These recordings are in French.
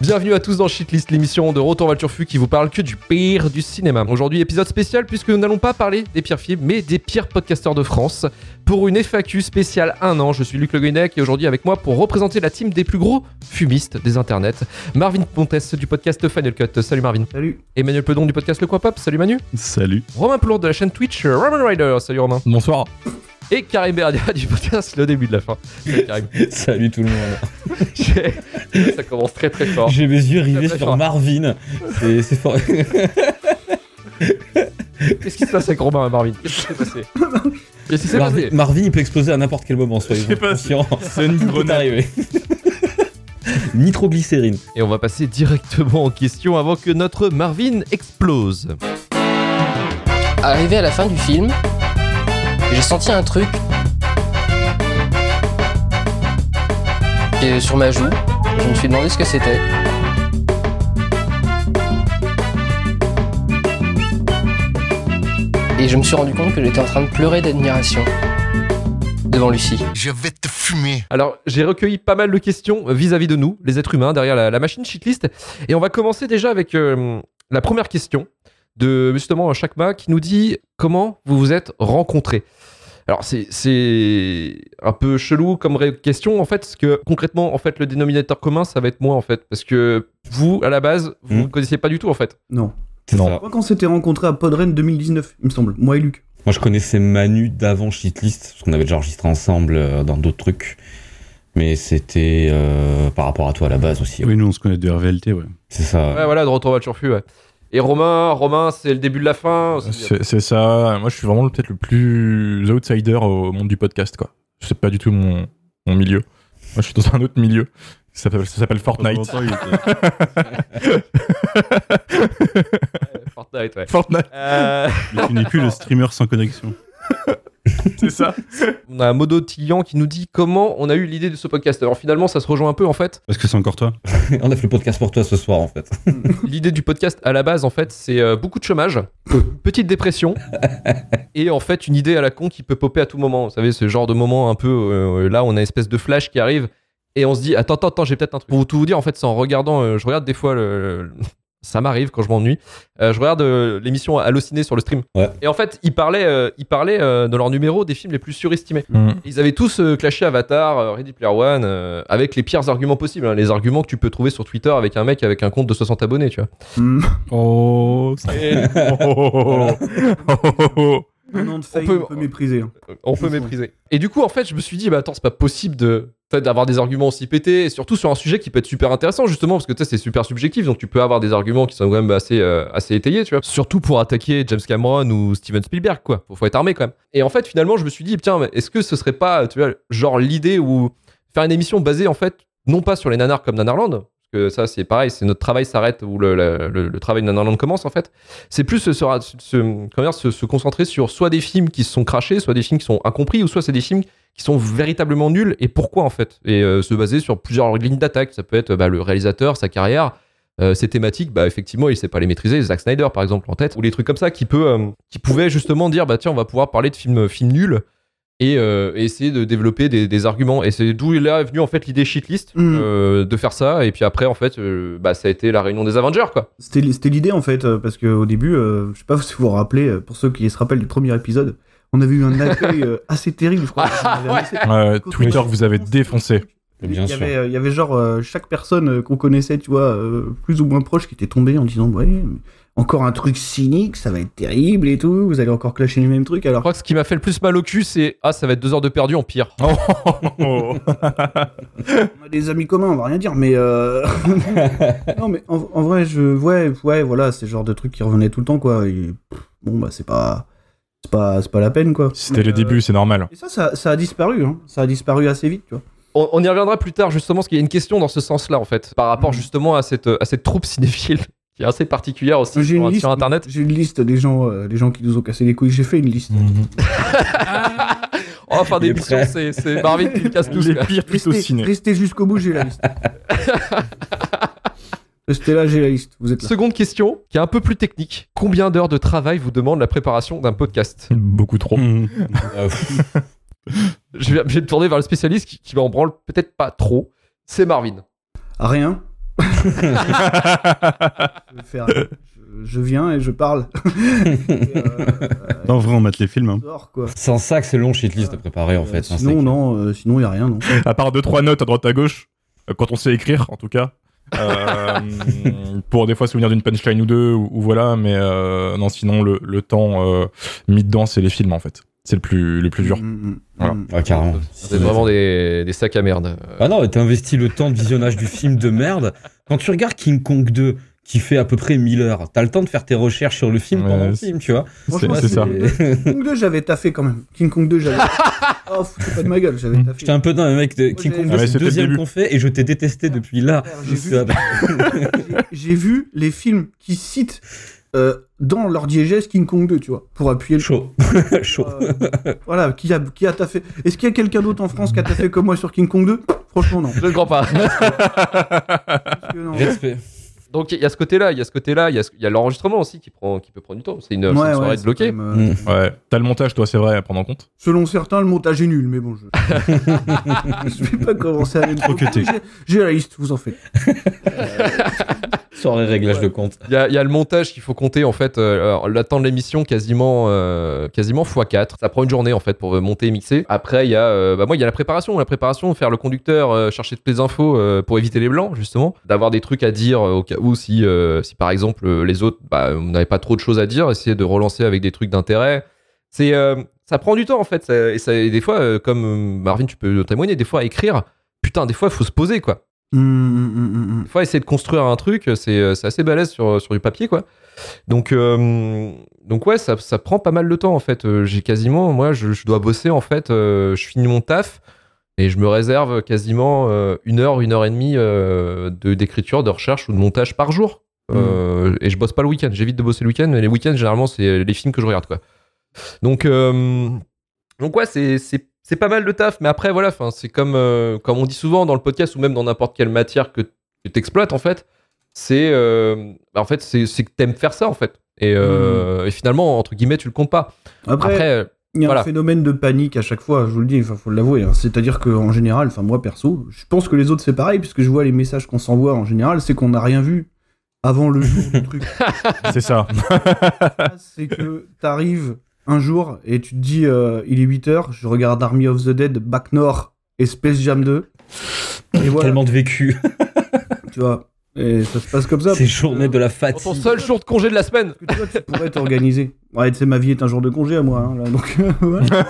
Bienvenue à tous dans Shitlist, l'émission de Retour Valturfu qui vous parle que du pire du cinéma. Aujourd'hui, épisode spécial puisque nous n'allons pas parler des pires films, mais des pires podcasteurs de France. Pour une FAQ spéciale 1 an, je suis Luc Le Guinec et aujourd'hui avec moi pour représenter la team des plus gros fumistes des internets, Marvin Pontes du podcast Final Cut. Salut Marvin. Salut. Emmanuel Pedon du podcast Le Coin Pop. Salut Manu. Salut. Romain Plourde de la chaîne Twitch euh, Roman Rider. Salut Romain. Bonsoir. Et Karim Berdia du podcast Le Début de la Fin. Salut Karim. Salut tout le monde. J'ai- Ça commence très très fort. Oh. J'ai mes yeux rivés Très sur fort. Marvin. C'est c'est fort. Qu'est-ce qui se passe avec Romain et Marvin Qu'est-ce qui s'est passé Qu'est-ce qui s'est Marvin, passé Marvin, il peut exploser à n'importe quel moment, soyez Je sais pas, conscients. C'est une Tout peut arriver. Nitroglycérine. Et on va passer directement aux questions avant que notre Marvin explose. Arrivé à la fin du film, j'ai senti un truc Et sur ma joue. Je me suis demandé ce que c'était. Et je me suis rendu compte que j'étais en train de pleurer d'admiration devant Lucie. Je vais te fumer. Alors, j'ai recueilli pas mal de questions vis-à-vis de nous, les êtres humains, derrière la, la machine shitlist. Et on va commencer déjà avec euh, la première question de justement Chakma qui nous dit comment vous vous êtes rencontrés. Alors c'est- c'est un peu chelou comme ré- question en fait, parce que concrètement en fait le dénominateur commun ça va être moi en fait, parce que vous à la base vous Mhm. ne connaissiez pas du tout en fait. Non. Non. Je crois qu'on s'était rencontrés à Podren 2019, il me semble. Moi et Luc. Moi, je connaissais Manu d'avant Shitlist, parce qu'on avait déjà enregistré ensemble euh, dans d'autres trucs. Mais c'était euh, par rapport à toi à la base aussi. Oui, nous on se connaît de RVLT, ouais. C'est ça. Ouais, voilà, de retour à Turfu, ouais. Et Romain, Romain, c'est le début de la fin. aussi. C'est c'est ça. Moi, je suis vraiment le- peut-être le plus outsider au monde du podcast, quoi. C'est pas du tout mon, mon milieu. Moi, je suis dans un autre milieu. Ça s'appelle- ça s'appelle Fortnite. Ouais, Fortnite, ouais. Fortnite, Euh, Mais tu n'es plus le streamer sans connexion. c'est ça. on a Modo Tillian qui nous dit comment on a eu l'idée de ce podcast. Alors finalement, ça se rejoint un peu en fait. Parce que c'est encore toi. On a fait le podcast pour toi ce soir, en fait. L'idée du podcast à la base, en fait, c'est euh, beaucoup de chômage, petite dépression, et en fait une idée à la con qui peut popper à tout moment. Vous savez, ce genre de moment un peu euh, là, on a une espèce de flash qui arrive et on se dit attends, attends, attends, j'ai peut-être un truc. Pour vous tout vous dire, en fait, c'est en regardant, euh, je regarde des fois le, le- ça m'arrive quand je m'ennuie. Euh, je regarde euh, l'émission Allociné sur le stream. Ouais. Et en fait, ils parlaient, euh, ils parlaient euh, dans leur numéro des films les plus surestimés. Mm. Ils avaient tous euh, clashé Avatar, euh, Ready Player One, euh, avec les pires arguments possibles. hein, les arguments que tu peux trouver sur Twitter avec un mec avec un compte de 60 abonnés, tu vois. Hmm. Oh, ça. Oh, oh, oh, oh. Oh, oh, oh. Un nom de On fame, peut- on peut mépriser. hein. On peut mépriser. Et du coup, en fait, je me suis dit, bah attends, c'est pas possible de peut-être d'avoir des arguments aussi pétés, et surtout sur un sujet qui peut être super intéressant, justement, parce que tu sais, c'est super subjectif, donc tu peux avoir des arguments qui sont quand même assez, euh, assez étayés, tu vois. Surtout pour attaquer James Cameron ou Steven Spielberg, quoi. Faut, faut être armé quand même. Et en fait, finalement, je me suis dit, tiens, mais est-ce que ce serait pas, tu vois, genre l'idée où faire une émission basée, en fait, non pas sur les nanars comme Nanarland, parce que ça, c'est pareil, c'est notre travail s'arrête où le, le- le- le travail de Nanarland commence, en fait c'est plus se, se, se- comment dire, se- se concentrer sur soit des films qui se sont crachés, soit des films qui sont incompris, ou soit c'est des films qui sont véritablement nuls et pourquoi en fait. Et euh, se baser sur plusieurs lignes d'attaque. Ça peut être bah, le réalisateur, sa carrière, euh, ses thématiques, bah, effectivement, il sait pas les maîtriser. Zack Snyder, par exemple, en tête, ou les trucs comme ça qui, peut, euh, qui pouvaient justement dire bah, tiens, on va pouvoir parler de films, films nuls. Et euh, essayer de développer des, des arguments. Et c'est d'où là est venue en fait l'idée shitlist Mm. euh, de faire ça. Et puis après, en fait, euh, bah, ça a été la réunion des Avengers, quoi. C'était li- c'était l'idée en fait, euh, parce qu'au début, euh, je sais pas si vous vous rappelez, euh, pour ceux qui se rappellent du premier épisode, on avait eu un accueil euh, assez terrible, je crois. Ah, qu'on avait annoncé. Euh, Twitter vous avez défoncé. Mais bien il, y sûr. avait, euh, il y avait genre euh, chaque personne euh, qu'on connaissait, tu vois, euh, plus ou moins proche, qui était tombée en disant Ouais, mais encore un truc cynique, ça va être terrible et tout, vous allez encore clasher les mêmes trucs. Je Alors, crois que ce qui m'a fait le plus mal au cul, c'est ah, ça va être deux heures de perdu en pire. Oh, oh, oh, oh. On a des amis communs, on va rien dire, mais euh, non, mais en, en vrai, je ouais, ouais, voilà, c'est le genre de truc qui revenait tout le temps, quoi. Et, pff, bon, bah c'est pas, c'est pas, c'est pas la peine, quoi. C'était Mais, le euh, début, c'est normal. Et ça, ça, ça a disparu, hein. Ça a disparu assez vite, tu vois. On, on y reviendra plus tard, justement, parce qu'il y a une question dans ce sens-là, en fait, par rapport Mhm. justement à cette, à cette troupe cinéphile qui est assez particulière aussi J'ai sur, une liste. sur Internet. J'ai une liste des gens, euh, des gens qui nous ont cassé les couilles. J'ai fait une liste. Mmh. Mhm. Oh, fin Il est d'émission, prêt. c'est c'est Marvin qui le casse tous. Les quoi. pires plutôt Restez, ciné. restez jusqu'au bout, j'ai la liste. Restez là, j'ai la liste. Vous êtes là. Seconde question, qui est un peu plus technique. Combien d'heures de travail vous demande la préparation d'un podcast Beaucoup trop. Euh, pff, je vais, je vais me tourner vers le spécialiste qui, qui m'en branle peut-être pas trop. C'est Marvin. Rien. Je, vais faire- je- je viens et je parle. Et, euh, Non, en vrai, on mate les films. hein. on sort, quoi. Sans ça, que c'est long shitlist à préparer en Euh, fait. hein, c'est sinon, que- non, euh, sinon, il a rien. Non. à part deux trois notes à droite à gauche euh, quand on sait écrire en tout cas euh, pour des fois souvenir d'une punchline ou deux ou, ou voilà mais euh, non sinon le, le temps euh, mis dedans c'est les films en fait c'est le plus le plus dur Mm, mm, mm. Voilà. Ouais, carrément. C'est vraiment des, des sacs à merde. Euh, Ah non, mais t'as investi le temps de visionnage du film de merde. Quand tu regardes King Kong 2, qui fait à peu près 1000 heures, t'as le temps de faire tes recherches sur le film Ouais, pendant le c'est- film, tu vois. c'est Franchement, c'est ça King Kong 2, j'avais taffé quand même. King Kong 2, j'avais. oh, foutez pas de ma gueule, j'avais taffé. J'étais un peu dans le mec de King Kong Ah, 2, mais c'est le c'était le deuxième début. qu'on fait, et je t'ai détesté depuis là. J'ai vu- Ça- J'ai vu les films qui citent euh, dans leur diégèse King Kong 2, tu vois, pour appuyer le. Chaud. Chaud. Euh, voilà, qui a, qui a taffé. Est-ce qu'il y a quelqu'un d'autre en France qui a taffé comme moi sur King Kong 2 Franchement, non. Je ne crois pas. Parce que non. Respect. Donc il y a ce côté-là, il y a ce côté-là, il y a ce- il y a l'enregistrement aussi qui, prend, qui peut prendre du temps. C'est une, c'est une Ouais, soirée ouais, de c'est bloqué. quand Mm. même, euh, ouais t'as le montage toi c'est vrai à prendre en compte Selon certains, le montage est nul, mais bon, je. je vais pas commencer à aller Trop cuté. J'ai- J'ai la liste, vous en faites. Soirée réglage de compte. Il y, a- il y a le montage qu'il faut compter en fait, euh, alors, le temps de l'émission quasiment euh, quasiment x4. Ça prend une journée en fait pour euh, monter et mixer. Après il y a euh, bah, moi il y a la préparation, la préparation, faire le conducteur, euh, chercher toutes les infos euh, pour éviter les blancs justement, d'avoir des trucs à dire euh, au cas où si euh, si par exemple euh, les autres bah, on n'avait pas trop de choses à dire, essayer de relancer avec des trucs d'intérêt. C'est euh, ça prend du temps en fait Ça- et, ça, et des fois euh, comme euh, Marvin tu peux témoigner, des fois à écrire putain des fois il faut se poser quoi. Hum, hum, hum, hum, hum. Des fois, essayer de construire un truc, c'est euh, c'est assez balèze sur, sur du papier, quoi. Donc, euh, donc ouais, ça, ça prend pas mal de temps, en fait. Euh, J'ai quasiment, moi, je, je dois bosser, en fait. euh, je finis mon taf et je me réserve quasiment euh, une heure, une heure et demie euh, de- d'écriture, de recherche ou de montage par jour. Mm. Euh, et je bosse pas le week-end. J'évite de bosser le week-end, mais les week-ends, généralement, c'est les films que je regarde, quoi. Donc, euh, donc ouais, c'est, c'est, c'est pas mal de taf, mais après, voilà, 'fin, c'est comme, euh, comme on dit souvent dans le podcast ou même dans n'importe quelle matière que, que t'exploites, en fait, c'est, euh, bah, en fait, c'est, c'est que t'aimes faire ça, en fait. Et, euh, et finalement, entre guillemets, tu le comptes pas. Mm. Après, Après, euh, Il y a Voilà. un phénomène de panique à chaque fois, je vous le dis, enfin faut l'avouer. hein. C'est-à-dire qu'en général, enfin moi perso, je pense que les autres c'est pareil, puisque je vois les messages qu'on s'envoie en général, c'est qu'on n'a rien vu avant le jour du truc. c'est ça c'est que t'arrives un jour et tu te dis, euh, il est 8h, je regarde Army of the Dead, Back North et Space Jam 2. Et voilà, Tellement de vécu. tu vois. Et ça se passe comme ça. Ces journées de la pour ton fatigue. seul jour de congé de la semaine. Parce que toi, tu pourrais t'organiser. Ouais, tu sais, ma vie est un jour de congé à moi, hein, là, donc voilà.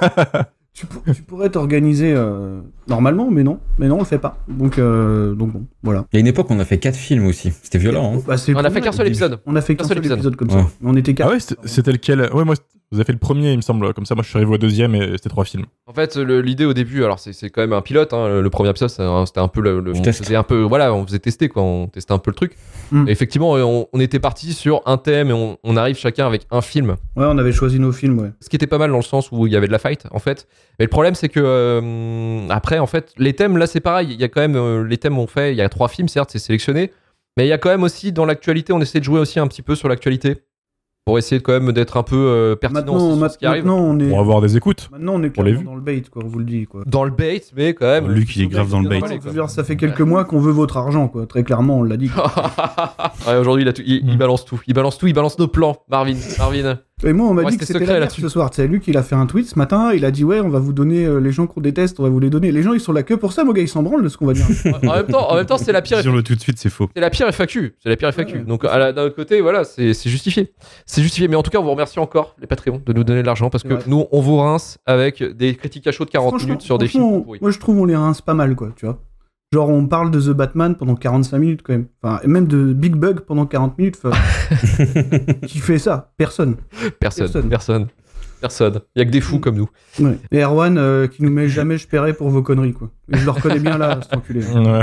tu, pour- tu pourrais t'organiser euh, normalement, mais non, mais non, on le fait pas. Donc, euh, donc bon, voilà. Il y a une époque, on a fait 4 films aussi. C'était violent. Hein. Bah, c'est On a pour fait ça. qu'un seul épisode. On a fait qu'un seul épisode, comme ça. Ouais. On était quatre. ah ouais c'était- c'était lequel ouais moi c'était- vous avez fait le premier il me semble comme ça moi je suis arrivé au deuxième et c'était trois films En fait, le- l'idée au début, alors c'est, c'est quand même un pilote. hein, le, le premier épisode, c'est un- c'était un peu le, le- Tu on testes. faisait un peu, voilà, on faisait tester quoi, on testait un peu le truc. Mm. Et effectivement, euh, on, on était parti sur un thème et on, on arrive chacun avec un film. Ouais, on avait choisi nos films, ouais. Ce qui était pas mal dans le sens où il y avait de la fight, en fait. Mais le problème, c'est que euh, après, en fait, les thèmes, là, c'est pareil. Il y a quand même euh, les thèmes on fait. Il y a trois films, certes, c'est sélectionné, mais il y a quand même aussi dans l'actualité, on essaie de jouer aussi un petit peu sur l'actualité pour essayer de, quand même d'être un peu euh, pertinent Maintenant, sur ma- ce qui arrive. maintenant, on Mm. est, pour avoir des écoutes maintenant, on est On l'a clairement vu. dans le bait, quoi, on vous le dit, quoi. Dans le bait, mais quand même. Luc, il est grave dans le bait. Ouais, Oh. Je veux dire, ça fait quelques mois qu'on veut votre argent, quoi. Très clairement, on l'a dit. Ouais, aujourd'hui, il, a tout- il- il Mm. balance tout. Il balance tout. Il balance nos plans, Marvin. Marvin. Et moi, on m'a Ouais, dit que c'était c'était secret la merde là-dessus. ce soir. Tu sais, Luc, il a fait un tweet ce matin. Il a dit Ouais, on va vous donner euh, les gens qu'on déteste, on va vous les donner. Les gens, ils sont là que pour ça, mon gars, ils s'en branlent de ce qu'on va dire. en en même temps, en même temps, c'est la pire Disons-le tout de suite, c'est faux. C'est la pire FAQ. C'est la pire FAQ. Ouais. Donc, à la- d'un autre côté, voilà, c'est c'est justifié. C'est justifié. Mais en tout cas, on vous remercie encore, les Patreons, de nous donner de l'argent parce C'est que vrai. nous, on vous rince avec des critiques à chaud de 40 Franchement- minutes sur des franchement, films on- pourris. Moi, je trouve on les rince pas mal, quoi, tu vois. Genre, on parle de The Batman pendant 45 minutes, quand même. Enfin, et même de Big Bug pendant 40 minutes. enfin, qui fait ça Personne. Personne. personne. Personne. Personne. Il y a que des fous Mm. comme nous. Ouais. Et Erwan, euh, qui nous met jamais je paierai pour vos conneries, quoi. Et je le reconnais bien là, cet enculé. Ouais.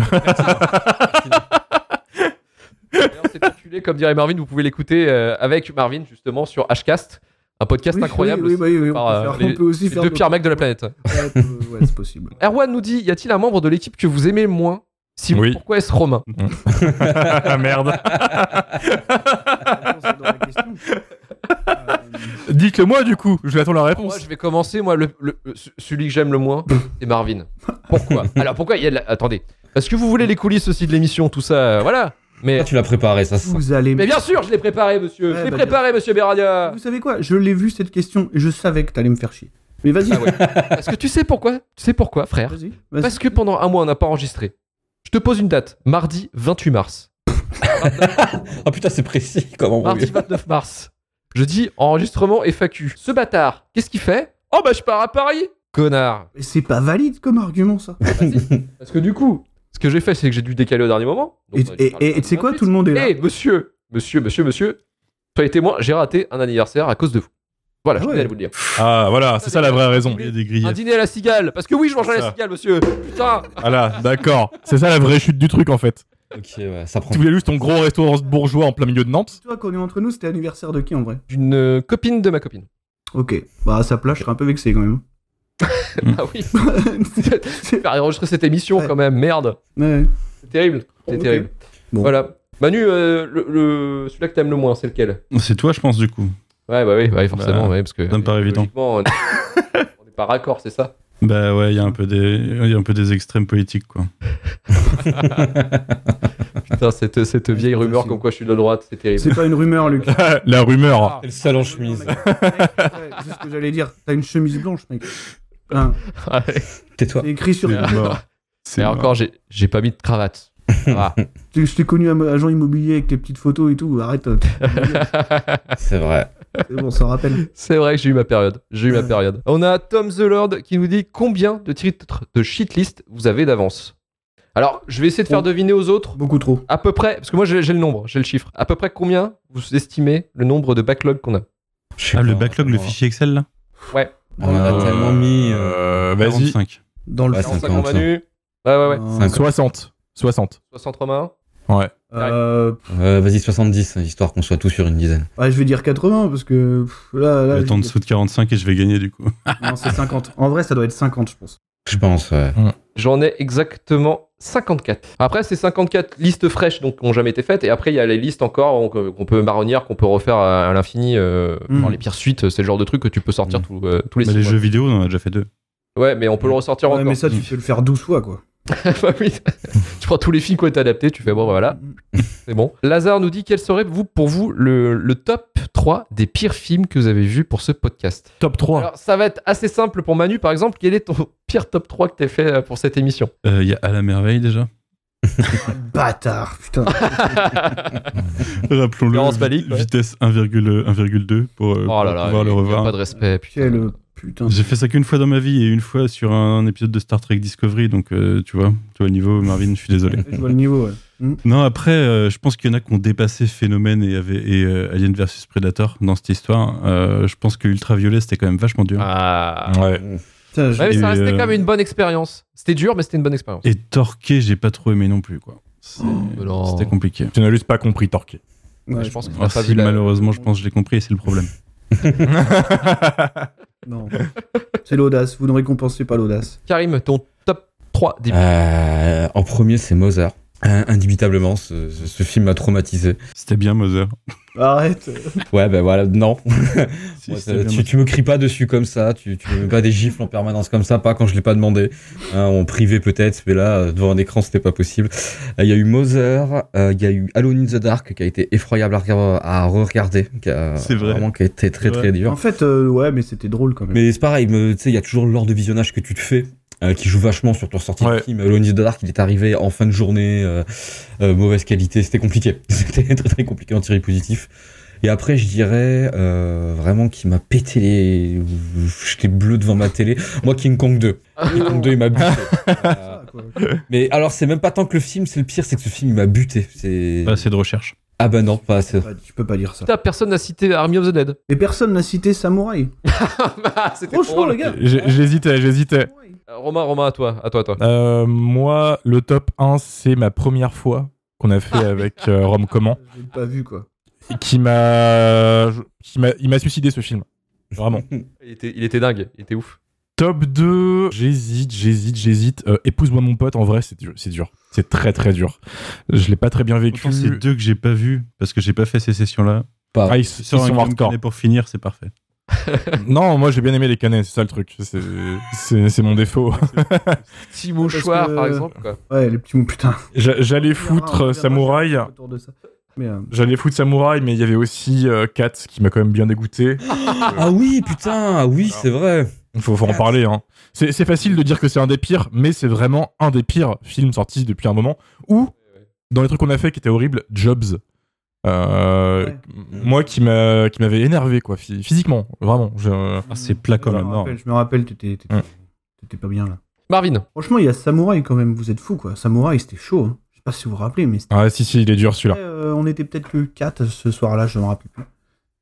D'ailleurs, C'est enculé, comme dirait Marvin, vous pouvez l'écouter euh, avec Marvin, justement, sur Hcast, un podcast Oui, incroyable. oui, aussi, oui, oui, on par, peut euh, faire- les- on peut aussi les faire deux d'autres- pires mecs de la planète. Ouais, euh, ouais, c'est possible. Erwan nous dit y a-t-il un membre de l'équipe que vous aimez le moins si oui. Oui. Pourquoi est-ce Romain ah merde C'est dans la question. Euh, dites-le moi du coup je l'attends la Ah, Moi, réponse je vais commencer. Moi, le, le- le- ce- celui que j'aime le moins, c'est Marvin. Pourquoi Alors, pourquoi il y a de la- Attendez. Parce que vous voulez les coulisses aussi de l'émission, tout ça. euh, Voilà. Mais, Ah, tu l'as préparé, ça. ça. Vous allez. mais bien sûr, je l'ai préparé, monsieur. Ouais, je l'ai bah, préparé, monsieur Beradia. Vous savez quoi Je l'ai vu cette question et je savais que t'allais me faire chier. Mais vas-y. Ah ouais. Parce que tu sais pourquoi Tu sais pourquoi, frère Vas-y. vas-y. Parce que pendant un mois, on n'a pas enregistré. Je te pose une date. Mardi 28 mars. Ah putain, c'est précis. Oh, Comment on Mardi 29 mars. Je dis enregistrement FAQ. Ce bâtard, qu'est-ce qu'il fait Oh bah je pars à Paris Connard Mais c'est pas valide comme argument ça. Parce que du coup, ce que j'ai fait, c'est que j'ai dû décaler au dernier moment. Et et- et- et tu sais quoi Tout le monde est là. Eh monsieur Monsieur, monsieur, monsieur, soyez témoin, j'ai raté un anniversaire à cause de vous. Voilà, Ah je ouais. tenais à vous le dire. Ah, voilà, c'est ça la vraie raison. Il y a des Un griefs. dîner à la cigale Parce que oui, je mange à C'est la ça. cigale, monsieur Putain Voilà, d'accord. C'est ça la vraie chute du truc en fait. Ok, ouais, ça prend. Tu voulais juste ton gros restaurant bourgeois en plein milieu de Nantes Toi, qu'on est entre nous, c'était anniversaire de qui en vrai D'une euh, copine de ma copine. Ok. Bah, à sa place, je serais un peu vexé quand même. Ah oui Faire enregistrer cette émission Ouais. quand même, merde Ouais. C'est terrible C'est Ok. terrible. Bon. Voilà. Manu, euh, le, le- celui-là que t'aimes le moins, c'est lequel C'est toi, je pense, du coup. Ouais, bah oui, bah oui, forcément, Bah, ouais, parce que. ça me paraît évident. logiquement, On on n'est pas raccord, c'est ça Bah ouais, il y a un peu des, il y a un peu des extrêmes politiques, quoi. Putain, cette, cette vieille Ouais, rumeur c'est- comme quoi je suis de droite, c'est terrible. C'est pas une rumeur, Luc. La rumeur. C'est le salon chemise. Ouais, ouais, C'est ce que j'allais dire. T'as une chemise blanche, mec. Hein, Tais-toi. c'est écrit sur. C'est mort. C'est Mais mort. encore, j'ai j'ai pas mis de cravate. Ah. Je t'ai connu am- agent immobilier avec tes petites photos et tout. Arrête. euh, C'est vrai. c'est bon, ça rappelle. C'est vrai que j'ai eu ma période. J'ai eu Euh. ma période. On a Tom the Lord qui nous dit combien de titres de shitlist vous avez d'avance. Alors, je vais essayer de faire Oh. deviner aux autres Beaucoup trop. à peu près, parce que moi j'ai j'ai le nombre, j'ai le chiffre. À peu près combien vous estimez le nombre de backlogs qu'on a Je sais Ah, le pas, Oh. backlog, le vraiment. fichier Excel, là Ah, On en a Euh, tellement mis. euh, Euh, Vas-y. 45. Dans le Bah, Ouais, fond. 45 50, Manu. Ouais, ouais, ouais. Euh, 50. 60. 60. 60 Romain. euh, euh, Vas-y, 70, histoire qu'on soit tous sur une dizaine. ouais, je vais dire 80 parce que pff, là, là Le temps j'ai- dessous de 45 et je vais gagner, du coup. non c'est 50. En vrai, ça doit être 50, je pense. Je pense, ouais. J'en ai exactement 54. Après, c'est 54 listes fraîches donc qui n'ont jamais été faites. Et après, il y a les listes encore donc, euh, qu'on peut marronnière, qu'on peut refaire à, à l'infini. euh, Mm. genre les pires suites, c'est le genre de truc que tu peux sortir Mm. tous, euh, tous les Bah, six Hmm. les mois. jeux vidéo, on en a déjà fait deux. Ouais, mais on peut le ressortir Ouais, encore. mais ça, tu peux le faire 12 fois, quoi. Bah oui. tu prends tous les films qui ont été adaptés, tu fais bon, bah voilà, Mm. c'est bon. Lazare nous dit quel serait vous, pour vous le, le top 3 des pires films que vous avez vus pour ce podcast Top 3. Alors, ça va être assez simple pour Manu, par exemple. Quel est ton pire top 3 que t'as fait euh, pour cette émission Euh, Il y a À la merveille, déjà. Bâtard, putain. Laurence Rappelons-le. Balic, vi- ouais. Vitesse 1,1, 1,2 pour, euh, Oh pour là là, pouvoir il le y a pas revoir. de respect. putain. Quel euh, putain. J'ai fait ça qu'une fois dans ma vie et une fois sur un épisode de Star Trek Discovery, donc euh, tu vois, tu vois le niveau, Marvin, je suis désolé. Je vois le niveau, ouais. Non, après, euh, je pense qu'il y en a qui ont dépassé Phénomène et, avaient, et euh, Alien versus Predator dans cette histoire. Euh, je pense que Ultraviolet, c'était quand même vachement dur. Ah. Ouais. Putain, Ouais, mais Et, ça restait euh, quand même une bonne expérience. C'était dur, mais c'était une bonne expérience. Et Torqué, j'ai pas trop aimé non plus, quoi. C'est- non. C'était compliqué. Tu n'as juste pas compris, Torqué. ouais, je pense que Alors, t'as pas si, vu la- malheureusement, je pense que je l'ai compris et c'est le problème. Non. C'est l'audace. Vous ne récompensez pas l'audace. Karim, ton top 3 Ah. des Euh, en premier, c'est Mozart. Euh, Indubitablement, ce, ce- ce film m'a traumatisé. C'était bien Mother. Arrête. Ouais, ben voilà, non. Si, Moi, ça- c'était bien tu, Mother. tu me cries pas dessus comme ça, tu, tu me mets pas des gifles en permanence comme ça, pas quand je l'ai pas demandé. Hein, en privé peut-être, mais là, euh, devant un écran, c'était pas possible. Euh, Il y a eu Mother, euh, il y a eu Alone in the Dark, qui a été effroyable à, rega- à re-regarder. qui a- C'est vrai. Vraiment, qui a été très C'est très dur. En fait, euh, ouais, mais c'était drôle quand même. Mais c'est pareil, me- tu sais, il y a toujours l'ordre de visionnage que tu te fais. euh, qui joue vachement sur ton sortie Ouais. de film. Alone in the Dark, il est arrivé en fin de journée, euh, euh, mauvaise qualité, c'était compliqué. C'était très très compliqué d'en tirer positif. Et après, je dirais euh, vraiment qui m'a pété les. J'étais bleu devant ma télé. Moi, King Kong 2. King Kong 2, il m'a buté. Euh, Ah, quoi. mais alors, c'est même pas tant que le film, c'est le pire, c'est que ce film, il m'a buté. C'est. Pas assez de recherche. Ah bah non, pas assez. Ouais, tu peux pas dire ça. Putain, personne n'a cité Army of the Dead. Et personne n'a cité Samouraï. C'était Franchement, le gars. J'ai- J'hésitais, j'hésitais. Samouraï. Euh, Romain, Romain, à toi, à toi, à toi. Ah. Euh, moi, le top 1, c'est ma première fois qu'on a fait avec euh, Rome Comment, Je l'ai pas vu, quoi. et qui m'a, je- qui m'a, il m'a suicidé ce film. Vraiment. Il était, il était dingue, il était ouf. Top 2, j'hésite, j'hésite, j'hésite. Euh, Épouse-moi mon pote, en vrai, c'est dur. C'est dur. C'est très très dur. Je l'ai pas très bien vécu. Pourtant, c'est deux que j'ai pas vu parce que j'ai pas fait ces sessions-là. Pas. Ah, ils, ils Sur sont un game qu'on hardcore. est pour finir, c'est parfait. non, moi j'ai bien aimé les canets, c'est ça le truc. C'est- C'est c'est mon défaut. Petit mouchoir, que- par exemple. quoi. Ouais, les petits mots, putain. J'a- J'allais On foutre verra, on euh, verra Samouraï. autour de ça. Mais, euh, J'allais foutre Samouraï, mais il y avait aussi euh, Kat qui m'a quand même bien dégoûté. Ah oui, putain, ah oui, c'est vrai. Il faut, faut en Kat. parler. Hein. C'est c'est facile de dire que c'est un des pires, mais c'est vraiment un des pires films sortis depuis un moment. Ou, dans les trucs qu'on a fait qui étaient horribles, Jobs. Euh, Ouais. Moi qui m'a- qui m'avait énervé, quoi, phy- physiquement, vraiment. Je... Ah, c'est plat quand je me même. non. rappelle, Je me rappelle, t'étais t'étais- Hum. t'étais pas bien là. Marvin. Franchement, il y a Samouraï quand même, vous êtes fous quoi. Samouraï, c'était chaud. hein. Je sais pas si vous vous rappelez, mais c'était- Ah, si, si, il est dur celui-là. Euh, on était peut-être que 4 ce soir-là, je me rappelle plus.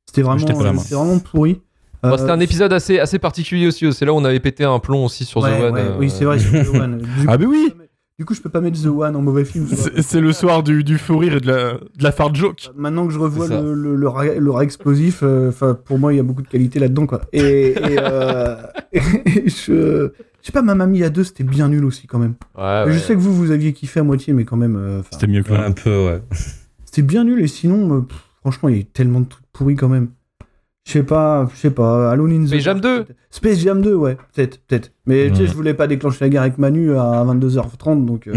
C'était vraiment, J'étais pas là, euh, moi. c'était vraiment pourri. Euh, Bon, C'était un épisode assez, assez particulier aussi. C'est là où on avait pété un plomb aussi sur ouais, The One. ouais, euh, Oui, c'est vrai, sur The One. Du, Ah, mais oui! du coup, je peux pas mettre The One en mauvais film. tu vois. Euh, C'est c'est le soir du, du fou rire et de la, de la fart joke. Maintenant que je revois C'est ça. le, le, le rat- le rat explosif, euh, 'fin, pour moi, il y a beaucoup de qualité là-dedans. quoi. Et, et, euh, et je, je sais pas, ma mamie à deux, c'était bien nul aussi quand même. Ah ouais, je ouais. sais que vous, vous aviez kiffé à moitié, mais quand même, euh, 'fin, C'était mieux que Ouais, là. un peu, ouais. c'était bien nul. Et sinon, euh, pff, franchement, il y a eu tellement de trucs pourris quand même. Je sais pas, je sais pas, Alone in the Space Jam 2. Space Jam 2, ouais, peut-être, peut-être. Mais tu sais, Ouais. je voulais pas déclencher la guerre avec Manu à 22h30, donc. euh,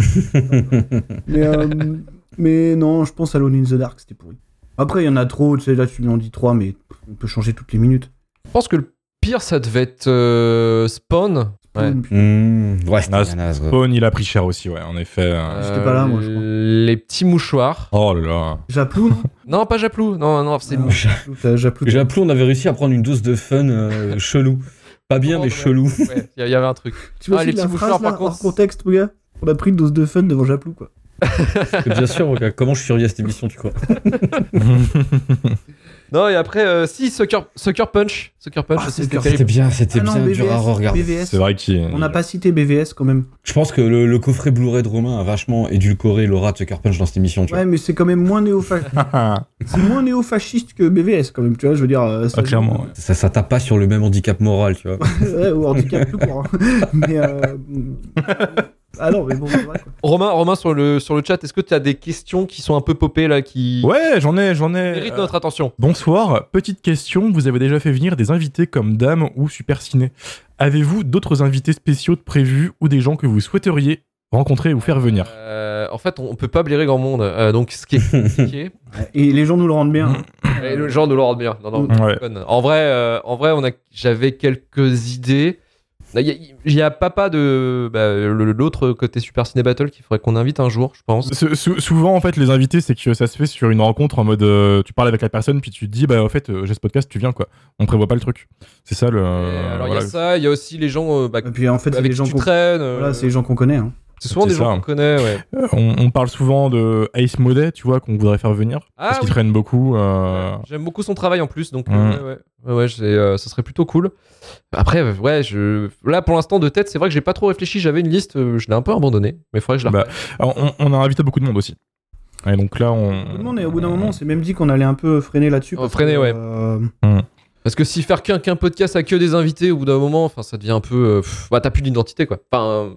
mais, euh, mais non, je pense à Alone in the Dark, c'était pourri. Après, il y en a trop, tu sais, là, tu m'en dis trois, mais on peut changer toutes les minutes. Je pense que le pire, ça devait être euh, Spawn. Ouais. Puis, Mmh, ouais, c'était Ah, bien naze, ouais. Spawn, il a pris cher aussi, ouais, en effet. euh. J'étais pas là, moi, je crois. Euh, Les petits mouchoirs. Oh là là. Japlou, non Non, pas Japlou. Non, non, c'est Ah, Japlou, t'as Japlou. J'ai appelé, on avait réussi à prendre une dose de fun euh, chelou. Pas bien, Oh, mais ouais. chelou. Ouais, Il y avait un truc. Tu vois, Ah, c'est les de la petits phrase, mouchoirs, là, par contre. hors contexte, mon gars. On a pris une dose de fun devant Japlou, quoi. bien sûr, regarde, comment je suis revenu à cette émission, tu crois Non, et après, euh, si, Sucker, Sucker Punch. Sucker Punch, Ah, aussi, c'était Sucker C'était terrible. bien, c'était Ah non, bien dur à BVS, regarder. BVS. C'est vrai qu'il. On n'a pas cité BVS quand même. Je pense que le, le coffret Blu-ray de Romain a vachement édulcoré l'aura de Sucker Punch dans cette émission, tu vois. Ouais, mais c'est quand même moins néo-fa- c'est moins néo-fasciste que BVS quand même, tu vois, je veux dire. euh, ça- Ah, clairement. ouais. Ça, ça tape pas sur le même handicap moral, tu vois. ouais, ou handicap tout court. hein. Mais. euh, Ah non, mais bon, c'est vrai, quoi. Romain, Romain sur, le, sur le chat, est-ce que tu as des questions qui sont un peu popées là, qui Ouais, j'en ai, j'en ai. méritent Euh, notre attention Bonsoir. Petite question. Vous avez déjà fait venir des invités comme Dame ou Super Ciné. Avez-vous d'autres invités spéciaux de prévus ou des gens que vous souhaiteriez rencontrer ou faire venir Euh, En fait, on peut pas blairer grand monde. Euh, donc, ce qui est compliqué, Et les gens nous le rendent bien. et le genre de le rendre bien. Non, Mm. non, Ouais. Con. En vrai, euh, en vrai, on a, j'avais quelques idées. Il y, a- il y a papa de bah, le- l'autre côté Super Ciné Battle qu'il faudrait qu'on invite un jour, je pense. Sou- sou- souvent, en fait, les invités, c'est que ça se fait sur une rencontre en mode euh, tu parles avec la personne, puis tu te dis, bah, en fait, euh, j'ai ce podcast, tu viens, quoi. On prévoit pas le truc. C'est ça le. Et alors il voilà. y a ça, il y a aussi les gens euh, bah, Et puis Euh, en fait, c'est avec les gens qui tu qu'on traînes. euh, voilà, c'est les gens qu'on connaît. hein. c'est souvent C'est des ça. gens qu'on connaît. Ouais. Euh, On, on parle souvent de Ace Modet, tu vois, qu'on voudrait faire venir. Ah parce qu'il oui. traîne beaucoup. euh, J'aime beaucoup son travail en plus, donc Mm. euh, ouais, ouais, ouais, ouais, c'est, euh, ça serait plutôt cool. Après, euh, ouais, je... là pour l'instant de tête, c'est vrai que j'ai pas trop réfléchi. J'avais une liste, euh, je l'ai un peu abandonnée, mais il faudrait que je la. Bah, alors, on, on a invité beaucoup de monde aussi. Et donc là, on. Tout le monde, et au bout d'un moment, on s'est même dit qu'on allait un peu freiner là-dessus. Oh, euh, parce freiner, que, ouais. euh, Parce que si faire qu'un qu'un podcast à que des invités, au bout d'un moment, enfin, ça devient un peu. euh, pff, bah, t'as plus d'identité, quoi. Enfin,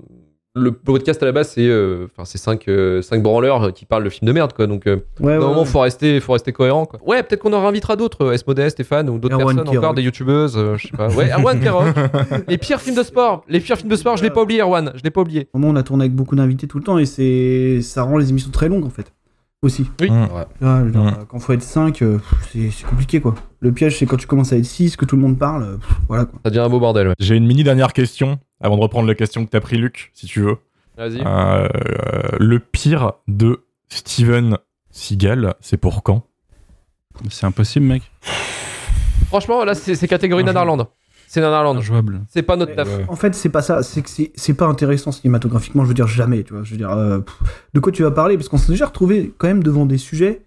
le podcast à la base, c'est, euh, enfin, c'est cinq, euh, cinq branleurs euh, qui parlent le film de merde, quoi. Donc, euh, Ouais, au bout d'un ouais, moment, ouais. faut rester, faut rester cohérent, quoi. Ouais, peut-être qu'on en réinvitera d'autres, euh, Esmodès, Stéphane, ou d'autres Erwan personnes encore, Kirok. des youtubeuses, euh, je sais pas. Ouais, Erwan Kirok. Les pires films de sport, les pires films de sport, je l'ai pas oublié, Erwan, je l'ai pas oublié. Au moment, on a tourné avec beaucoup d'invités tout le temps et c'est ça rend les émissions très longues en fait. Aussi. Là, je veux dire, Mm. euh, Quand faut être 5, c'est c'est compliqué quoi. Le piège, c'est quand tu commences à être 6, que tout le monde parle, euh, pff, voilà quoi. Ça devient un beau bordel, ouais. J'ai une mini dernière question avant de reprendre la question que t'as pris, Luc, si tu veux. Vas-y. Euh, le pire de Steven Seagal, c'est pour quand C'est impossible, mec. Franchement, là, c'est c'est catégorie Nanarland. C'est Nanarland. Injouable. C'est pas notre taf. Ouais. En fait, c'est pas ça, c'est que c'est c'est pas intéressant cinématographiquement, je veux dire jamais, tu vois. Je veux dire, euh, pff, de quoi tu vas parler Parce qu'on s'est déjà retrouvé quand même devant des sujets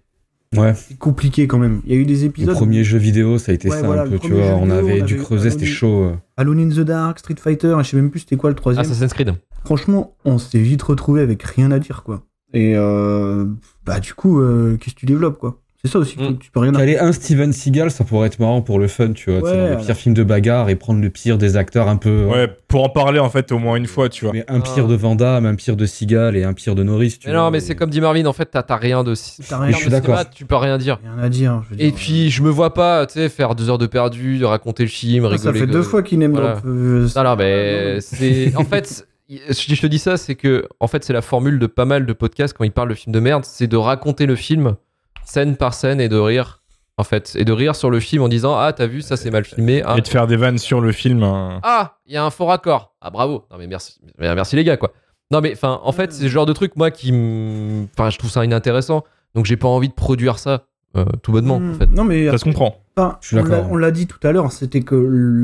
Ouais. compliqués quand même. Il y a eu des Le épisodes. premier jeu vidéo, ça a été Ouais, ça voilà, un le peu, tu premier vois. jeu On vidéo, avait on du avait creuset, c'était Adonis. chaud. euh. Alone in the Dark, Street Fighter, et je sais même plus c'était quoi le Ah, troisième. Assassin's Creed. Franchement, on s'est vite retrouvé avec rien à dire quoi. Et euh, bah du coup, euh, qu'est-ce que tu développes quoi C'est ça aussi, que Mm. tu peux rien. Caler un Steven Seagal, ça pourrait être marrant pour le fun, tu vois. tu sais, Ouais, dans les alors. pires films de bagarre et prendre le pire des acteurs un peu. euh, Ouais, bah. pour en parler en fait au moins une fois, tu vois. Mais Ah. un pire de Van Damme, un pire de Seagal et un pire de Norris, tu Mais vois. non, mais c'est comme dit Marvin, en fait, t'as t'as rien de. T'as rien. Je suis en termes de d'accord. cinéma, Tu peux rien dire. Rien à dire. je veux Et dire. euh, puis, je me vois pas, tu sais, faire deux heures de perdu, de raconter le film, ça, rigoler. ça fait que- deux fois qu'il n'aime Voilà. drop. euh, Ah Non, non, non, mais non. c'est. En fait, si je te dis ça, c'est que, en fait, c'est la formule de pas mal de podcasts quand ils parlent de films de merde, c'est de raconter le film scène par scène et de rire, en fait. Et de rire sur le film en disant Ah, t'as vu, ça c'est mal filmé. Ah, Et de faire des vannes sur le film. hein. Ah, il y a un faux raccord. Ah, bravo. Non, mais merci, mais merci les gars, quoi. Non, mais enfin, en fait, c'est le genre de truc, moi, qui me. Enfin, je trouve ça inintéressant. Donc, j'ai pas envie de produire ça, euh, tout bonnement, Mm. en fait. Non, mais Ça se comprend. Enfin, Je suis on d'accord, l'a- ouais. on l'a dit tout à l'heure, hein, c'était que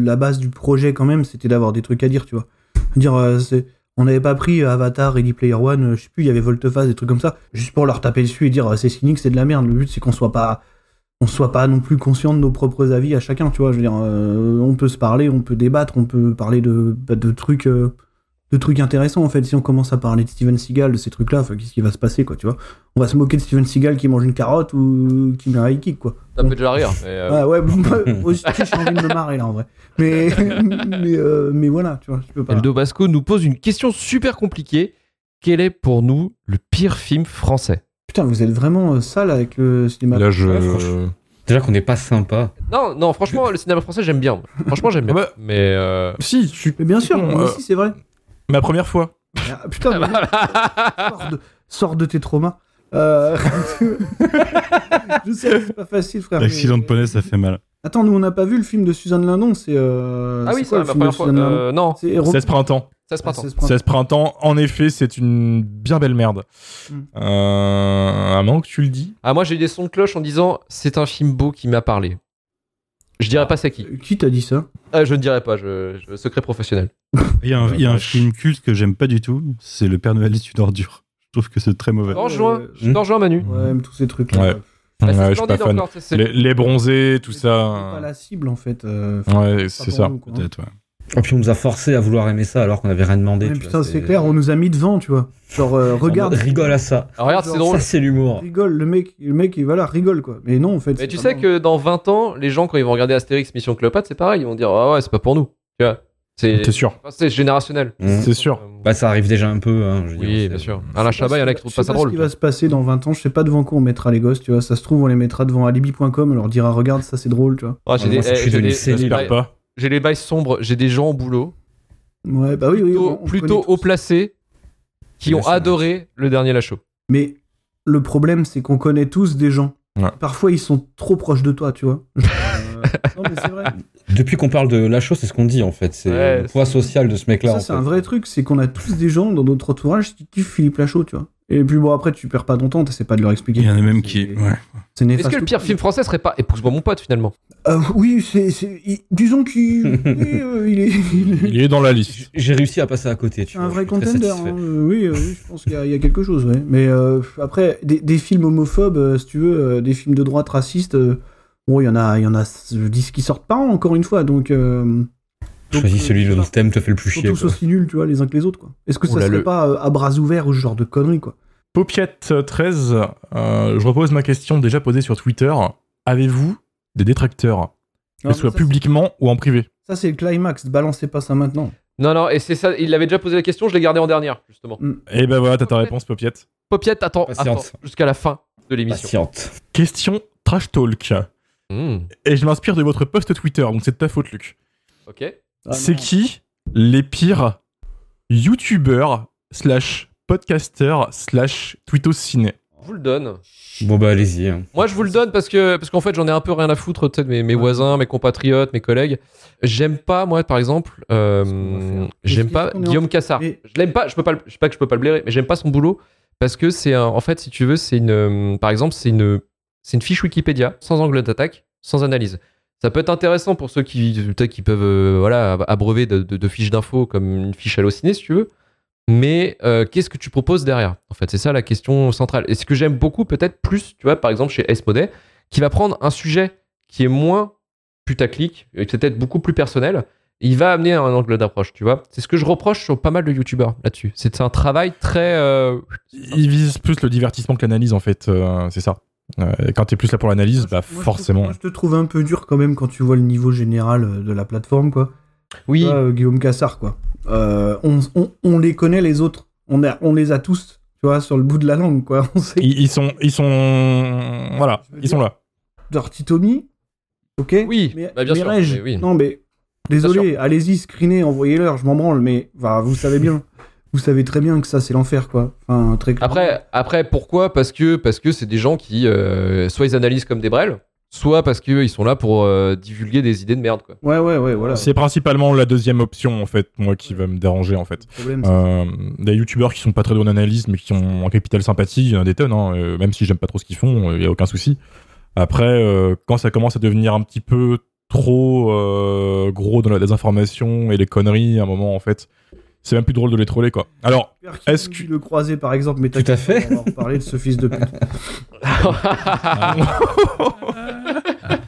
la base du projet quand même, c'était d'avoir des trucs à dire, tu vois. Dire, euh, c'est- on n'avait pas pris Avatar, Ready Player One, euh, je sais plus, il y avait Volteface, des trucs comme ça, juste pour leur taper dessus et dire euh, c'est cynique, c'est de la merde. Le but c'est qu'on soit pas, on soit pas non plus conscient de nos propres avis à chacun, tu vois. Je veux dire, euh, on peut se parler, on peut débattre, on peut parler de, bah, de trucs. euh, de trucs intéressants en fait si on commence à parler de Steven Seagal de ces trucs là qu'est-ce qui va se passer quoi tu vois on va se moquer de Steven Seagal qui mange une carotte ou qui met un high kick quoi Ça peut déjà rire. mais, euh, Ouais, ouais, bon, bah, aussi, j'ai envie de me marrer là en vrai. Mais, mais, euh, mais voilà, tu vois, je peux pas. Eldo Basco nous pose une question super compliquée. Quel est pour nous le pire film français Putain, vous êtes vraiment euh, sale avec le cinéma. Là, je. Ouais, franchement. Déjà qu'on n'est pas sympa. Non, non, franchement, le cinéma français, j'aime bien. Franchement, j'aime bien. Ah bah- Mais. euh, Si, je suis Mais bien sûr, Bon, moi euh, aussi, c'est vrai. ma première fois. Ah, putain, mais- sors, de, sors de tes traumas. Euh, je sais, que c'est pas facile, frère. Ah, mais- L'accident de poney, ça fait mal. Attends, nous on n'a pas vu le film de Suzanne Lindon, c'est. euh, Ah c'est oui, quoi, ça, le ma film de première fois. Suzanne Lindon Euh, non, C'est Héros- 16 printemps. ça se Ah, passe. c'est ce printemps. 16 printemps, en effet, c'est une bien belle merde. Mm. Euh, à moment que tu le dis. Ah, moi, j'ai eu des sons de cloche en disant c'est un film beau qui m'a parlé. Je dirais pas c'est qui. Euh, Qui t'a dit ça Ah, je ne dirais pas, je, je- secret professionnel. Il y a un, il y a un film culte que j'aime pas du tout, c'est Le Père Noël est une ordure. Je trouve que c'est très mauvais. T'en rejoins, Euh, je t'en rejoins, Manu. Ouais, mais tous ces trucs-là. Ouais. euh, Bah, c'est hmm. Ouais, je suis pas splendide fan. encore, c'est- c'est- Les, les bronzés, tout c'est pas ça. la cible en fait. euh, Ouais, pas c'est pour ça. nous, quoi. Peut-être, ouais. Et puis on nous a forcé à vouloir aimer ça alors qu'on avait rien demandé. Ouais, tu putain, vois, c'est clair, on nous a mis devant, tu vois. Genre, euh, On regarde. Rigole à ça. Ah, regarde, c'est Genre, drôle. Ça, c'est l'humour. Rigole, le mec, le mec, il, voilà, rigole, quoi. Mais non, en fait. Mais c'est tu pas sais bon. que dans 20 ans, les gens, quand ils vont regarder Astérix Mission Cléopâtre, c'est pareil, ils vont dire Ah ouais, c'est pas pour nous. Tu vois, c'est T'es sûr enfin, c'est générationnel. Mm. Mmh. C'est sûr. Bah, ça arrive déjà un peu. hein, je veux dire, Oui, c'est- bien sûr. Alain Je sais Chabat, il y en a ce qui qui- trouvent pas ça drôle. Je sais pas ce qui va tu se passer dans 20 ans, je sais pas devant quoi on mettra les gosses, tu vois. Ça se trouve, on les mettra devant alibi.com, on leur dira, regarde, ça c'est drôle, tu vois. vois. Ah, j'ai des- Moi, je suis eh, j'ai devenu des- sénile. j'ai J'espère des- pas. J'ai les bails sombres, j'ai des gens au boulot, Ouais, bah oui, oui. plutôt, on- on plutôt connaît tous. haut placés, qui Bien ont sûr. adoré le dernier La Chaux. Mais le problème, c'est qu'on connaît tous des gens. Ouais. Parfois, ils sont trop proches de toi, tu vois. Euh, non, mais c'est vrai. Depuis qu'on parle de la chose, c'est ce qu'on dit en fait. C'est Ouais, le poids social de ce mec-là. en Ça, c'est fait. un vrai truc, c'est qu'on a tous des gens dans notre entourage qui kiffent Philippe Lachaud, tu vois. Et puis bon, après, tu perds pas ton temps, t'essaies pas de leur expliquer. Il y en a même qui. C'est- ouais. C'est néfaste. Est-ce que le pire film français serait pas Épouse-moi mon pote finalement Euh, Oui, c'est. c'est- il- Disons qu'il. oui, euh, il est. il est- Il est dans la liste. J'ai réussi à passer à côté. Tu C'est un vois, vrai je suis très contender. satisfait. hein. Euh, Oui, euh, oui, je pense qu'il y, a- il y a quelque chose, ouais. Mais euh, après, des, des films homophobes, euh, si tu veux, euh, des films de droite racistes, euh, bon, il y en a, il y en a 10 qui sortent par an, encore une fois. Donc. euh, donc, Choisis euh, celui voilà. dont le thème te fait le plus Ils sont chier. tous quoi. aussi nuls, tu vois, les uns que les autres, quoi. Est-ce que ça Oula, serait le- pas euh, à bras ouverts ou ce genre de conneries, quoi Paupiette 13, euh, je repose ma question déjà posée sur Twitter. Avez-vous des détracteurs Que Non, ce Ah, mais soit ça, publiquement ou en privé. Ça, c'est le climax. Balancez pas ça maintenant. Non, non, et c'est ça, il avait déjà posé la question, je l'ai gardé en dernière, justement. Et ben voilà, t'as ta réponse, Paupiette. Popiette, attends, attends, Patience. jusqu'à la fin de l'émission. Patiente. Question Trash Talk. Hmm, Et je m'inspire de votre post Twitter, donc c'est de ta faute, Luc. ok. Ah, c'est non. qui les pires youtubeurs slash podcasters slash twittos ciné Je vous le donne. Bon bah allez-y. hein. Moi, je vous le donne parce que parce qu'en fait, j'en ai un peu rien à foutre tu sais, de mes, mes voisins, mes compatriotes, mes collègues. J'aime pas, moi, par exemple, euh, Qu'est-ce qu'on va faire j'aime Qu'est-ce pas qu'on est en- Guillaume Cassard. Mais- Je l'aime pas. Je peux pas. le- Je sais pas que je peux pas le blairer, mais j'aime pas son boulot parce que c'est un- en fait, si tu veux, c'est une. euh, Par exemple, c'est une c'est une fiche Wikipédia sans angle d'attaque, sans analyse. Ça peut être intéressant pour ceux qui peut-être qui peuvent euh, voilà abreuver de, de- de fiches d'infos comme une fiche hallucinée, si tu veux. Mais euh, qu'est-ce que tu proposes derrière En fait, c'est ça la question centrale. Et ce que j'aime beaucoup, peut-être plus, tu vois, par exemple chez Esmodé, qui va prendre un sujet qui est moins putaclic, et qui est peut-être beaucoup plus personnel, et il va amener un angle d'approche, tu vois. C'est ce que je reproche sur pas mal de youtubeurs là-dessus. C'est un travail très. euh, Ils visent plus le divertissement que l'analyse, en fait, euh, c'est ça. Euh, et quand t'es plus là pour l'analyse, bah Moi, je te- forcément. moi, je te trouve un peu dur quand même quand tu vois le niveau général euh, de la plateforme, quoi. Oui, Toi, euh, Guillaume Cassard, quoi. Euh, on, on- on les connaît, les autres. On, a, on les a tous, tu vois, sur le bout de la langue, quoi. On sait Ils, ils sont, ils sont, voilà, Je veux ils sont là. Dirty Tommy, ok Oui, mais, bah, bien mais sûr, Reg, mais oui. Non, mais désolé, allez-y, screenez, envoyez-leur, je m'en branle, mais enfin, vous savez bien. vous savez très bien que ça, c'est l'enfer, quoi. Enfin, très clairement. Après, après pourquoi Parce que parce que c'est des gens qui euh, soit ils analysent comme des brels, soit parce que ils sont là pour euh, divulguer des idées de merde quoi. Ouais, ouais, ouais, voilà. C'est principalement la deuxième option en fait, moi qui va me déranger en fait. Le problème, c'est- Euh, des youtubeurs qui sont pas très bons en analyse mais qui ont un capital sympathie, il y en a des tonnes, hein, euh, même si j'aime pas trop ce qu'ils font, il y a aucun souci. Après, euh, quand ça commence à devenir un petit peu trop euh, gros dans la désinformation et les conneries, à un moment en fait, c'est même plus drôle de les troller quoi. Alors, J'espère qu'il est-ce a que- dû le croiser par exemple, mais Tout à t'inquiète, fait. On va en parler de ce fils de pute.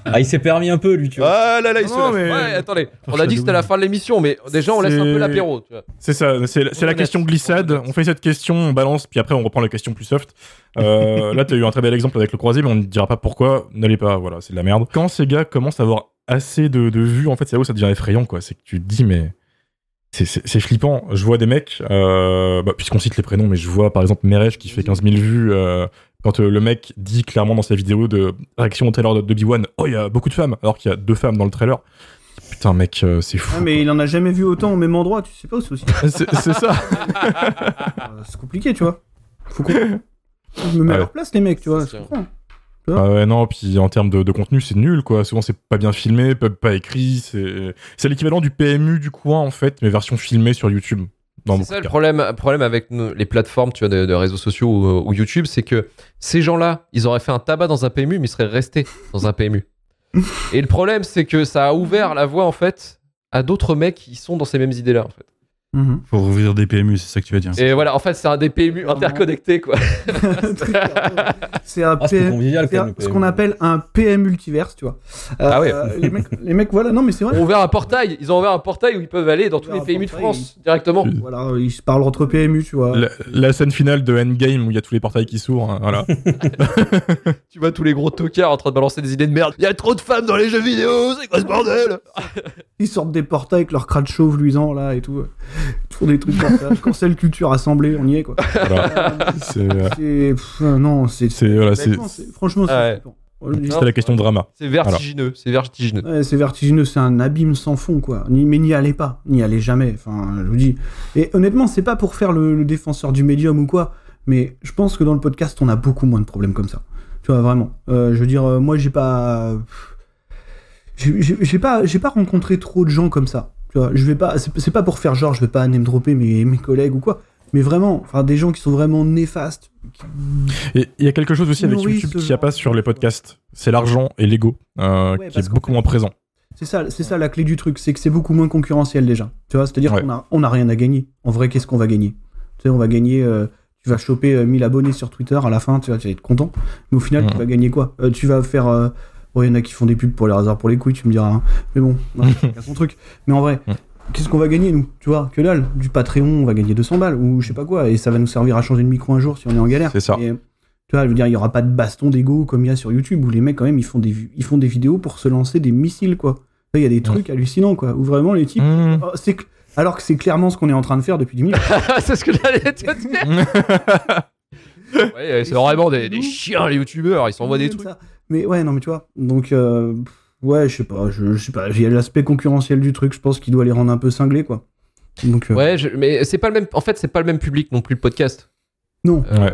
Ah, il s'est permis un peu, lui, tu vois. Ah là là, ils se Non, lâchent. mais- Ouais, attendez, on a dit que c'était la fin de l'émission, mais déjà on laisse un C'est- peu l'apéro. Tu vois. C'est ça, c'est la, c'est la Honnête. question glissade. On fait cette question, on balance, puis après on reprend la question plus soft. Euh, là, t'as eu un très bel exemple avec le croisé, mais on ne dira pas pourquoi. N'allez pas, voilà, c'est de la merde. Quand ces gars commencent à avoir assez de, de vues, en fait, c'est là où ça devient effrayant, quoi. C'est que tu te dis, mais. c'est- C'est c'est flippant. Je vois des mecs, euh, bah, puisqu'on cite les prénoms, mais je vois par exemple Merej qui fait 15 000 vues. euh, quand euh, le mec dit clairement dans sa vidéo de réaction au trailer de, de B1, oh, il y a beaucoup de femmes, alors qu'il y a deux femmes dans le trailer. Putain, mec, euh, c'est fou. Ah, mais il en a jamais vu autant au même endroit, tu sais pas où c'est aussi. quoi. C'est c'est ça. Euh, C'est compliqué, tu vois. Faut qu'on. Je me mets Ouais. à leur place, les mecs, tu vois. C'est je comprends. Ah ouais, non, puis en termes de, de contenu, c'est nul, quoi. Souvent, c'est pas bien filmé, pas, pas écrit. C'est c'est l'équivalent du PMU du coin, en fait, mais version filmée sur YouTube. Dans C'est beaucoup ça de le cas. problème, problème avec nos- les plateformes tu vois, de, de réseaux sociaux ou, ou YouTube, c'est que ces gens-là, ils auraient fait un tabac dans un PMU, mais ils seraient restés dans un PMU. Et le problème, c'est que ça a ouvert la voie en fait à d'autres mecs qui sont dans ces mêmes idées-là. En fait. Mhm. Pour ouvrir des PMU, c'est ça que tu vas dire. Et voilà, en fait, c'est un des PMU interconnectés quoi. Très clairement. c'est un Ah, c'est PM convivial, c'est quand un- même. le ce PM. qu'on appelle un PM multiverse, tu vois. Euh, Ah ouais. euh, les, mecs, les mecs, voilà, non, mais c'est Ils vrai. ont ouvert un portail, ils ont ouvert un portail où ils peuvent aller dans tous Ouvert les un PMU de portail, France directement. Voilà, euh, ils se parlent entre PMU, tu vois. La, la scène finale de Endgame où il y a tous les portails qui s'ouvrent, hein, voilà. Tu vois tous les gros tocards en train de balancer des idées de merde. Il y a trop de femmes dans les jeux vidéo, c'est quoi ce bordel Ils sortent des portails avec leur crâne chauve luisant, là, et tout. Ils font des trucs comme ça. Cancel culture assemblée, on y est, quoi. Voilà. Euh, c'est euh, c'est. pff, euh, non, c'est. c'est- voilà, c'est- Franchement, c'est- Franchement, c'est. Ah Ouais. flippant. Je dis- c'était la question de drama. C'est vertigineux, c'est vertigineux. Ouais, c'est vertigineux, c'est un abîme sans fond, quoi. Ni- mais n'y allez pas, n'y allez jamais. Enfin, je vous dis. Et honnêtement, c'est pas pour faire le, le défenseur du médium ou quoi, mais je pense que dans le podcast, on a beaucoup moins de problèmes comme ça. Tu vois, vraiment. Euh, je veux dire, euh, moi, j'ai pas. J'ai j'ai- j'ai pas, j'ai pas rencontré trop de gens comme ça. Tu vois, je vais pas. C'est c'est pas pour faire genre, je vais pas name dropper mes, mes collègues ou quoi. Mais vraiment, enfin, des gens qui sont vraiment néfastes. qui- Et il y a quelque chose aussi avec Nourrit YouTube ce qu'il n'y a genre pas de sur les choses, ouais. podcasts. C'est l'argent et l'ego euh, Ouais, qui parce est qu'en beaucoup fait- moins présent. C'est ça, c'est ça la clé du truc, c'est que c'est beaucoup moins concurrentiel déjà. Tu vois, c'est-à-dire Ouais. qu'on a, on a rien à gagner. En vrai, qu'est-ce qu'on va gagner Tu sais, on va gagner. euh, tu vas choper euh, 1000 abonnés sur Twitter à la fin, tu vas tu vas être content. Mais au final, Mhm. tu vas gagner quoi Euh, Tu vas faire. euh, bon, il y en a qui font des pubs pour les hasards pour les couilles, tu me diras. hein. Mais bon, voilà, chacun son truc. Mais en vrai, Mhm. qu'est-ce qu'on va gagner nous Tu vois, que dalle. Du Patreon, on va gagner 200 balles ou je sais pas quoi, et ça va nous servir à changer de micro un jour si on est en galère. C'est ça. Et, tu vois, je veux dire, il y aura pas de baston d'ego comme il y a sur YouTube où les mecs quand même ils font des ils font des vidéos pour se lancer des missiles quoi. Là, Il y a des trucs hallucinants quoi. Où vraiment les types, Mmh. Mm. Oh, c'est cl- alors que c'est clairement ce qu'on est en train de faire depuis 10 minutes. c'est ce que j'allais te dire. ouais, euh, c'est vraiment des, des chiens les youtubeurs, ils s'envoient des Comme trucs. ça. Mais ouais, non mais tu vois. Donc euh, pff, ouais, je sais pas, je, je sais pas. Il y a l'aspect concurrentiel du truc, je pense qu'il doit les rendre un peu cinglés quoi. Donc euh, Ouais, je- mais c'est pas le même. En fait, c'est pas le même public non plus le podcast. non. Euh, Ouais.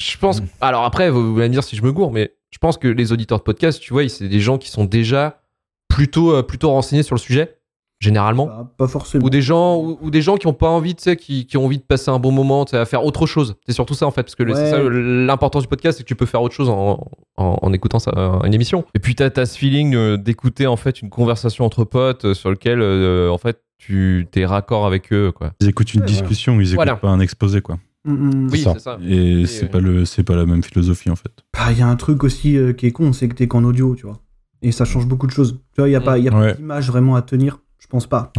Je pense. Alors après, vous, vous allez me dire si je me gourre, mais je pense que les auditeurs de podcast, tu vois, ils- c'est des gens qui sont déjà plutôt euh, plutôt renseignés sur le sujet généralement. Pas, pas forcément. ou des gens ou, ou des gens qui ont pas envie tu sais qui, qui ont envie de passer un bon moment tu sais, à faire autre chose c'est surtout ça en fait parce que le- Ouais. c'est ça, l'importance du podcast c'est que tu peux faire autre chose en, en, en écoutant ça, euh, une émission et puis t'as as ce feeling euh, d'écouter en fait une conversation entre potes euh, sur lequel euh, en fait tu t'es raccord avec eux quoi Ils écoutent une Ouais, discussion, ils écoutent Voilà. pas un exposé, quoi. Mm, mm. oui ça. c'est ça Et euh, c'est pas le, c'est pas la même philosophie en fait. Bah, Il y a un truc aussi euh, qui est con, c'est que t'es qu'en audio, tu vois. Et ça change beaucoup de choses. Tu Mm. vois, il n'y a pas, il y a Ouais. pas d'image vraiment à tenir, je pense pas.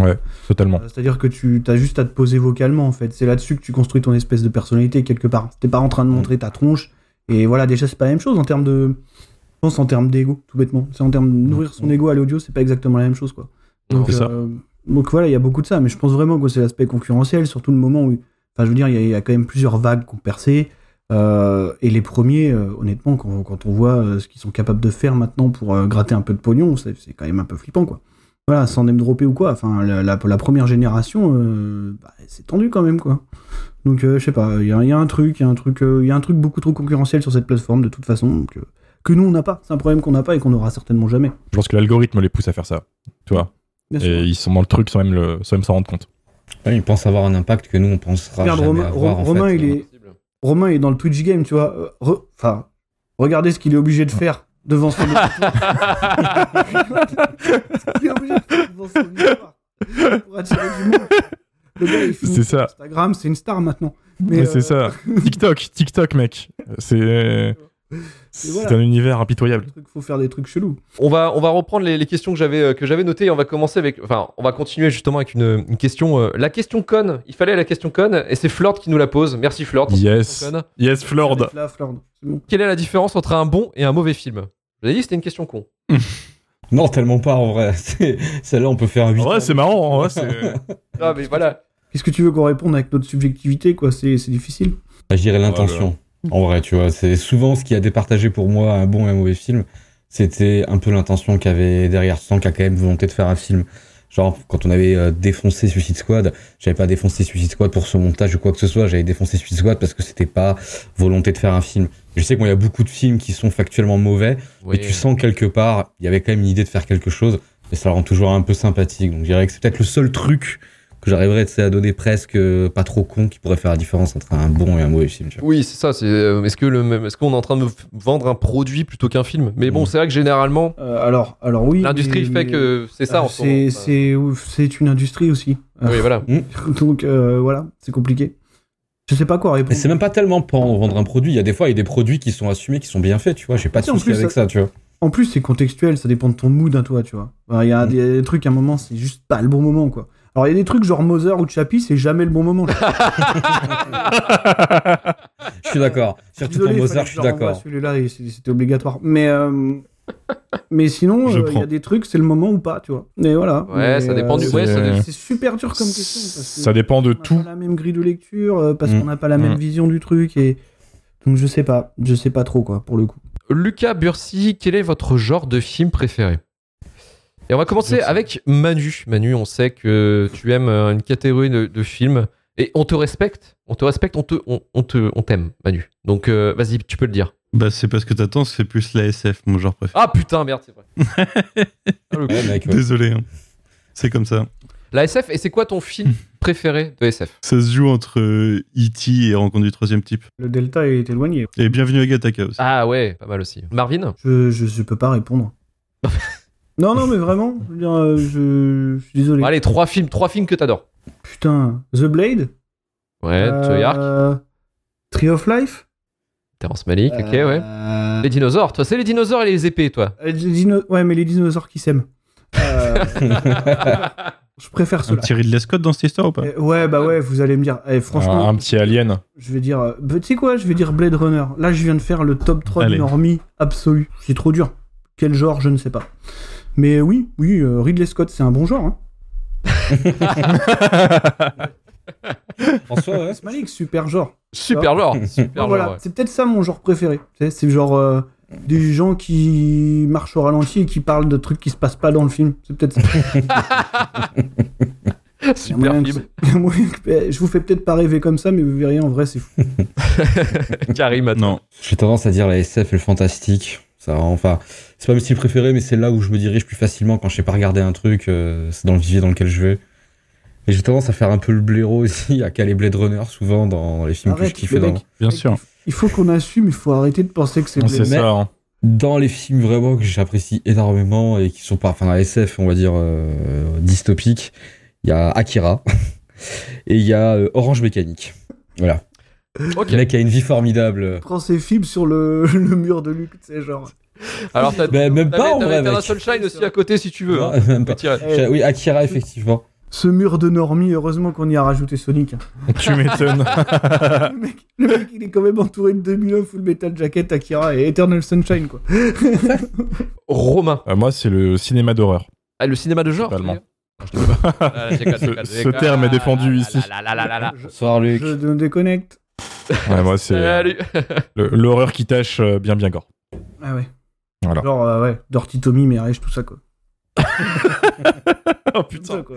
Totalement. Euh, C'est-à-dire que tu as juste à te poser vocalement, en fait. C'est là-dessus que tu construis ton espèce de personnalité quelque part. T'es pas en train de montrer ta tronche Et voilà, déjà, c'est pas la même chose en termes de. Je pense en termes d'ego, tout bêtement. C'est en termes de nourrir son ego à l'audio, c'est pas exactement la même chose, quoi. Non, Donc, c'est ça. euh, donc voilà, il y a beaucoup de ça, mais je pense vraiment que c'est l'aspect concurrentiel, surtout le moment où. Enfin, je veux dire, il y, a- il y a quand même plusieurs vagues qui ont percé. euh, et les premiers, euh, honnêtement, quand, quand on voit euh, ce qu'ils sont capables de faire maintenant pour euh, gratter un peu de pognon, c'est c'est quand même un peu flippant, quoi. Voilà, sans name dropper ou quoi. Enfin, la, la- la première génération, euh, bah, c'est tendu quand même, quoi. Donc, euh, je sais pas, il y a, il y a un truc, il y a un truc, euh, il y a un truc beaucoup trop concurrentiel sur cette plateforme, de toute façon, donc, euh, que nous, on n'a pas. C'est un problème qu'on n'a pas et qu'on n'aura certainement jamais. Je pense que l'algorithme les pousse à faire ça. Tu vois Bien sûr. Et ils sont dans le truc sans même le- sans même s'en rendre compte. Ouais, ils pensent avoir un impact que nous, on pensera Regarde, jamais Romain- avoir. en Romain, fait. il est- Romain est dans le Twitch game, tu vois. euh, re- Enfin, regardez ce qu'il est obligé de faire devant son éditeur. ce qu'il est obligé de faire devant son éditeur pour attirer du monde. Le gars, il finit C'est ça. Instagram, c'est une star maintenant. Mais c'est euh, ça. TikTok, TikTok, mec. C'est c'est voilà. un univers impitoyable. le truc, Faut faire des trucs chelous. On va, on va reprendre les, les questions que j'avais, euh, que j'avais notées et on va commencer avec. Enfin, on va continuer justement avec une, une question. euh, la question conne. Il fallait la question conne et c'est Flord qui nous la pose. Merci Flord. pour cette Yes. question conne. Yes, Flord. Avec la Flord, c'est bon. Quelle est la différence entre un bon et un mauvais film Je l'ai dit, c'était une question con. Non, tellement pas, en vrai. C'est- Celle-là, on peut faire un 8. En vrai, c'est marrant. En vrai, c'est. Ah, mais voilà. Qu'est-ce que tu veux qu'on réponde avec notre subjectivité, quoi C'est c'est difficile. Ah, Je dirais l'intention. En vrai, tu vois, c'est souvent ce qui a départagé pour moi un bon et un mauvais film. C'était un peu l'intention qu'il y avait derrière, sans qu'il y a quand même volonté de faire un film. Genre, quand on avait euh, défoncé Suicide Squad, j'avais pas défoncé Suicide Squad pour ce montage ou quoi que ce soit, j'avais défoncé Suicide Squad parce que c'était pas volonté de faire un film. Je sais qu'il y a beaucoup de films qui sont factuellement mauvais, mais tu sens quelque part, il y avait quand même une idée de faire quelque chose, et ça le rend toujours un peu sympathique. Donc je dirais que c'est peut-être le seul truc que j'arriverais tu sais, à donner presque euh, pas trop con qui pourrait faire la différence entre un bon et un mauvais film. Tu vois. Oui, c'est ça. C'est, euh, est-ce, que le, est-ce qu'on est en train de f- vendre un produit plutôt qu'un film Mais bon, Mm. c'est vrai que généralement, Euh, alors, alors oui. l'industrie mais- fait que c'est ça euh, en ce moment. c'est- C'est ouf, c'est une industrie aussi. Oui, voilà. Donc euh, voilà, c'est compliqué. Je sais pas quoi Mais répondre. c'est même pas tellement pour en vendre un produit. Il y a des fois, il y a des produits qui sont assumés, qui sont bien faits, tu vois. J'ai pas de Et en souci plus, avec ça, tu vois. En plus, c'est contextuel, ça dépend de ton mood à toi, tu vois. Alors, Il y a Mm. des trucs, à un moment, c'est juste pas le bon moment, quoi. Alors, il y a des trucs genre Mother ou Chappie, c'est jamais le bon moment. Je suis Je suis d'accord. Surtout désolé, pour fallait Mozart, que je suis leur envoie d'accord. Celui-là, et c'est- c'était obligatoire. Mais, euh, mais sinon, Je euh, il y prends. a des trucs, c'est le moment ou pas, tu vois. Et voilà. Ouais, Mais, ça dépend du- c'est- ouais, ça dépend- C'est super dur comme question. parce que- Ça dépend de on n'a tout. pas la même grille de lecture, euh, parce Mm. qu'on n'a pas la même Mm. vision du truc. Et... Donc je sais pas, je sais pas trop quoi pour le coup. Lucas Bursi, quel est votre genre de film préféré Et on va commencer avec Manu. Manu, on sait que tu aimes euh, une catégorie de, de films et on te respecte. On te respecte, on te, on, on te, on t'aime, Manu. Donc euh, vas-y, tu peux le dire. Bah, c'est parce que t'attends, c'est plus la SF, mon genre préféré. Ah putain, merde, c'est vrai. Ah, le Ouais, con. mec, ouais. Désolé. hein. C'est comme ça. La SF, et c'est quoi ton film préféré de SF Ça se joue entre euh, E.T. et Rencontre du Troisième Type. Le delta est éloigné. Et bienvenue à Gataka aussi. Ah ouais, pas mal aussi. Marvin Je, je, je peux pas répondre. non, non, mais vraiment, je, veux dire, euh, je- je suis désolé. Bon, Allez, trois films, trois films que t'adores. Putain, The Blade, Ouais, euh, Toy Ark, Tree of Life, Terrence Malick, ok, ouais. Euh, Les dinosaures, toi, c'est les dinosaures et les épées, toi. les dino- ouais, mais les dinosaures qui s'aiment. Euh, je préfère Un cela. petit Ridley Scott dans cette histoire ou pas Ouais, bah ouais, vous allez me dire. Eh, franchement, Un, un petit alien. Je vais dire. euh, bah, tu sais quoi Je vais dire Blade Runner. Là, je viens de faire le top 3 Allez. de Normie absolu. C'est trop dur. Quel genre Je ne sais pas. Mais oui, oui, euh, Ridley Scott, c'est un bon genre. Hein. En soi, ouais. C'est Malik, super genre. Super genre, super voilà, genre. ouais. c'est peut-être ça mon genre préféré. Tu sais, C'est genre euh, des gens qui marchent au ralenti et qui parlent de trucs qui se passent pas dans le film. C'est peut-être ça. Il y a Super moyen film. que- il y a moyen que- Je vous fais peut-être pas rêver comme ça, mais vous verrez en vrai, c'est fou. Karim, attends. Non. J'ai tendance à dire la SF et le fantastique. Ça, enfin, c'est pas mon style préféré, mais c'est là où je me dirige plus facilement quand je sais pas regarder un truc. euh, c'est dans le vivier dans lequel je vais. Et j'ai tendance à faire un peu le blaireau aussi, à caler Blade Runner souvent dans les films Arrête, que je kiffe. le et Dans, mec. Bien sûr. Il faut qu'on assume, il faut arrêter de penser que c'est. Ah, C'est Blade. Mais- ça. hein. dans les films vraiment que j'apprécie énormément et qui sont pas, enfin, la SF, on va dire, euh, dystopique, il y a Akira et il y a euh, Orange Mécanique. Voilà. Ok. Le mec a une vie formidable. Prends ses fibres sur le, le mur de Luc, tu sais, genre. Alors, t'as. Ben, même T'avais pas en t'avais vrai, Eternal mec. Sunshine aussi à côté si tu veux. hein. Non, Tu peux même pas. tirer. Oui, Akira, effectivement. ce mur de Normie, heureusement qu'on y a rajouté Sonic. hein. Tu m'étonnes. le, mec, le mec, il est quand même entouré de 2001 Full Metal Jacket, Akira et Eternal Sunshine, quoi. Romain. Euh, moi, c'est le cinéma d'horreur. Ah, le cinéma de genre Totalement. Ah, je déconne. Ah, j'éclate, Ce- j'éclate, ce j'éclate. terme est défendu Ah, ici. là, là, là, là, là. Bonsoir Luc. Je te déconnecte. Ouais, moi, c'est euh, Salut. le- l'horreur qui tâche euh, bien, bien gore. Ah ouais. Voilà. Genre, euh, ouais, Dirty Tommy, Mirage, tout ça, quoi. Oh Tout ça, quoi.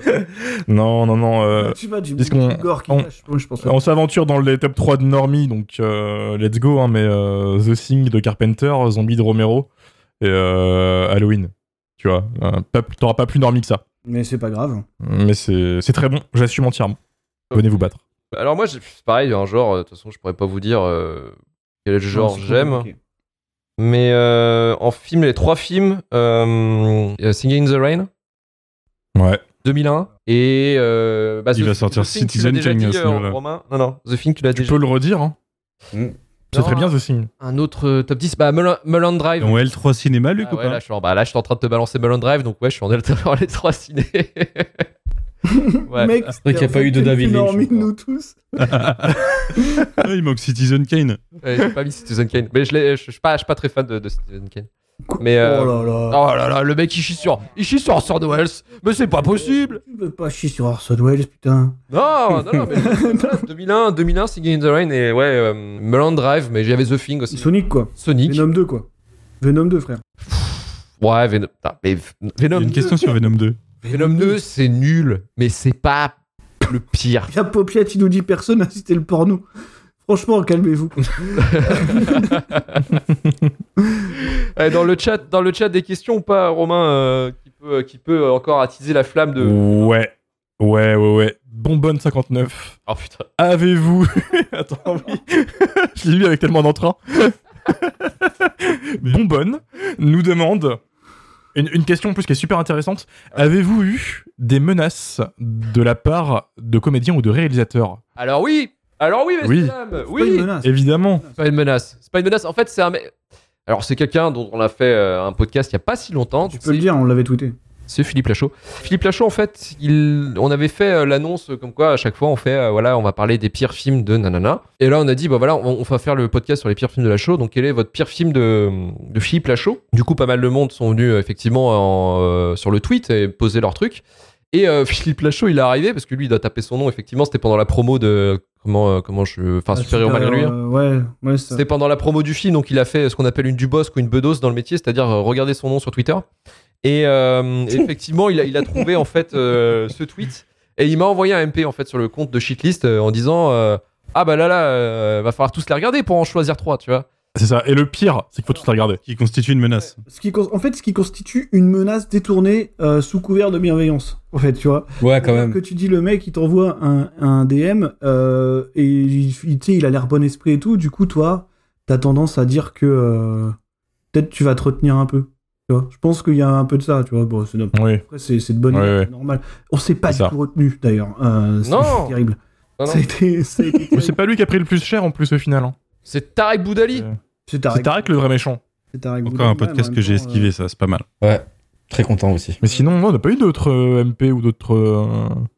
Non, non, non. euh, tu vois, du puisqu'on- gore qui on- lâche, moi, je pense. On s'aventure dans les top 3 de Normie, donc euh, let's go, hein, mais euh, The Thing de Carpenter, Zombie de Romero et euh, Halloween. Tu vois, euh, pas- t'auras pas plus Normie que ça. Mais c'est pas grave. hein. Mais c'est c'est très bon, j'assume entièrement. Venez vous battre. Alors moi, j'ai- c'est pareil, un genre, euh, de toute façon, je pourrais pas vous dire euh, quel genre Non, c'est j'aime. compliqué. Mais euh, en film, les trois films, euh, euh, Singing in the Rain, Ouais. 2001, et... euh, bah, Il The- va sortir The Thing, tu l'as Citizen déjà Kane à dit, ce euh, niveau-là. Romain Non, non, The Thing, tu l'as Tu déjà peux le redire, hein. C'est Mm. Non, très bien The Thing. Un autre euh, top 10, bah Mul- Mulholland Drive. En L3 cinéma, Luc, Ah ou ouais, pas là, je suis en, bah, là, je suis en train de te balancer Mulholland Drive, donc ouais, je suis en Delta dans les trois ciné. ouais. Mec, c'est vrai qu'il y a pas eu de David Lynch, Normie de encore. nous tous. Ah, Il manque Citizen Kane. Ouais, j'ai pas mis Citizen Kane. Mais je, l'ai- je, je suis pas, je suis pas très fan de, de Citizen Kane. Quoi Mais, euh, Oh là là. Oh là là, le mec il chie sur, il chie sur Orson Welles. Mais c'est pas possible. Tu peux pas chier sur Orson Welles, putain. Non, non, non. Mais voilà, 2001, 2001, Singing in the Rain et ouais, euh, Mulholland Drive. Mais j'avais The Thing aussi. Sonic, quoi. Sonic. Venom 2, quoi. Venom 2, frère. Ouais, Venom. putain, mais Il y Venom. a une question sur Venom 2. Venom 2, c'est nul, mais c'est pas le pire. La Popiette, il nous dit personne a cité le porno. Franchement, calmez-vous. Eh, dans le chat, dans le chat des questions ou pas, Romain, euh, qui peut, qui peut encore attiser la flamme de. Ouais. Ouais, ouais, ouais. Bonbonne 59. Oh putain. Avez-vous. Attends, oui. Je l'ai lu avec tellement d'entrain. Bonbonne nous demande une, une question en plus qui est super intéressante. Avez-vous eu des menaces de la part de comédiens ou de réalisateurs Alors oui, alors oui, Oui. messieurs dames, Pas une oui. menace. Évidemment. Ah, C'est pas une menace. C'est pas une menace. En fait, c'est un. mec- Alors c'est quelqu'un dont on a fait euh, un podcast il y a pas si longtemps. Tu donc peux le c'est- dire, on l'avait tweeté. C'est Philippe Lachaud. Philippe Lachaud, en fait, il, on avait fait euh, l'annonce euh, comme quoi à chaque fois on fait, euh, voilà, on va parler des pires films de nanana. Et là, on a dit, bah voilà, on, on va faire le podcast sur les pires films de Lachaud. Donc, quel est votre pire film de, de Philippe Lachaud Du coup, pas mal de monde sont venus euh, effectivement en, euh, sur le tweet et poser leur truc. Et euh, Philippe Lachaud, il est arrivé parce que lui, il doit taper son nom. Effectivement, c'était pendant la promo de comment, euh, comment je, enfin, Ah, supérieur malgré lui. hein. euh, Ouais, ouais, ça. C'était pendant la promo du film, donc il a fait ce qu'on appelle une dubosque ou une bedos dans le métier, c'est-à-dire euh, regarder son nom sur Twitter. Et euh, effectivement, il a, il a trouvé en fait euh, ce tweet et il m'a envoyé un MP en fait sur le compte de Shitlist euh, en disant euh, ah bah là là euh, va falloir tous la regarder pour en choisir trois, tu vois. C'est ça. Et le pire, c'est qu'il faut tout regarder. Qui constitue une menace. Ce qui, cons- en fait, ce qui constitue une menace détournée euh, sous couvert de bienveillance. En fait, tu vois. Ouais, quand même. Que tu dis le mec, il t'envoie un, un DM euh, et il, il- tu sais, il a l'air bon esprit et tout. Du coup, toi, t'as tendance à dire que euh, peut-être tu vas te retenir un peu. Tu vois. Je pense qu'il y a un peu de ça. Tu vois. Bon, c'est n'importe- Oui. après, c'est c'est de bonne Ouais, humeur, ouais. c'est normal. On s'est pas C'est du ça. tout retenu d'ailleurs. Euh, c'est Non. terrible. Non, non. Ça a été, ça a été Mais terrible. c'est pas lui qui a pris le plus cher en plus au final. hein. C'est Tarek Boudali. Euh, C'est C'est Tarek le vrai méchant. C'est Tarek Encore un Boudin, mais en podcast même que j'ai temps, euh, esquivé, ça, c'est pas mal. Très content aussi. Mais sinon, non, on n'a pas eu d'autres euh, MP ou d'autres. euh,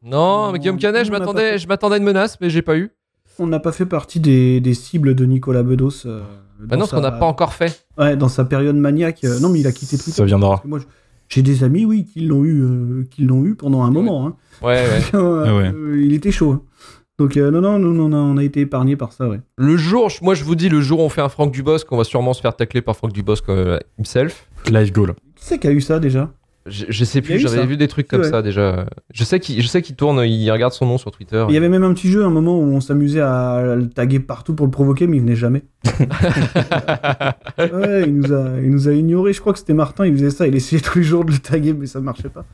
Non, mais Guillaume Non, Canet, je on l'a pas m'attendais, fait. je m'attendais à une menace, mais j'ai pas eu. On n'a pas fait partie des, des cibles de Nicolas Bedos. euh, Bah dans non, ce qu'on sa- n'a pas encore fait. Ouais, dans sa période maniaque. euh, non, mais il a quitté Twitter. Ça viendra. Moi, je- j'ai des amis, oui, qui l'ont eu, euh, qui l'ont eu pendant un moment. hein. Ouais, ouais. Euh, Ah ouais. euh, il était chaud. hein. Donc euh, non, non, non, non, non, on a été épargné par ça, ouais. Le jour, je- moi je vous dis, le jour où on fait un Franck Dubosc, on va sûrement se faire tacler par Franck Dubosc euh, himself. Live goal. Qui c'est qui a eu ça déjà Je, je sais Il y plus, a eu j'avais ça. vu des trucs comme Ouais. ça déjà. Je sais qu'il je sais qu'il tourne, il regarde son nom sur Twitter. Il y avait même un petit jeu, un moment où on s'amusait à le taguer partout pour le provoquer, mais il venait jamais. ouais, il nous a, il nous a ignoré. Je crois que c'était Martin, il faisait ça, il essayait tous les jours de le taguer, mais ça marchait pas.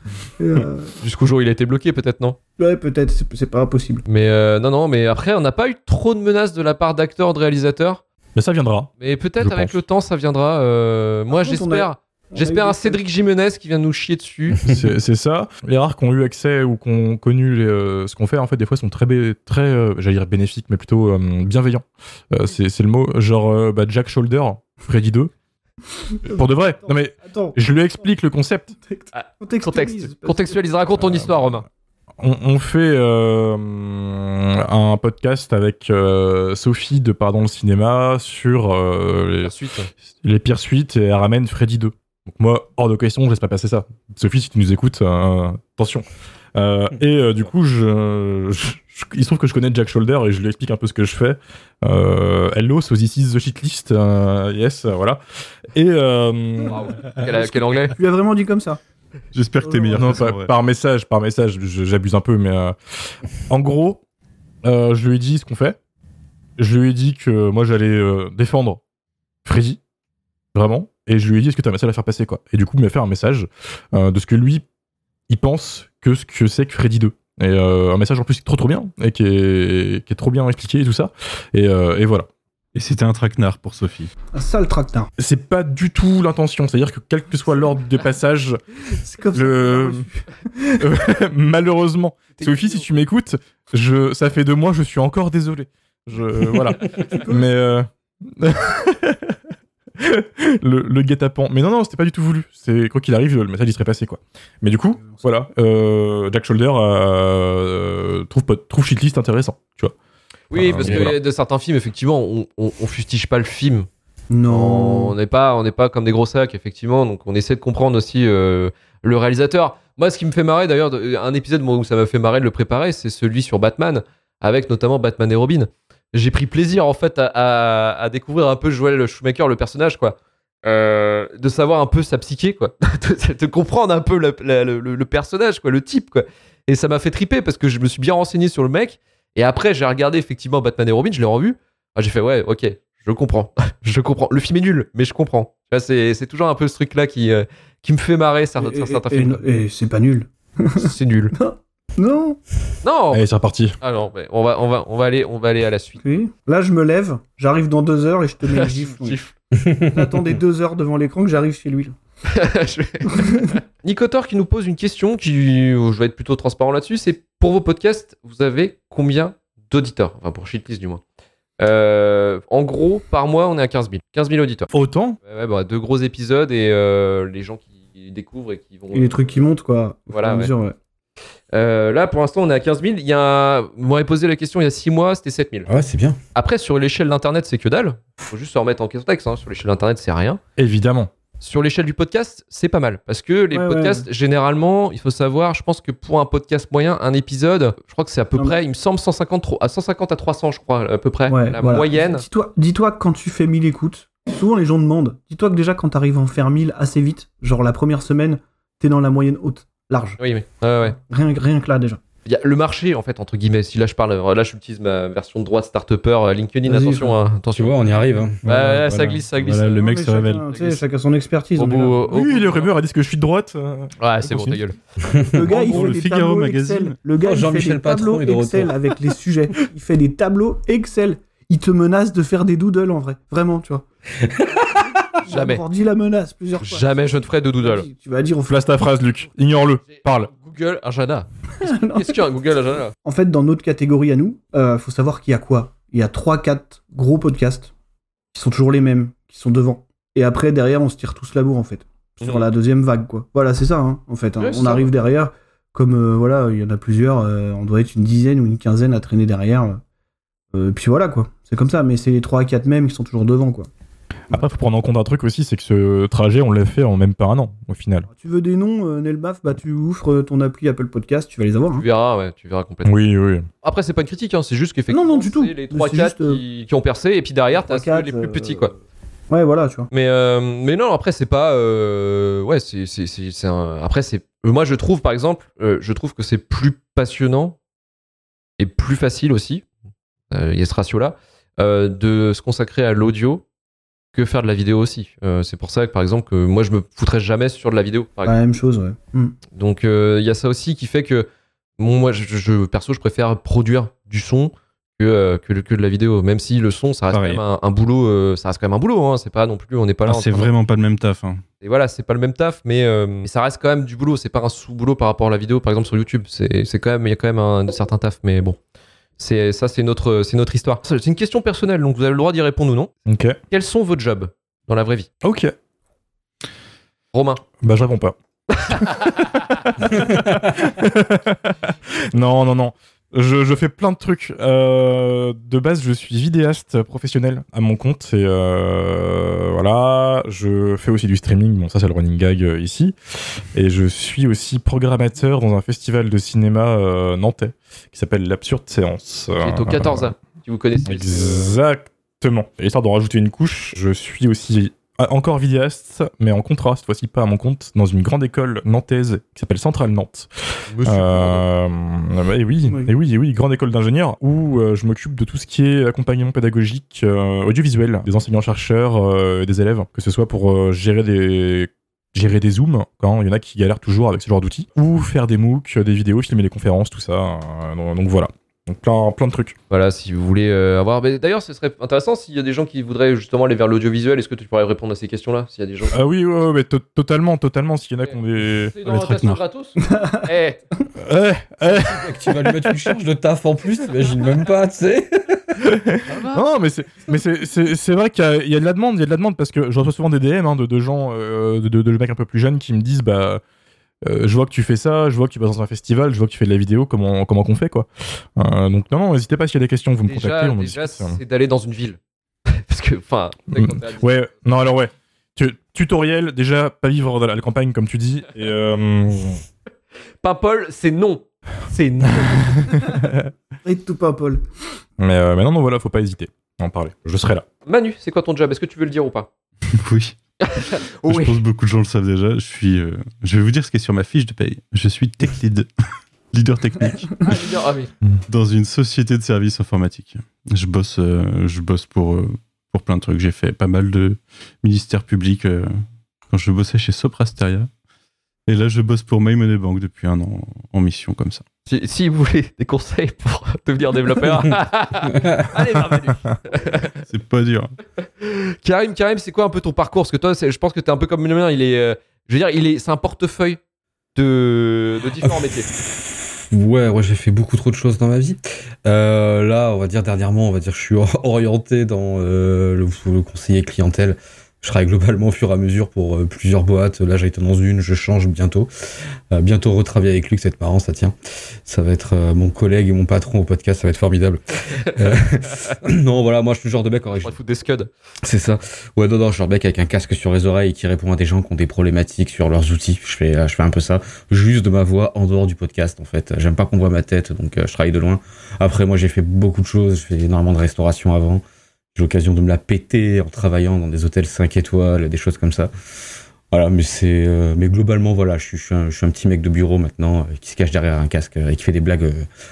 Et, euh, Jusqu'au jour où il a été bloqué peut-être, non ouais, peut-être, c'est c'est pas possible. Mais euh, non, non, mais après on n'a pas eu trop de menaces de la part d'acteurs, de réalisateurs. Mais ça viendra. Mais peut-être Je avec pense. le temps ça viendra. euh, moi contre, j'espère. on On a eu J'espère des- un Cédric Jimenez qui vient nous chier dessus. C'est c'est ça. Les rares qui ont eu accès ou qui ont connu les, euh, ce qu'on fait, en fait, des fois, sont très, bé- très euh, j'allais dire bénéfiques, mais plutôt euh, bienveillants. Euh, c'est c'est le mot. Genre euh, bah, Jack Shoulder, Freddy 2. Pour de vrai. Non mais, Attends, je lui explique le concept. Contexte. Contextualise, raconte ton Euh, histoire, Romain. on, on fait euh, un podcast avec euh, Sophie de Pardon le cinéma sur euh, les, Ensuite, les pires suites et elle ramène Freddy 2. Donc moi, hors de question, je laisse pas passer ça. Sophie, si tu nous écoutes, euh, attention. Euh, et euh, du coup, je, je- je- il se trouve que je connais Jack Shoulder et je lui explique un peu ce que je fais. Euh, hello, so this is the shit list. euh, yes, euh, voilà. Et euh, Bravo. quel, quel anglais Tu lui as vraiment dit comme ça J'espère que t'es meilleur. non, que ça, par, en vrai. par message, par message, je- j'abuse un peu, mais euh, en gros, euh, je lui ai dit ce qu'on fait. Je lui ai dit que moi j'allais euh, défendre Freddy, vraiment, et je lui ai dit est-ce que t'as un message à faire passer quoi. Et du coup, il m'a fait un message euh, de ce que lui, il pense que ce que c'est que Freddy 2. Et euh, un message en plus qui est trop trop bien, et qui est, qui est trop bien expliqué et tout ça. Et, euh, et voilà. Et c'était un traquenard pour Sophie. Un sale tracteur. C'est pas du tout l'intention, c'est-à-dire que quel que soit l'ordre de passage, C'est comme ça. Le- euh, malheureusement, Sophie, si Techniquement. tu m'écoutes, je, ça fait deux mois, je suis encore désolé. Je, voilà. Mais euh, le, le guet-apens. Mais non, non, c'était pas du tout voulu. C'est quoi qu'il arrive, le message il serait passé quoi. Mais du coup, voilà, euh, Jack Shoulder euh, trouve pas- trouve shitlist intéressant, tu vois. Oui, Enfin, parce mais que voilà. de certains films, effectivement, on, on- on fustige pas le film. On Non. n'est pas, on n'est pas comme des gros sacs, effectivement. Donc, on essaie de comprendre aussi euh, le réalisateur. Moi, ce qui me fait marrer, d'ailleurs, de- un épisode moi, où ça m'a fait marrer de le préparer, c'est celui sur Batman, avec notamment Batman et Robin. J'ai pris plaisir, en fait, à, à- à découvrir un peu Joel Schumacher, le personnage, quoi. Euh, de savoir un peu sa psyché, quoi. de, de comprendre un peu la- la- le, le- le personnage, quoi, le type, quoi. Et ça m'a fait triper parce que je me suis bien renseigné sur le mec. Et après, j'ai regardé effectivement Batman et Robin, je l'ai revu. Ah, j'ai fait, ouais, ok, je comprends. je comprends. Le film est nul, mais je comprends. Tu vois, C'est c'est toujours un peu ce truc-là qui, euh, qui me fait marrer Et- certains, et- certains et- films. et c'est pas nul. C'est nul. Non. Non Allez, c'est reparti. Ah non, mais on va, on, va, on, va aller, on va aller à la suite. Oui. Là, je me lève, j'arrive dans deux heures et je te mets une gifle. oui. Gifle. Attendez deux heures devant l'écran que j'arrive chez lui. Je vais- Nicotor qui nous pose une question, qui, euh, je vais être plutôt transparent là-dessus, c'est pour vos podcasts, vous avez combien d'auditeurs Enfin, pour Shitlist du moins. Euh, en gros, par mois, on est à 15 000. 15 000 auditeurs. Autant Ouais, ouais, bah, deux gros épisodes et euh, les gens qui découvrent et qui vont. Et les trucs qui montent, quoi. au Voilà, fur et à mesure, ouais. Euh, là, pour l'instant, on est à 15 000. Il y a un- Vous m'avez posé la question il y a 6 mois, c'était 7 000. Ah ouais, c'est bien. Après, sur l'échelle d'Internet, c'est que dalle. Faut juste se remettre en contexte. hein. Sur l'échelle d'Internet, c'est rien. Évidemment. Sur l'échelle du podcast, c'est pas mal. Parce que les Ouais, ouais, podcasts, généralement, il faut savoir, je pense que pour un podcast moyen, un épisode, je crois que c'est à peu Non, mais- près, il me semble, 150, trop- à 150 à 300, je crois, à peu près. Ouais, la voilà. moyenne. Dis-toi, dis-toi que quand tu fais 1000 écoutes, souvent les gens demandent. Dis-toi que déjà quand t'arrives à en faire 1000 assez vite, genre la première semaine, t'es dans la moyenne haute, large. Oui, mais. ouais, ouais. Rien, rien que là déjà. Il y a le marché, en fait, entre guillemets. Si là, je parle, là, j'utilise ma version de droite start-upper euh, LinkedIn. Vas-y, Attention, hein, Tu attention. vois, on y arrive. hein. Ouais, ouais, ça glisse, ça glisse. Voilà, le Non, mec mais se révèle. chacun, tu sais, chacun son expertise. Au on est bout, là. euh, au bout- oui, les rumeurs, elles disent que je suis de droite. euh, Ouais, c'est bon, Continue. ta gueule. Le gars, En il gros, fait le des Figaro tableaux magazine. Excel. Le gars, il fait Jean-Michel des Patron tableaux est de retour. Excel avec les sujets. Il fait des tableaux Excel. Il te menace de faire des doodles en vrai. Vraiment, tu vois. J'ai Jamais. encore dit la menace plusieurs fois. Jamais je ne ferai de doodle. Tu vas dire au flash. Place ta phrase, Luc. Ignore-le. Parle. Google Agenda. Qu'est-ce qu'il y a un Google Agenda En fait, dans notre catégorie à nous, euh, faut savoir qu'il y a quoi Il y a 3-4 gros podcasts qui sont toujours les mêmes, qui sont devant. Et après, derrière, on se tire tous la bourre, en fait. Sur Mhm. la deuxième vague, quoi. Voilà, c'est ça, hein, en fait. hein. Ouais, c'est on ça. arrive derrière, comme euh, voilà, il y en a plusieurs, euh, on doit être une dizaine ou une quinzaine à traîner derrière. Euh, et puis voilà, quoi. C'est comme ça, mais c'est les 3-4 mêmes qui sont toujours devant, quoi. Après, faut prendre en compte un truc aussi, c'est que ce trajet, on l'a fait en même pas un an, au final. Tu veux des noms, euh, Nelbaf, bah tu ouvres euh, ton appli Apple Podcast, tu vas les avoir. hein. Tu verras, ouais, tu verras complètement. Oui, oui. Après, c'est pas une critique, hein, c'est juste qu'effectivement, Non, non, du tout. c'est les Mais 3-4 c'est juste, euh, qui, qui ont percé, et puis derrière, t'as ceux 3-4, les plus petits, euh, quoi. Ouais, voilà, tu vois. Mais, euh, mais non, après, c'est pas. euh, ouais, c'est. c'est- c'est- c'est un- Après, c'est. Moi, je trouve, par exemple, euh, je trouve que c'est plus passionnant et plus facile aussi, euh, il y a ce ratio-là, euh, de se consacrer à l'audio que faire de la vidéo aussi. Euh, c'est pour ça que, par exemple, que moi, je me foutrais jamais sur de la vidéo, par exemple. Pas la même chose, ouais. Hmm. Donc euh, il y a ça aussi qui fait que bon, moi je, je- perso je préfère produire du son que, euh, que, le- que de la vidéo même si le son ça reste Pareil. quand même un, un boulot euh, ça reste quand même un boulot hein, c'est pas non plus on n'est pas là Ah, en c'est train de- vraiment pas le même taf. hein. et voilà c'est pas le même taf mais, euh, mais ça reste quand même du boulot c'est pas un sous boulot par rapport à la vidéo par exemple sur YouTube c'est c'est quand même il y a quand même un, certain taf mais bon c'est ça c'est notre c'est notre histoire c'est une question personnelle donc vous avez le droit d'y répondre ou non Ok. quels sont vos jobs dans la vraie vie Ok. Romain Bah, je réponds pas. non, non, non. Je, je fais plein de trucs. Euh, de base, je suis vidéaste professionnel à mon compte. Et euh, voilà, je fais aussi du streaming. Bon, ça, c'est le running gag euh, ici. Et je suis aussi programmateur dans un festival de cinéma euh, nantais qui s'appelle l'Absurde Séance. Euh, Qui Ah. est au 14 a si vous connaissez. Exactement. Et histoire d'en rajouter une couche, je suis aussi ah, encore vidéaste, mais en contrat, cette fois-ci pas à mon compte, dans une grande école nantaise qui s'appelle Centrale Nantes. Euh, bah, et oui, Oui. et oui, et oui, grande école d'ingénieurs où euh, je m'occupe de tout ce qui est accompagnement pédagogique euh, audiovisuel des enseignants-chercheurs euh, et des élèves, que ce soit pour euh, gérer des gérer des zooms quand il y en a qui galèrent toujours avec ce genre d'outils ou faire des MOOC, euh, des vidéos, filmer les conférences, tout ça. euh, donc, donc voilà. Donc plein plein de trucs. Voilà, si vous voulez euh, avoir. mais D'ailleurs, ce serait intéressant s'il y a des gens qui voudraient justement aller vers l'audiovisuel. Est-ce que tu pourrais répondre à ces questions-là S'il y a des gens. Ah oui, ouais, ouais, mais to- totalement, totalement, s'il y en a qui ont des C'est une les orientation traquenards. gratos Eh, Eh, eh. tu vas lui mettre une charge de taf en plus, t'imagines même pas, tu sais. Non, mais c'est, mais c'est, c'est, c'est vrai qu'il y a, il y a de la demande, il y a de la demande parce que je reçois souvent des DM hein, de, de gens, euh, de, de, de mecs un peu plus jeunes qui me disent bah. euh, je vois que tu fais ça, je vois que tu passes dans un festival, je vois que tu fais de la vidéo, comment, comment qu'on fait quoi. Euh, donc non, non, n'hésitez pas s'il y a des questions, vous me déjà, contactez, on en déjà, discute. c'est d'aller dans une ville. Parce que, enfin. tu sais, quand t'es à Ouais, non alors ouais. Tu- tutoriel, déjà, pas vivre dans la, la campagne comme tu dis. Et, euh, Pas Paul, c'est non. C'est non. Et tout pas, Paul. mais, euh, mais non, non, voilà, faut pas hésiter à en parler. Je serai là. Manu, c'est quoi ton job Est-ce que tu veux le dire ou pas Oui. Oh Je pense que beaucoup de gens le savent déjà. Je suis. euh, Je vais vous dire ce qui est sur ma fiche de paye. Je suis tech lead, leader technique Ah, je veux dire- ah oui. dans une société de services informatiques. Je bosse. euh, Je bosse pour euh, pour plein de trucs. J'ai fait pas mal de ministères publics euh, quand je bossais chez Soprasteria. Et là, je bosse pour My Money Bank depuis un an en mission comme ça. Si, si vous voulez des conseils pour devenir développeur, allez vers Manu. C'est pas dur. Karim, Karim, c'est quoi un peu ton parcours Parce que toi, c'est- je pense que t'es un peu comme le mien. Il est, euh, je veux dire, il est, c'est un portefeuille de, de différents métiers. Ouais, ouais, j'ai fait beaucoup trop de choses dans ma vie. Euh, là, on va dire dernièrement, on va dire, je suis orienté dans euh, le, le conseiller clientèle. Je travaille globalement au fur et à mesure pour euh, plusieurs boîtes. Là, j'ai été dans une, je change bientôt. Euh, bientôt retravailler avec Luc, ça va être marrant, ça tient. Ça va être euh, mon collègue et mon patron au podcast, ça va être formidable. Euh, non, voilà, moi, je suis le genre de mec, en vrai, je- On va foutre des scuds. c'est ça. Ouais, non, non, je bec avec un casque sur les oreilles qui répond à des gens qui ont des problématiques sur leurs outils. Je fais, euh, je fais un peu ça. Juste de ma voix en dehors du podcast, en fait. J'aime pas qu'on voit ma tête, donc euh, je travaille de loin. Après, moi, j'ai fait beaucoup de choses. J'ai fait énormément de restauration avant. J'ai l'occasion de me la péter en travaillant dans des hôtels 5 étoiles, des choses comme ça. Voilà, mais c'est, euh, mais globalement, voilà, je suis, je suis un, je suis un petit mec de bureau maintenant euh, qui se cache derrière un casque euh, et qui fait des blagues euh,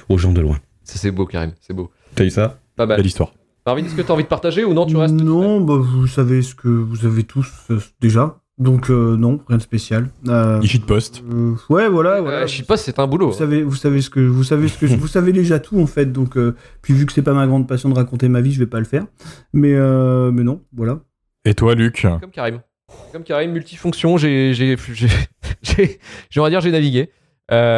aux gens de loin. Ça, c'est beau, Karim, c'est beau. T'as eu ça? Pas mal. Belle histoire. Marvin, est-ce que t'as envie de partager ou non Tu restes Non, bah, vous savez ce que vous avez tous euh, déjà. Donc, euh, non, rien de spécial. Euh, Issue de poste. euh, ouais, voilà, voilà. Euh, je sais pas, c'est un boulot. Vous savez, vous savez ce que vous savez ce que je- vous savez déjà tout en fait. Donc euh, puis vu que c'est pas ma grande passion de raconter ma vie, je vais pas le faire. Mais euh, mais non, voilà. Et toi, Luc Comme Karim. Comme Karim, multifonction, j'ai, j'ai, j'ai, j'ai- j'ai- on va dire, j'ai navigué.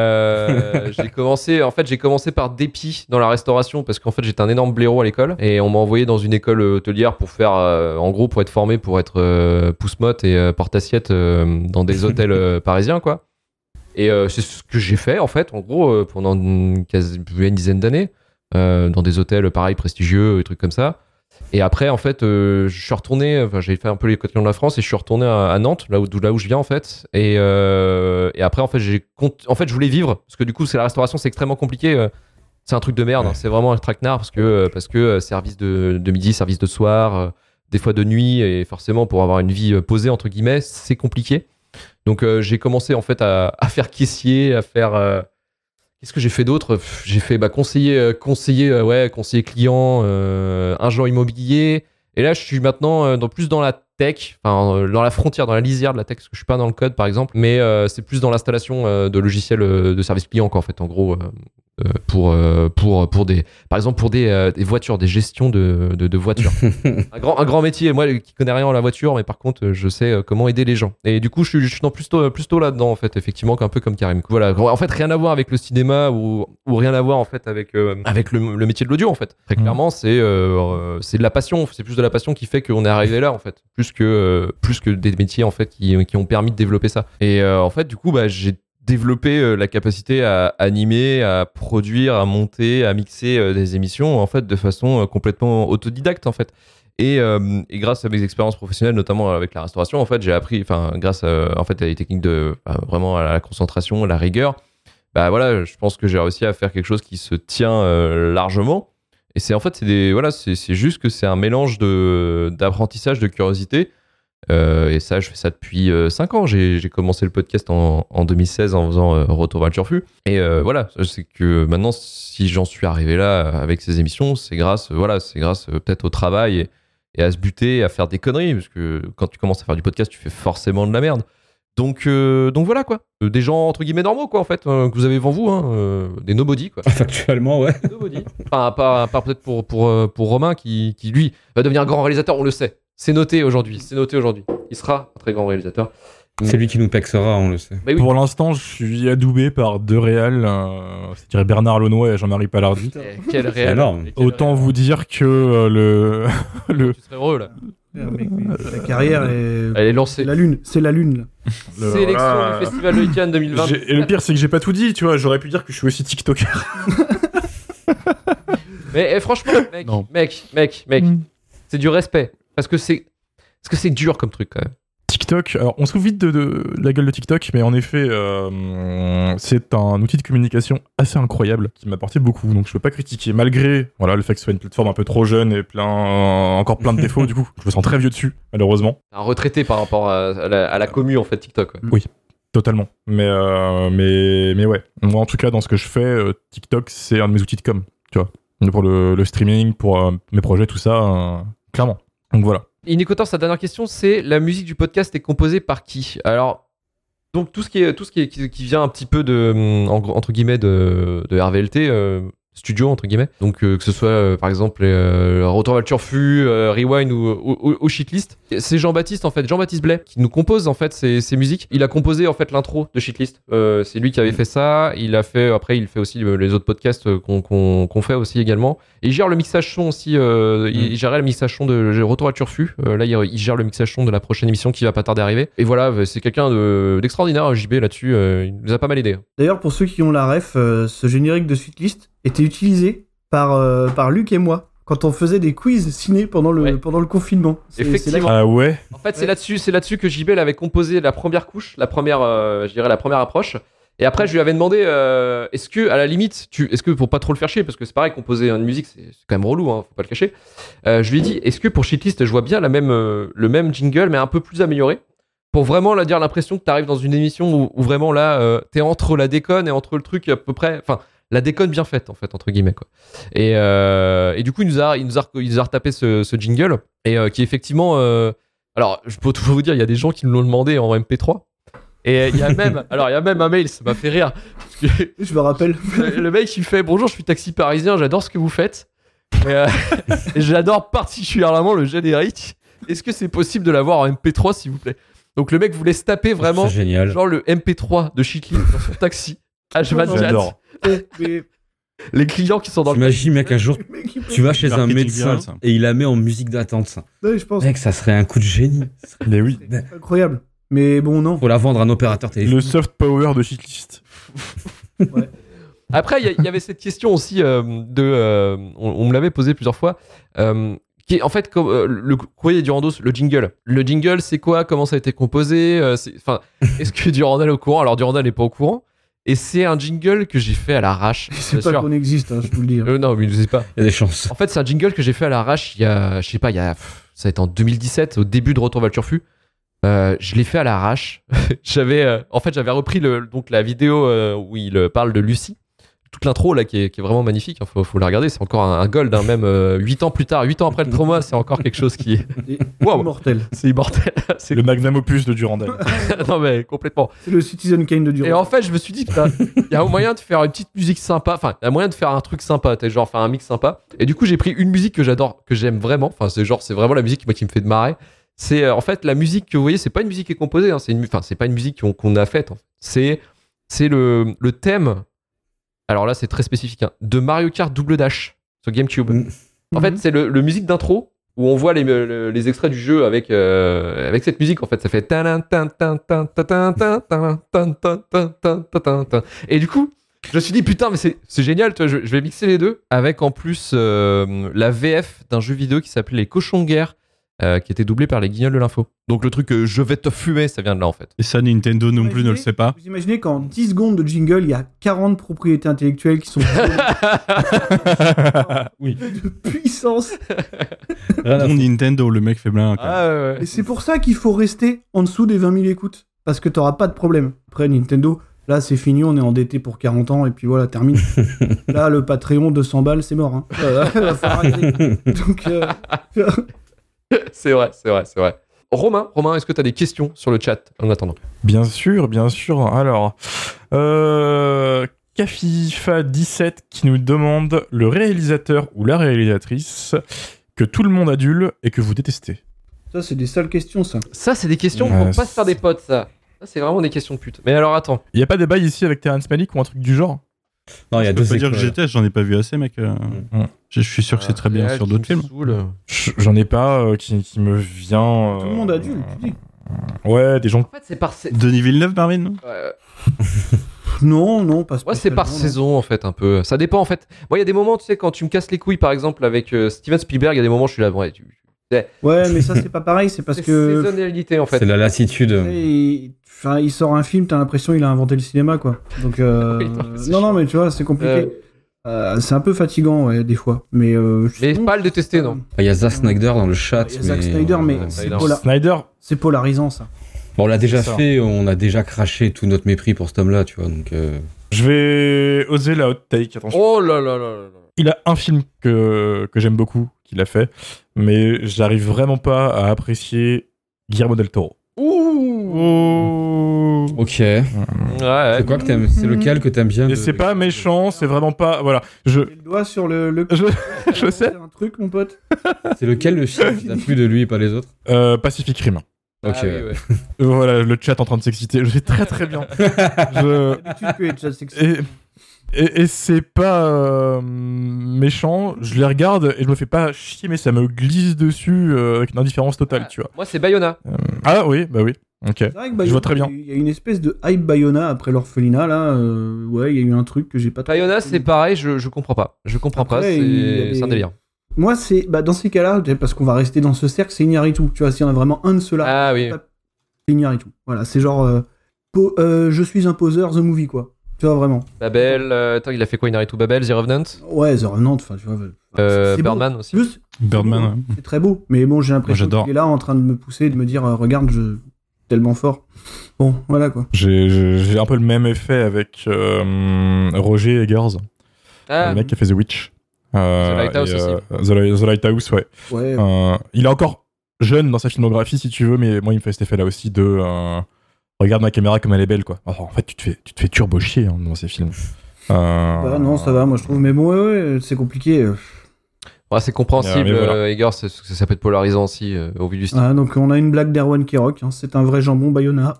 Euh, j'ai commencé, en fait, j'ai commencé par dépit dans la restauration parce qu'en fait, j'étais un énorme blaireau à l'école et on m'a envoyé dans une école hôtelière pour faire, euh, en gros, pour être formé pour être euh, pousse-motte et euh, porte-assiette euh, dans des hôtels euh, parisiens, quoi. Et euh, c'est ce que j'ai fait, en fait, en gros, euh, pendant une, quasi- une dizaine d'années, euh, dans des hôtels, pareil, prestigieux, des trucs comme ça. Et après, en fait, euh, je suis retourné, enfin, j'ai fait un peu les continents de la France et je suis retourné à, à Nantes, là où, d'où- là où je viens, en fait. Et, euh, et après, en fait, j'ai cont- en fait, je voulais vivre, parce que du coup, c'est la restauration, c'est extrêmement compliqué. euh, C'est un truc de merde, hein, c'est vraiment un traquenard, parce que, euh, parce que euh, service de, de midi, service de soir, euh, des fois de nuit, et forcément, pour avoir une vie euh, posée, entre guillemets, c'est compliqué. Donc, euh, j'ai commencé, en fait, à, à faire caissier, à faire. euh, Qu'est-ce que j'ai fait d'autre Pff, J'ai fait bah, conseiller, euh, conseiller, euh, ouais, conseiller client, euh, agent immobilier. Et là, je suis maintenant euh, dans, plus dans la tech, enfin euh, dans la frontière, dans la lisière de la tech, parce que je suis pas dans le code, par exemple. Mais euh, c'est plus dans l'installation euh, de logiciels euh, de service client, quoi, en fait, en gros, euh, euh, pour, euh, pour, pour des, par exemple, pour des, euh, des voitures, des gestions de, de, de voitures. un, grand, un grand métier, moi qui connais rien en la voiture, mais par contre, euh, je sais euh, comment aider les gens. Et du coup, je suis, je suis dans plus tôt, plus tôt là-dedans, en fait, effectivement, qu'un peu comme Karim. Voilà, en fait, rien à voir avec le cinéma ou, ou rien à voir, en fait, avec, euh, avec le, le métier de l'audio, en fait. Très Mhm. clairement, c'est euh, c'est de la passion, c'est plus de la passion qui fait qu'on est arrivé là, en fait, plus que, euh, plus que des métiers, en fait, qui, qui ont permis de développer ça. Et euh, en fait, du coup, bah, j'ai développer euh, la capacité à animer, à produire, à monter, à mixer euh, des émissions en fait de façon euh, complètement autodidacte en fait. Et, euh, et grâce à mes expériences professionnelles, notamment avec la restauration, en fait, j'ai appris, enfin, grâce euh, en fait à des techniques de bah, vraiment à la concentration, à la rigueur, bah voilà, je pense que j'ai réussi à faire quelque chose qui se tient euh, largement. Et c'est en fait, c'est des voilà, c'est c'est juste que c'est un mélange de d'apprentissage, de curiosité. Euh, et ça, je fais ça depuis 5 ans. J'ai j'ai commencé le podcast en, en 2016 en faisant euh, Retour vers le Turfu. Et euh, voilà, c'est que maintenant, si j'en suis arrivé là euh, avec ces émissions, c'est grâce, euh, voilà, c'est grâce euh, peut-être au travail et, et à se buter, à faire des conneries, parce que quand tu commences à faire du podcast, tu fais forcément de la merde. Donc, euh, donc voilà quoi, Euh, des gens entre guillemets normaux quoi en fait euh, que vous avez devant vous, hein, euh, des nobody quoi. Factuellement, ouais. Nobody. Enfin, à part, à part peut-être pour, pour, euh, pour Romain qui, qui, lui, va devenir grand réalisateur, on le sait. C'est noté aujourd'hui, c'est noté aujourd'hui. Il sera un très grand réalisateur. C'est lui qui nous pexera, on le sait. Mais oui, Pour l'instant, je suis adoubé par deux réals, euh, c'est-à-dire Bernard Launois et Jean-Marie Palardi. Eh, quel C'est réel. énorme. Et quel Autant réel. vous dire que euh, le, le, Tu serais heureux là. Mec, mais La carrière est. Elle est C'est lancée. la lune, c'est la lune. là. le- Sélection voilà. du Festival de Cannes 2020. J'ai- Et le pire, c'est que j'ai pas tout dit, tu vois. J'aurais pu dire que je suis aussi TikToker. Mais eh, franchement, mec, Non. mec, mec, mec, Mm. c'est du respect. Parce que c'est. Parce que c'est dur comme truc quand même. TikTok, alors on se trouve vite de, de- de la gueule de TikTok, mais en effet, euh, c'est un outil de communication assez incroyable qui m'a apporté beaucoup, donc je peux pas critiquer, malgré voilà, le fait que ce soit une plateforme un peu trop jeune et plein, euh, encore plein de défauts, du coup, je me sens très vieux dessus, malheureusement. Un retraité par rapport à, à la, à la commu en fait TikTok. ouais. Totalement. Mais, euh, mais, mais ouais. Moi, en tout cas, dans ce que je fais, euh, TikTok, c'est un de mes outils de com. Tu vois. Pour le, le streaming, pour euh, mes projets, tout ça, euh, clairement. Donc voilà. Inicotor, sa dernière question, c'est la musique du podcast est composée par qui Alors, donc tout ce qui est tout ce qui, est- qui, qui vient un petit peu de hum, en gros, entre guillemets de, de RVLT euh, studio entre guillemets. Donc euh, que ce soit euh, par exemple euh, Retour vers le Turfu, euh, Rewind ou, ou, ou- ou Shitlist, c'est Jean-Baptiste en fait, Jean-Baptiste Blais qui nous compose en fait ces, ces musiques. Il a composé en fait l'intro de Shitlist. Euh, c'est lui qui avait fait ça. Il a fait après il fait aussi euh, les autres podcasts euh, qu'on qu'on qu'on fait aussi également. Et il gère le mixage son aussi. euh, il- Il gérait le mixage son de j'ai Retour à Turfu. Euh, là, il, il gère le mixage son de la prochaine émission qui va pas tarder à arriver. Et voilà, euh, c'est quelqu'un de- d'extraordinaire, hein, JB, là-dessus. euh, il nous a pas mal aidé. D'ailleurs, pour ceux qui ont la ref, euh, ce générique de suite list était utilisé par, euh, par Luc et moi quand on faisait des quiz ciné pendant le, Ouais. pendant le confinement. C'est- c'est là Effectivement. Ah ouais En fait, c'est Ouais. là-dessus, c'est là-dessus que JB l'avait composé la première couche, la première, euh, je dirais la première approche. Et après, je lui avais demandé, euh, est-ce que à la limite, tu, est-ce que pour pas trop le faire chier, parce que c'est pareil, composer une musique, c'est c'est quand même relou, hein, faut pas le cacher. Euh, je lui ai dit, est-ce que pour Shitlist, je vois bien la même, euh, le même jingle, mais un peu plus amélioré, pour vraiment là, dire l'impression que t'arrives dans une émission où, où vraiment là, euh, t'es entre la déconne et entre le truc à peu près, enfin, la déconne bien faite en fait entre guillemets quoi. Et, euh, et du coup, il nous a, il nous a, il nous a retapé ce, ce jingle et euh, qui effectivement. euh, alors, je peux toujours vous dire, il y a des gens qui nous l'ont demandé en MP3. Et il y a même, alors il y a même un mail, ça m'a fait rire. Parce que Je me rappelle. le le mec, il fait bonjour, je suis taxi parisien, j'adore ce que vous faites. Et, euh, et j'adore particulièrement le générique. Est-ce que c'est possible de l'avoir en MP3, s'il vous plaît Donc le mec voulait se taper vraiment, C'est génial. genre le MP3 de Chitlin dans son taxi. H24. J'adore. Mais- mais- Les clients qui sont dans le. T'imagines, mec, un jour, mais qui- tu vas chez un Marketing médecin viral, ça. et il la met en musique d'attente, ça. Ouais, je pense. Mec, ça serait un coup de génie. Mais oui. C'est Incroyable. Mais bon, non. Faut la vendre à un opérateur téléphonique. Le soft power de Shitlist. Après, il y a- il y, avait cette question aussi euh, de. euh, on, on me l'avait posé plusieurs fois. euh, qui est, en fait, comme, euh, le courrier Durandos, le jingle. Le jingle, c'est quoi Comment ça a été composé Euh, c'est- Enfin, est-ce que Durandal est au courant Alors, Durandal n'est pas au courant. Et c'est un jingle que j'ai fait à l'arrache. C'est bien pas sûr. qu'on existe, hein, je vous le dis. Euh, non, mais je sais pas. Il y a des chances. En fait, c'est un jingle que j'ai fait à l'arrache il y a, je sais pas, il y a, pff, ça a été en 2017, au début de Retour vers le Turfu. Euh, je l'ai fait à l'arrache. j'avais, euh, en fait, j'avais repris le, donc la vidéo euh, où il euh, parle de Lucie, toute l'intro là qui est, qui est vraiment magnifique, il faut, faut la regarder, c'est encore un, un gold, hein, même 8 ans plus tard, 8 ans après le trauma, c'est encore quelque chose qui est, Et Wow. Immortel. c'est immortel. c'est Le magnum opus de Durandal. non mais complètement. C'est le Citizen Kane de Et Durand. en fait, je me suis dit, putain, il y a un moyen de faire une petite musique sympa. Enfin, il y a moyen de faire un truc sympa, t'es genre faire un mix sympa. Et du coup, j'ai pris une musique que j'adore, que j'aime vraiment. Enfin, c'est genre, c'est vraiment la musique moi, qui me fait de marrer. C'est euh, en fait la musique que vous voyez, c'est pas une musique qui est composée. hein, c'est une, mu- enfin, c'est pas une musique qu'on qu'on a faite. en fait. C'est, c'est le, le thème. Alors là, c'est très spécifique. hein, de Mario Kart Double Dash sur GameCube. Mm. En fait, c'est le, le musique d'intro où on voit les, le- les extraits du jeu avec, euh, avec cette musique. En fait, ça fait. talan, tan, tan, tan, tan, tan, tan, tan, tan, tan, tan, tan, tan, tan, tan. Et du coup, je me suis dit, putain, mais c'est c'est génial, tu vois, je, je vais mixer les deux. Avec en plus euh, la VF d'un jeu vidéo qui s'appelait Les Cochons de Guerre, euh, qui était doublé par les Guignols de l'Info. Donc le truc euh, Je vais te fumer, ça vient de là en fait. Et ça, Nintendo non plus ne le sait pas. Vous imaginez qu'en 10 secondes de jingle, il y a 40 propriétés intellectuelles qui sont Oui. de puissance. Rien à Bon, foutre. Nintendo, le mec fait blin. quoi. Ah ouais, Et c'est pour ça qu'il faut rester en dessous des 20 000 écoutes. Parce que t'auras pas de problème. Après, Nintendo, là, c'est fini, on est endetté pour 40 ans, et puis voilà, termine. là, le Patreon, 200 balles, c'est mort. hein. Euh, va falloir arrêter. Donc, euh, c'est vrai, c'est vrai, c'est vrai. Romain, Romain, est-ce que t'as des questions sur le chat en attendant Bien sûr, bien sûr. Alors, euh, Kafifa17 qui nous demande le réalisateur ou la réalisatrice que tout le monde adule et que vous détestez. ça, c'est des sales questions, ça. Ça, Bah, c'est des questions Ouais, pour pas se faire des potes, ça. Ça, c'est vraiment des questions de pute. Mais alors attends. Il y a pas débat ici avec Terrence Malick ou un truc du genre Non, il y a Je peux deux pas dire que écoles. j'étais, j'en ai pas vu assez, mec. euh, Mm. Je je suis sûr que c'est très Ah, bien Réal sur qui d'autres me films. saoule. Je- J'en ai pas euh, qui, qui me vient. Tout euh, le monde adulte, tu dis. Ouais, des gens. En fait, c'est par. Mm. sa- Denis Villeneuve, Marvin non Ouais. Non, non, pas Ouais, c'est par spécialement, non. saison en fait un peu. Ça dépend en fait. Moi, il y a des moments, tu sais, quand tu me casses les couilles, par exemple, avec euh, Steven Spielberg, il y a des moments, je suis là, ouais, tu... Ouais, mais ça, c'est pas pareil, c'est parce c'est que. saisonnalité en fait. C'est la lassitude. Et- Enfin, il sort un film, t'as l'impression qu'il a inventé le cinéma, quoi. Donc, euh, Oui, non, c'est non, non, chiant. mais tu vois, c'est compliqué. Euh. Euh, c'est un peu fatigant, ouais, des fois. Mais, euh, Mais sinon, pas à le détester, non. Il y a Zack Snyder dans le chat. euh, Il y a Zack Snyder, mais c'est Snyder. pola- euh, Snyder, c'est polarisant, ça. Bon, on l'a déjà C'est ça. fait, on a déjà craché tout notre mépris pour cet homme-là, tu vois. Donc, euh, je vais oser la hot take. Attention. Oh là là là là. là. Il a un film que, que j'aime beaucoup qu'il a fait, mais j'arrive vraiment pas à apprécier Guillermo del Toro. Ouh. ok. C'est Mm. Ouais, ouais. quoi que t'aimes C'est lequel que t'aimes bien Et de- c'est pas méchant, c'est vraiment pas. Voilà. Je, J'ai le doigt sur le. le... je, je sais. C'est un truc, mon pote. C'est lequel le film qui t'a plu de lui et pas les autres Euh, Pacific Rim. Ok. Ah oui, ouais. Euh, Voilà, le chat en train de s'exciter. Je vais très très bien. Je- D'habitude, tu es déjà sexy. et et, et c'est pas euh, méchant. Je les regarde et je me fais pas chier, mais ça me glisse dessus euh, avec une indifférence totale, tu vois. Moi, c'est Bayona. Euh, ah oui, bah oui. Ok. C'est vrai que Je vois très bien. Il y a une espèce de hype Bayona après l'orphelinat, là. euh, ouais, il y a eu un truc que j'ai pas trop. Bayona, c'est pareil, je, je comprends pas. Je comprends pas, Mm. Après, c'est il y a des- c'est un délire. Moi, c'est. Bah, dans ces cas-là, parce qu'on va rester dans ce cercle, c'est Iñárritu. Tu vois, s'il y en a vraiment un de ceux-là. Ah oui. C'est Iñárritu. Voilà, c'est genre. euh, po- euh, je suis un poseur, The Movie, quoi. Tu vois, vraiment. Babel, euh, attends, il a fait quoi Inaritu Babel, The Revenant Ouais, The Revenant, enfin, tu vois. euh, euh, c'est beau. Birdman aussi. Plus, Birdman. beau, ouais. c'est très beau. Mais bon, j'ai l'impression j'adore. qu'il est là en train de me pousser, de me dire, euh, regarde, je. tellement fort. Bon, voilà, quoi. J'ai- J'ai j'ai un peu le même effet avec euh, Roger Eggers, Ah, le mec qui a fait The Witch. Euh, The Lighthouse et, euh, The, The Lighthouse, ouais. Ouais. Ah. Euh, il est encore jeune dans sa filmographie, si tu veux, mais moi, il me fait cet effet-là aussi de. euh, regarde ma caméra comme elle est belle, quoi. Enfin, en fait, tu te fais, tu te fais turbo chier hein, dans ces films. Euh, Bah, non, ça va, moi, je trouve. Mais bon, ouais, ouais, c'est compliqué. euh. ouais, c'est Ouais, compréhensible, Ah, mais voilà. euh, Eggers, c'est- ça, peut être polarisant aussi euh, au vu du style. Ah, donc, on a une blague d'Erwan Kirok. hein, c'est un vrai jambon Bayona.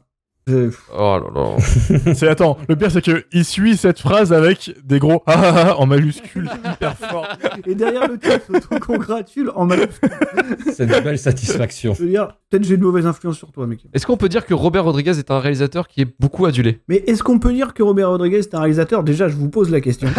Je- Oh là là. C'est attends, le pire c'est que il suit cette phrase avec des gros ah, ah, ah en majuscule hyper fort. Et derrière le titre, s'autocongratule en mal. Cette belle satisfaction. Je veux dire, peut-être j'ai une mauvaise influence sur toi, mec. Est-ce qu'on peut dire que Robert Rodriguez est un réalisateur qui est beaucoup adulé Mais est-ce qu'on peut dire que Robert Rodriguez est un réalisateur Déjà, je vous pose la question.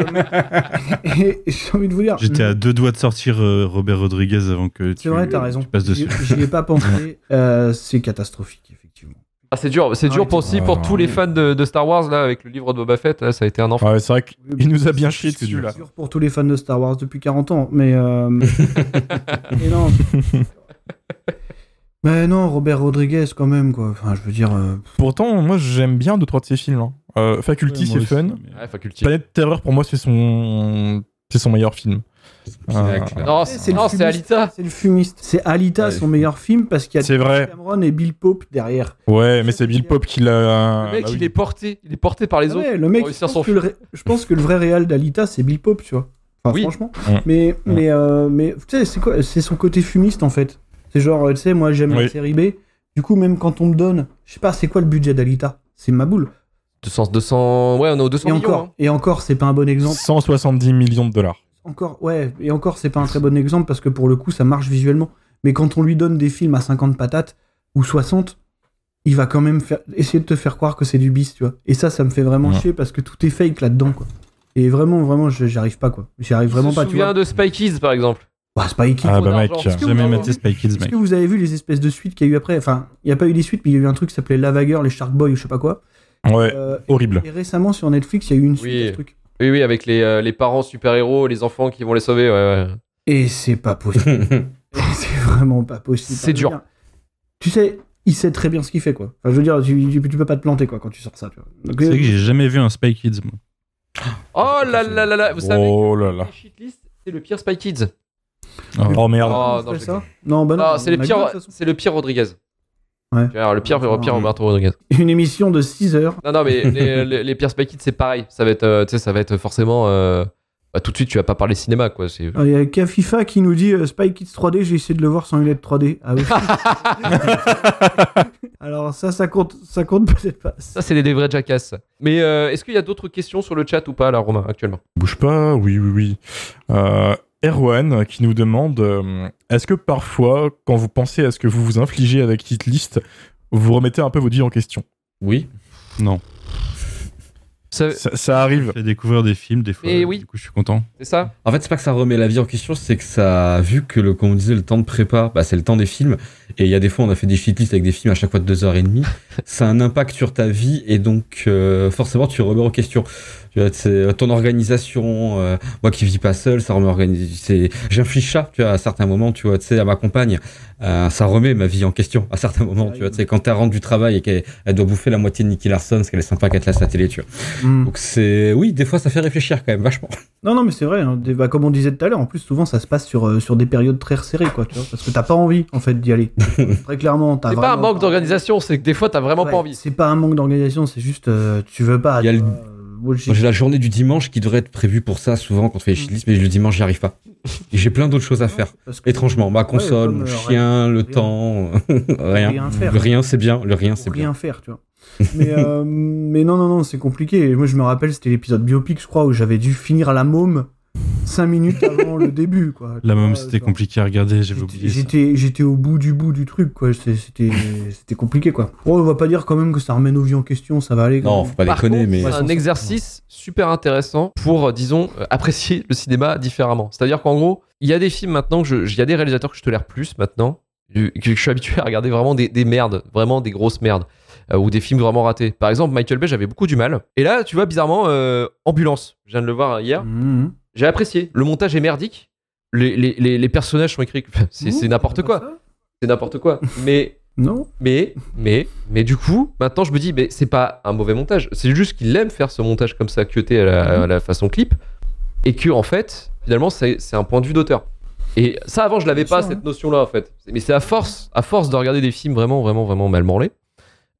Euh, et j'ai envie de Ah, vous dire. hmm, J'étais mm. à deux doigts de sortir euh, Robert Rodriguez avant que tu, C'est vrai, t'as raison. tu passes J'y dessus. j'y ai pas pensé. Euh, c'est catastrophique, effectivement. Ah, c'est dur, c'est dur Arrêtez. pour, aussi pour Ah, tous les fans de, de Star Wars là avec le livre de Boba Fett, là, ça a été un enfant. Ouais, c'est vrai qu'il nous a bien chié C'est dessus là. Sûr pour tous les fans de Star Wars depuis 40 ans, mais. euh, mais non. Mais non, Robert Rodriguez, quand même, quoi. Enfin, je veux dire. euh, Pourtant, moi j'aime bien deux trois de ses films. hein. Euh, Faculty, Ouais, moi c'est fun. aussi, mais- Ah, Ouais, faculty. Planète Terreur, pour moi, c'est son... c'est son meilleur film. Spinac, là. Non, C'est Oh, c'est le non, c'est fumiste. Ah, Alita. C'est le fumiste. C'est Alita, Ouais. son meilleur film, parce qu'il y a C'est vrai. Cameron et Bill Pope derrière. Ouais, mais c'est Bill Pop qui l'a. Le mec, bah oui. il est porté. Il est porté par les Ah autres. ouais, le mec, je réussir pense, son que le, ré- je pense que le vrai réal d'Alita, c'est Bill Pope, tu vois. Enfin, Oui. franchement. Mm. Mais, mais, euh, mais tu sais, c'est quoi C'est son côté fumiste, en fait. C'est genre, euh, tu sais, moi, j'aime la Oui. série B. Du coup, même quand on me donne, je sais pas, c'est quoi le budget d'Alita C'est ma boule. 200, 200. Ouais, on est aux 200 Et millions. encore, hein. et encore, c'est pas un bon exemple. 170 millions de dollars. Encore, ouais, et encore, c'est pas un très bon exemple parce que pour le coup, ça marche visuellement. Mais quand on lui donne des films à 50 patates ou 60, il va quand même faire, essayer de te faire croire que c'est du bis, tu vois. Et ça, ça me fait vraiment Ouais. chier parce que tout est fake là-dedans, quoi. Et vraiment, vraiment, je- j'y arrive pas, quoi. J'y arrive vraiment Je pas, me tu vois. souviens de Spy Kids, par exemple. Bah, c'est pas équipe. Ah Trop bah mec, d'argent. Parce que Jamais vous- maté Spy Kids, Est-ce mec. que vous avez vu les espèces de suites qu'il y a eu après Enfin, il n'y a pas eu les suites, mais il y a eu un truc qui s'appelait Lava Girl, les Shark Boy ou je sais pas quoi. Ouais, Euh, horrible. et récemment, sur Netflix, il y a eu une suite Oui. à ce truc. Oui, oui, avec les, euh, les parents super-héros, les enfants qui vont les sauver. Ouais, ouais. Et c'est pas possible. C'est vraiment pas possible. C'est Je veux dur. dire, Tu sais, il sait très bien ce qu'il fait, quoi. Enfin, je veux dire, tu, tu- tu peux pas te planter, quoi, quand tu sors ça. tu vois. Donc, C'est vrai que euh, j'ai jamais vu un Spy Kids. moi. Ah, Oh là là là là. Vous savez Oh là que là. les shitlist, c'est le pire Spy Kids. Oh merde. Ah, on non, fait je ça Non, bah non. Ah, c'est on le a que pire, ça, de toute façon. c'est le pire Rodriguez. Ouais. Tu vois, le pire, le pire Ah. Roberto Rodriguez. Une émission de 6 heures. Non, non, mais les, les, les pires Spy Kids, c'est pareil. Ça va être, euh, tu sais, ça va être forcément. euh, bah, tout de suite, tu vas pas parler cinéma, quoi. C'est... Ah, Il y a Kafifa qui nous dit euh, Spy Kids 3D, j'ai essayé de le voir sans lunettes 3D. Ah oui. Alors, ça, ça compte, ça compte peut-être pas. Ça, c'est des vrais jackasses. Mais euh, est-ce qu'il y a d'autres questions sur le chat ou pas, là, Romain, actuellement Bouge pas, oui, oui, oui. Euh, Erwan qui nous demande euh, est-ce que parfois, quand vous pensez à ce que vous vous infligez avec Hitlist, vous remettez un peu votre vie en question Oui. Ça- Ça, ça arrive. Je fais découvrir des films des fois. Eh euh, Mais oui. Du coup, je suis content. C'est ça En fait, c'est pas que ça remet la vie en question, c'est que ça, vu que le, comme on disait, le temps de prépa, bah, c'est le temps des films, et il y a des fois, on a fait des shitlists avec des films à chaque fois de deux heures et demie, ça a un impact sur ta vie, et donc, euh, forcément, tu remets en question. Tu vois, c'est euh, ton organisation, euh, moi qui vis pas seul, ça remet organi- c'est, j'inflige ça, tu vois, à certains moments, tu vois, tu sais, à ma compagne, euh, ça remet ma vie en question, à certains moments, tu vois, tu sais, quand elle rentre du travail et qu'elle elle doit bouffer la moitié de Nicky Larson, parce qu'elle est sympa qu'elle te laisse la télé, tu vois. Hmm. Donc c'est, oui, des fois, ça fait réfléchir quand même, vachement. Non, non, mais c'est vrai. hein. Des- bah, comme on disait tout à l'heure, en plus, souvent, ça se passe sur, euh, sur des périodes très resserrées, quoi. Tu vois, parce que t'as pas envie, en fait, d'y aller. très clairement, t'as C'est pas un vraiment manque d'organisation, c'est que des fois, t'as vraiment Ouais, pas envie. C'est pas un manque d'organisation, c'est juste euh, tu veux pas. Il y a tu le- vois, euh, moi, j'ai- Moi, J'ai la journée du dimanche qui devrait être prévue pour ça, souvent quand on Mm. fait les shitlists, mais le dimanche, j'y arrive pas. Et j'ai plein d'autres choses à faire. parce que Étrangement, ma console, Ouais, mon comme, euh, chien, le rien. temps, rien, rien. faire. Le rien, c'est bien. Le rien, c'est Pour bien. rien faire, tu vois. Mais, euh, mais non, non, non, c'est compliqué. Moi, je me rappelle, c'était l'épisode biopic, je crois, où j'avais dû finir à la môme 5 minutes avant le début, quoi. La môme, Euh, c'était genre, compliqué à regarder, j'avais j'étais- oublié. ça. J'étais, j'étais au bout du bout du truc, quoi. C'est- C'était, c'était compliqué, quoi. Bon, on va pas dire quand même que ça remet nos vies en question, ça va aller. quand Non, même. faut pas Par déconner, contre, mais. c'est un exercice super intéressant pour, euh, disons, euh, apprécier le cinéma différemment. C'est-à-dire qu'en gros, il y a des films maintenant, que je- il y a des réalisateurs que je tolère plus maintenant, que que je suis habitué à regarder vraiment des, des merdes, vraiment des grosses merdes, euh, ou des films vraiment ratés. Par exemple, Michael Bay, j'avais beaucoup du mal. Et là, tu vois, bizarrement, euh, Ambulance, je viens de le voir hier, Mm. Mmh, mmh. j'ai apprécié. Le montage est merdique, les, les- les- les personnages sont écrits, c'est c'est Ouh, n'importe c'est quoi, pas Mmh. ça c'est n'importe quoi. Mais Non. mais, mais, mais du coup, maintenant je me dis, mais c'est pas un mauvais montage. C'est juste qu'il aime faire ce montage comme ça, cuté à Mhm. la, à la façon clip. Et que, en fait, finalement, c'est c'est un point de vue d'auteur. Et ça, avant, je l'avais Bien pas, sûr, cette hein. notion-là, en fait. Mais c'est à force, à force de regarder des films vraiment, vraiment, vraiment mal branlés.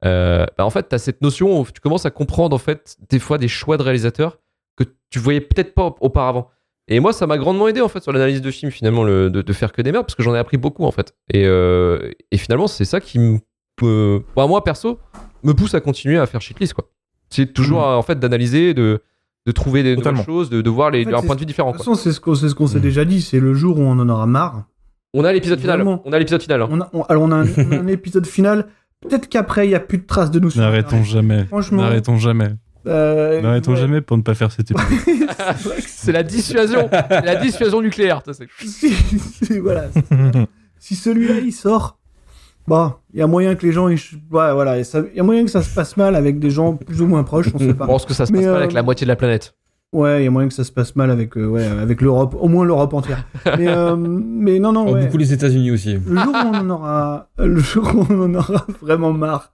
euh, bah, en fait, t'as cette notion où tu commences à comprendre, en fait, des fois, des choix de réalisateurs que tu voyais peut-être pas auparavant. Et moi, ça m'a grandement aidé en fait sur l'analyse de film finalement, le- de, de faire que des merdes parce que j'en ai appris beaucoup en fait. Et, euh, et finalement, c'est ça qui me, peut- enfin, Bah, moi perso, me pousse à continuer à faire shitlist quoi. C'est toujours Mhm. euh, en fait d'analyser, de, de trouver des Totalement. nouvelles choses, de, de voir les, En fait, un c'est- point de vue différent. De toute quoi. façon, c'est ce qu'on, c'est ce qu'on s'est Hmm. Mmh. déjà dit. C'est le jour où on en aura marre. On a l'épisode final. Vraiment. On a l'épisode final. hein. On a, on- alors on a, un, on a un épisode final. Peut-être qu'après, il n'y a plus de traces de nous. sur N'arrêtons Internet. jamais. Franchement. N'arrêtons jamais. euh, N'arrêtons ouais. jamais pour ne pas faire cet épisode. c'est la dissuasion, c'est la dissuasion nucléaire. ça, c'est- si, si- voilà. Si celui-là, il sort, bon, il y a moyen que les gens. ils ch- ouais, voilà. et ça- Il y a moyen que ça se passe mal avec des gens plus ou moins proches, on sait Je pas. pense que ça se Mais, passe euh, pas avec la moitié de la planète. Ouais, il y a moyen que ça se passe mal avec, euh, ouais, avec l'Europe, au moins l'Europe entière. Mais, euh, mais non, non, Oh, ouais. Beaucoup les États-Unis aussi. Le jour où on en aura, le jour où on en aura vraiment marre,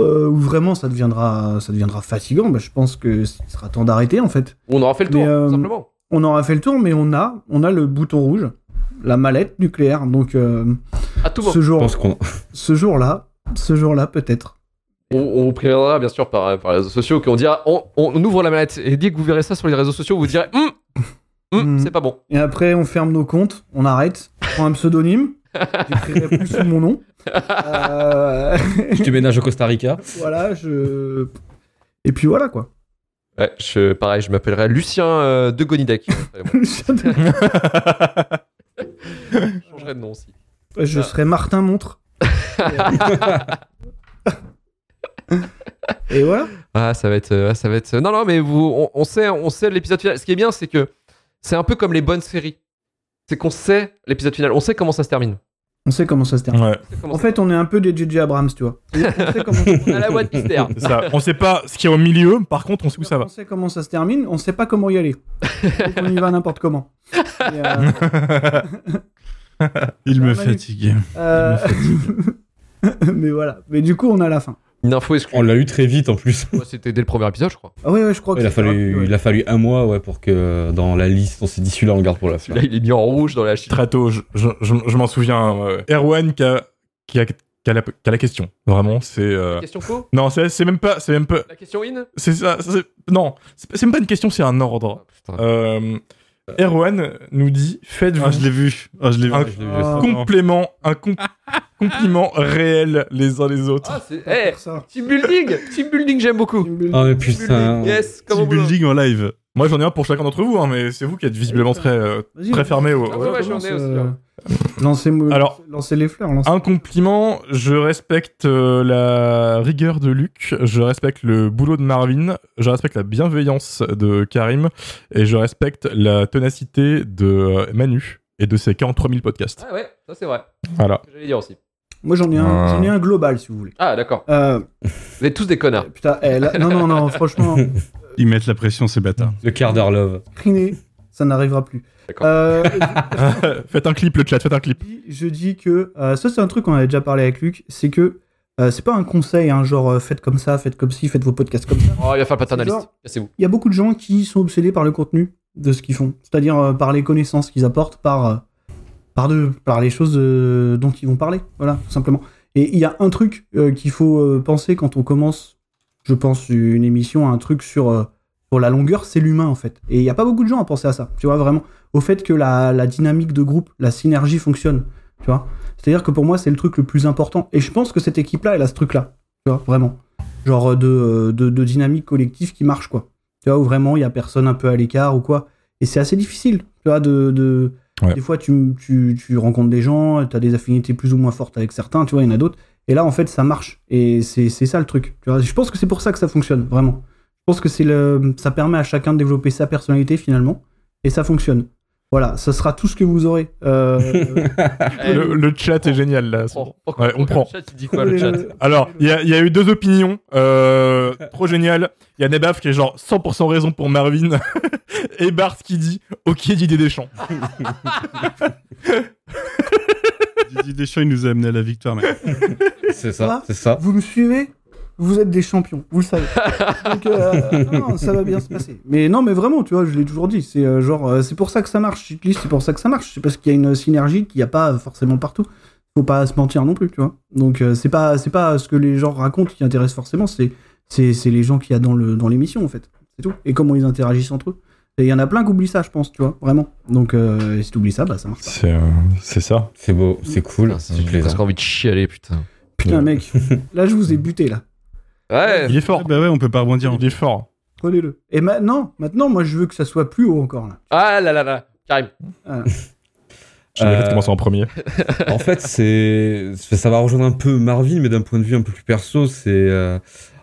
euh, où vraiment ça deviendra, ça deviendra fatigant, bah, je pense que ce sera temps d'arrêter en fait. On aura fait le Mais, tour, euh, tout simplement. On aura fait le tour, mais on a, on a le bouton rouge, la mallette nucléaire. Donc euh, À tout moment. ce Je jour, pense qu'on. ce jour-là, ce jour-là peut-être. On, on vous préviendra bien sûr par, par les réseaux sociaux qu'on dira on, on ouvre la mallette et dès que vous verrez ça sur les réseaux sociaux, vous direz Hum, hum, Hmm. c'est pas bon. Et après, on ferme nos comptes, on arrête, on prend un pseudonyme. J'écrirai plus sous mon nom. Euh, Je te ménage au Costa Rica. voilà, je. Et puis voilà quoi. Ouais, je, pareil, je m'appellerai Lucien euh, de Gonidec. je changerai de nom aussi. Je Ah. serai Martin Montre. Et voilà. Ah, ça va être, euh, ça va être. Non, non, mais vous, on, on sait, on sait l'épisode final. Ce qui est bien, c'est que c'est un peu comme les bonnes séries. C'est qu'on sait l'épisode final. On sait comment ça se termine. On sait comment ça se termine. Ouais, On sait comment En ça- fait, on est un peu des JJ Abrams, tu vois. On sait comment, on a la voix de mystère. c'est ça. On sait pas ce qu'il y a au milieu, par contre, on sait où ça va. on sait comment ça se termine, on sait pas comment y aller. Donc on y va n'importe comment. Et, euh, Il me Ah, Manu. fatigue. euh, Mais voilà. Mais du coup, on a la fin. Une info exclusive. On l'a eu très vite en plus. Moi, C'était dès le premier épisode, je crois. Ah ouais, ouais, je crois que Il a, c'est rapide, fallu, ouais. il a fallu un mois ouais, pour que dans la liste, on s'est dit celui-là, on le garde pour la fin. Là, il est mis en rouge dans la chute. Très tôt, je, je- je- je m'en souviens. euh, Erwan qui a, qui a- qui a la, qui a la question. Vraiment, c'est. euh, Question faux Non, c'est c'est même pas. C'est même pas. La question in C'est ça. c'est- Non, c'est c'est même pas une question, c'est un ordre. Ah, putain. Euh, Erwan nous dit faites-vous Ah, je l'ai vu. Ah, je l'ai vu. un Je l'ai vu, Ah, complément, un com- compliment réel les uns les autres. Ah, c'est. on va Eh, faire ça. Team building Team building, j'aime beaucoup. Oh mais Team putain. building, yes, comme Team on veut. building en live. Moi, j'en ai un pour chacun d'entre vous, hein, mais c'est vous qui êtes visiblement très, euh, Vas-y, très vas-y. fermé. au- Ah au- ouais, ouais, j'en ai Lance, aussi, euh, hein. lancez, Alors- lancez les fleurs. lancez- Un compliment, je respecte euh, la rigueur de Luc, je respecte le boulot de Marvin, je respecte la bienveillance de Karim et je respecte la ténacité de euh, Manu et de ses 43 000 podcasts. Ah ouais, ça c'est vrai. Voilà. C'est ce que J'allais dire aussi. Moi, j'en ai, un- Ah. j'en ai un global, si vous voulez. Ah, d'accord. Euh, Vous êtes tous des connards. putain, eh, là- non, non, non, franchement, Ils mettent la pression, ces bâtards. Le quart d'heure love. criner, ça n'arrivera plus. D'accord. Euh, faites un clip, le chat, faites un clip. je dis- je dis que euh, ça, c'est un truc qu'on avait déjà parlé avec Luc, c'est que euh, c'est pas un conseil, hein, genre euh, faites comme ça, faites comme ci, faites vos podcasts comme ça. Oh, il va faire le paternaliste. Genre- Cassez-vous. Il y a beaucoup de gens qui sont obsédés par le contenu de ce qu'ils font, c'est-à-dire euh, par les connaissances qu'ils apportent, par euh, par de, par les choses euh, dont ils vont parler, voilà, tout simplement. Et il y a un truc euh, qu'il faut euh, penser quand on commence, je pense, une émission, un truc sur euh, pour la longueur, c'est l'humain en fait. Et il n'y a pas beaucoup de gens à penser à ça, tu vois, vraiment. Au fait que la, la dynamique de groupe, la synergie fonctionne, tu vois. C'est-à-dire que pour moi, c'est le truc le plus important. Et je pense que cette équipe-là, elle a ce truc-là, tu vois, vraiment. Genre euh, de, euh, de, de dynamique collective qui marche, quoi. Tu vois, où vraiment, il n'y a personne un peu à l'écart ou quoi. Et c'est assez difficile, tu vois, de... de- Ouais. Des fois, tu, tu, tu rencontres des gens, tu as des affinités plus ou moins fortes avec certains, tu vois, il y en a d'autres. Et là, en fait, ça marche. Et c'est c'est ça le truc. Tu vois, je pense que c'est pour ça que ça fonctionne, vraiment. Je pense que c'est le, ça permet à chacun de développer sa personnalité finalement. Et ça fonctionne. Voilà, ça sera tout ce que vous aurez. Euh, Eh Le, le chat est génial là. Prends. Ouais, on prend. Le chat, il dit quoi, le chat Alors, il y, a- il y a eu deux opinions. euh, trop génial. Il y a Nebaf qui est genre 100% raison pour Marvin. et Bart qui dit Ok, Didier Deschamps. Didier Deschamps, il nous a amené à la victoire. mec. C'est Voilà. ça, c'est ça. vous me suivez Vous êtes des champions, vous le savez. Donc, euh, non, ça va bien se passer. Mais non, mais vraiment, tu vois, je l'ai toujours dit. C'est euh, genre, euh, c'est pour ça que ça marche. Cycliste, c'est pour ça que ça marche. C'est parce qu'il y a une synergie qu'il n'y a pas euh, forcément partout. Faut pas se mentir non plus, tu vois. Donc euh, c'est pas c'est pas ce que les gens racontent qui intéresse forcément. C'est c'est c'est les gens qu'il y a dans le dans l'émission en fait. C'est tout. Et comment ils interagissent entre eux. Et il y en a plein qui oublient ça, je pense, tu vois, vraiment. Donc euh, et si t'oublies ça, bah ça marche pas. C'est ça. C'est beau, c'est cool, Putain, c'est J'ai presque plaisant. envie de chialer, putain. Putain, mec, là je vous ai buté là. Ouais, Il est fort. Ah, bah ouais, on peut pas rebondir. Il est fort. Prenez-le. Et maintenant, maintenant, moi je veux que ça soit plus haut encore là. Ah là là là, Karim. Je vais Euh, commencer en premier. en fait, c'est ça va rejoindre un peu Marvin, mais d'un point de vue un peu plus perso, c'est euh,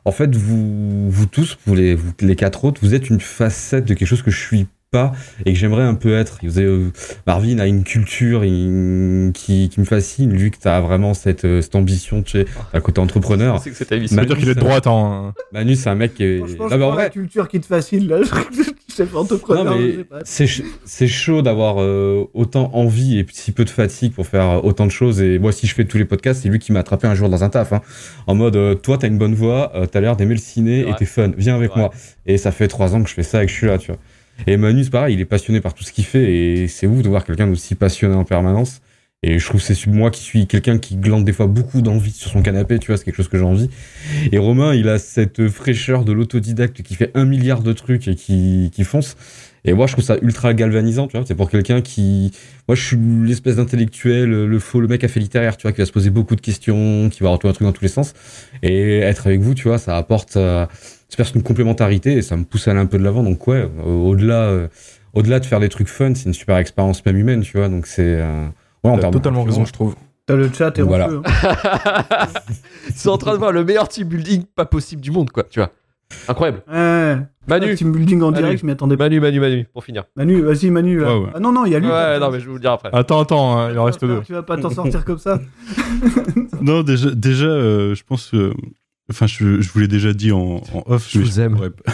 en fait vous vous tous, vous les vous, les quatre autres, vous êtes une facette de quelque chose que je suis pas et que j'aimerais un peu être. Vous avez, euh, Marvin a une culture il- qui, qui me fascine. Lui, que t'as vraiment cette, euh, cette ambition, tu sais, à côté entrepreneur. C'est que c'était Ça émission. veut dire qu'il est de droite. Hein. Manu, c'est un mec qui est. Franchement, Non, je mais en prends la vrai, culture qui te fascine là. Je- chef entrepreneur. Non, je sais mais pas. c'est ch- c'est chaud d'avoir euh, autant envie et si peu de fatigue pour faire euh, autant de choses. Et moi, si je fais tous les podcasts, c'est lui qui m'a attrapé un jour dans un taf. hein. En mode, euh, toi, t'as une bonne voix, euh, t'as l'air d'aimer le C'est ciné et vrai. t'es fun, viens avec C'est vrai. moi. Et ça fait trois ans que je fais ça et que je suis là, tu vois. Et Manu, c'est pareil, il est passionné par tout ce qu'il fait et c'est ouf de voir quelqu'un d'aussi passionné en permanence. Et je trouve que c'est sub- moi qui suis quelqu'un qui glande des fois beaucoup d'envie sur son canapé, tu vois, c'est quelque chose que j'ai envie. Et Romain, il a cette fraîcheur de l'autodidacte qui fait un milliard de trucs et qui, qui fonce. Et moi, je trouve ça ultra galvanisant, tu vois. C'est pour quelqu'un qui. Moi, je suis l'espèce d'intellectuel, le faux, le mec à fait littéraire, tu vois, qui va se poser beaucoup de questions, qui va avoir tout un truc dans tous les sens. Et être avec vous, tu vois, ça apporte. euh, J'espère une complémentarité et ça me pousse à aller un peu de l'avant. Donc, ouais, au- au-delà euh, au-delà de faire des trucs fun, c'est une super expérience même humaine, tu vois. Donc, c'est. euh, Ouais, en T'as termes de totalement raison, concurrence, je trouve. T'as le chat et on Voilà. peut, hein. C'est en train de voir le meilleur team building pas possible du monde, quoi, tu vois. Incroyable. Ouais. Manu, Team building en Manu. direct, je m'y attendais pas. Manu, Manu, Manu, pour finir. Manu, vas-y, Manu. là. Ouais, ouais. Ah non, non, il y a lui. Ouais, non, mais je vais vous le dire après. Attends, attends, hein, il en reste deux. Tu vas pas t'en sortir comme ça. Non, déjà, déjà euh, je pense. euh, Enfin, je, je vous l'ai déjà dit en, en off. Je mais vous aime. pourrais pas-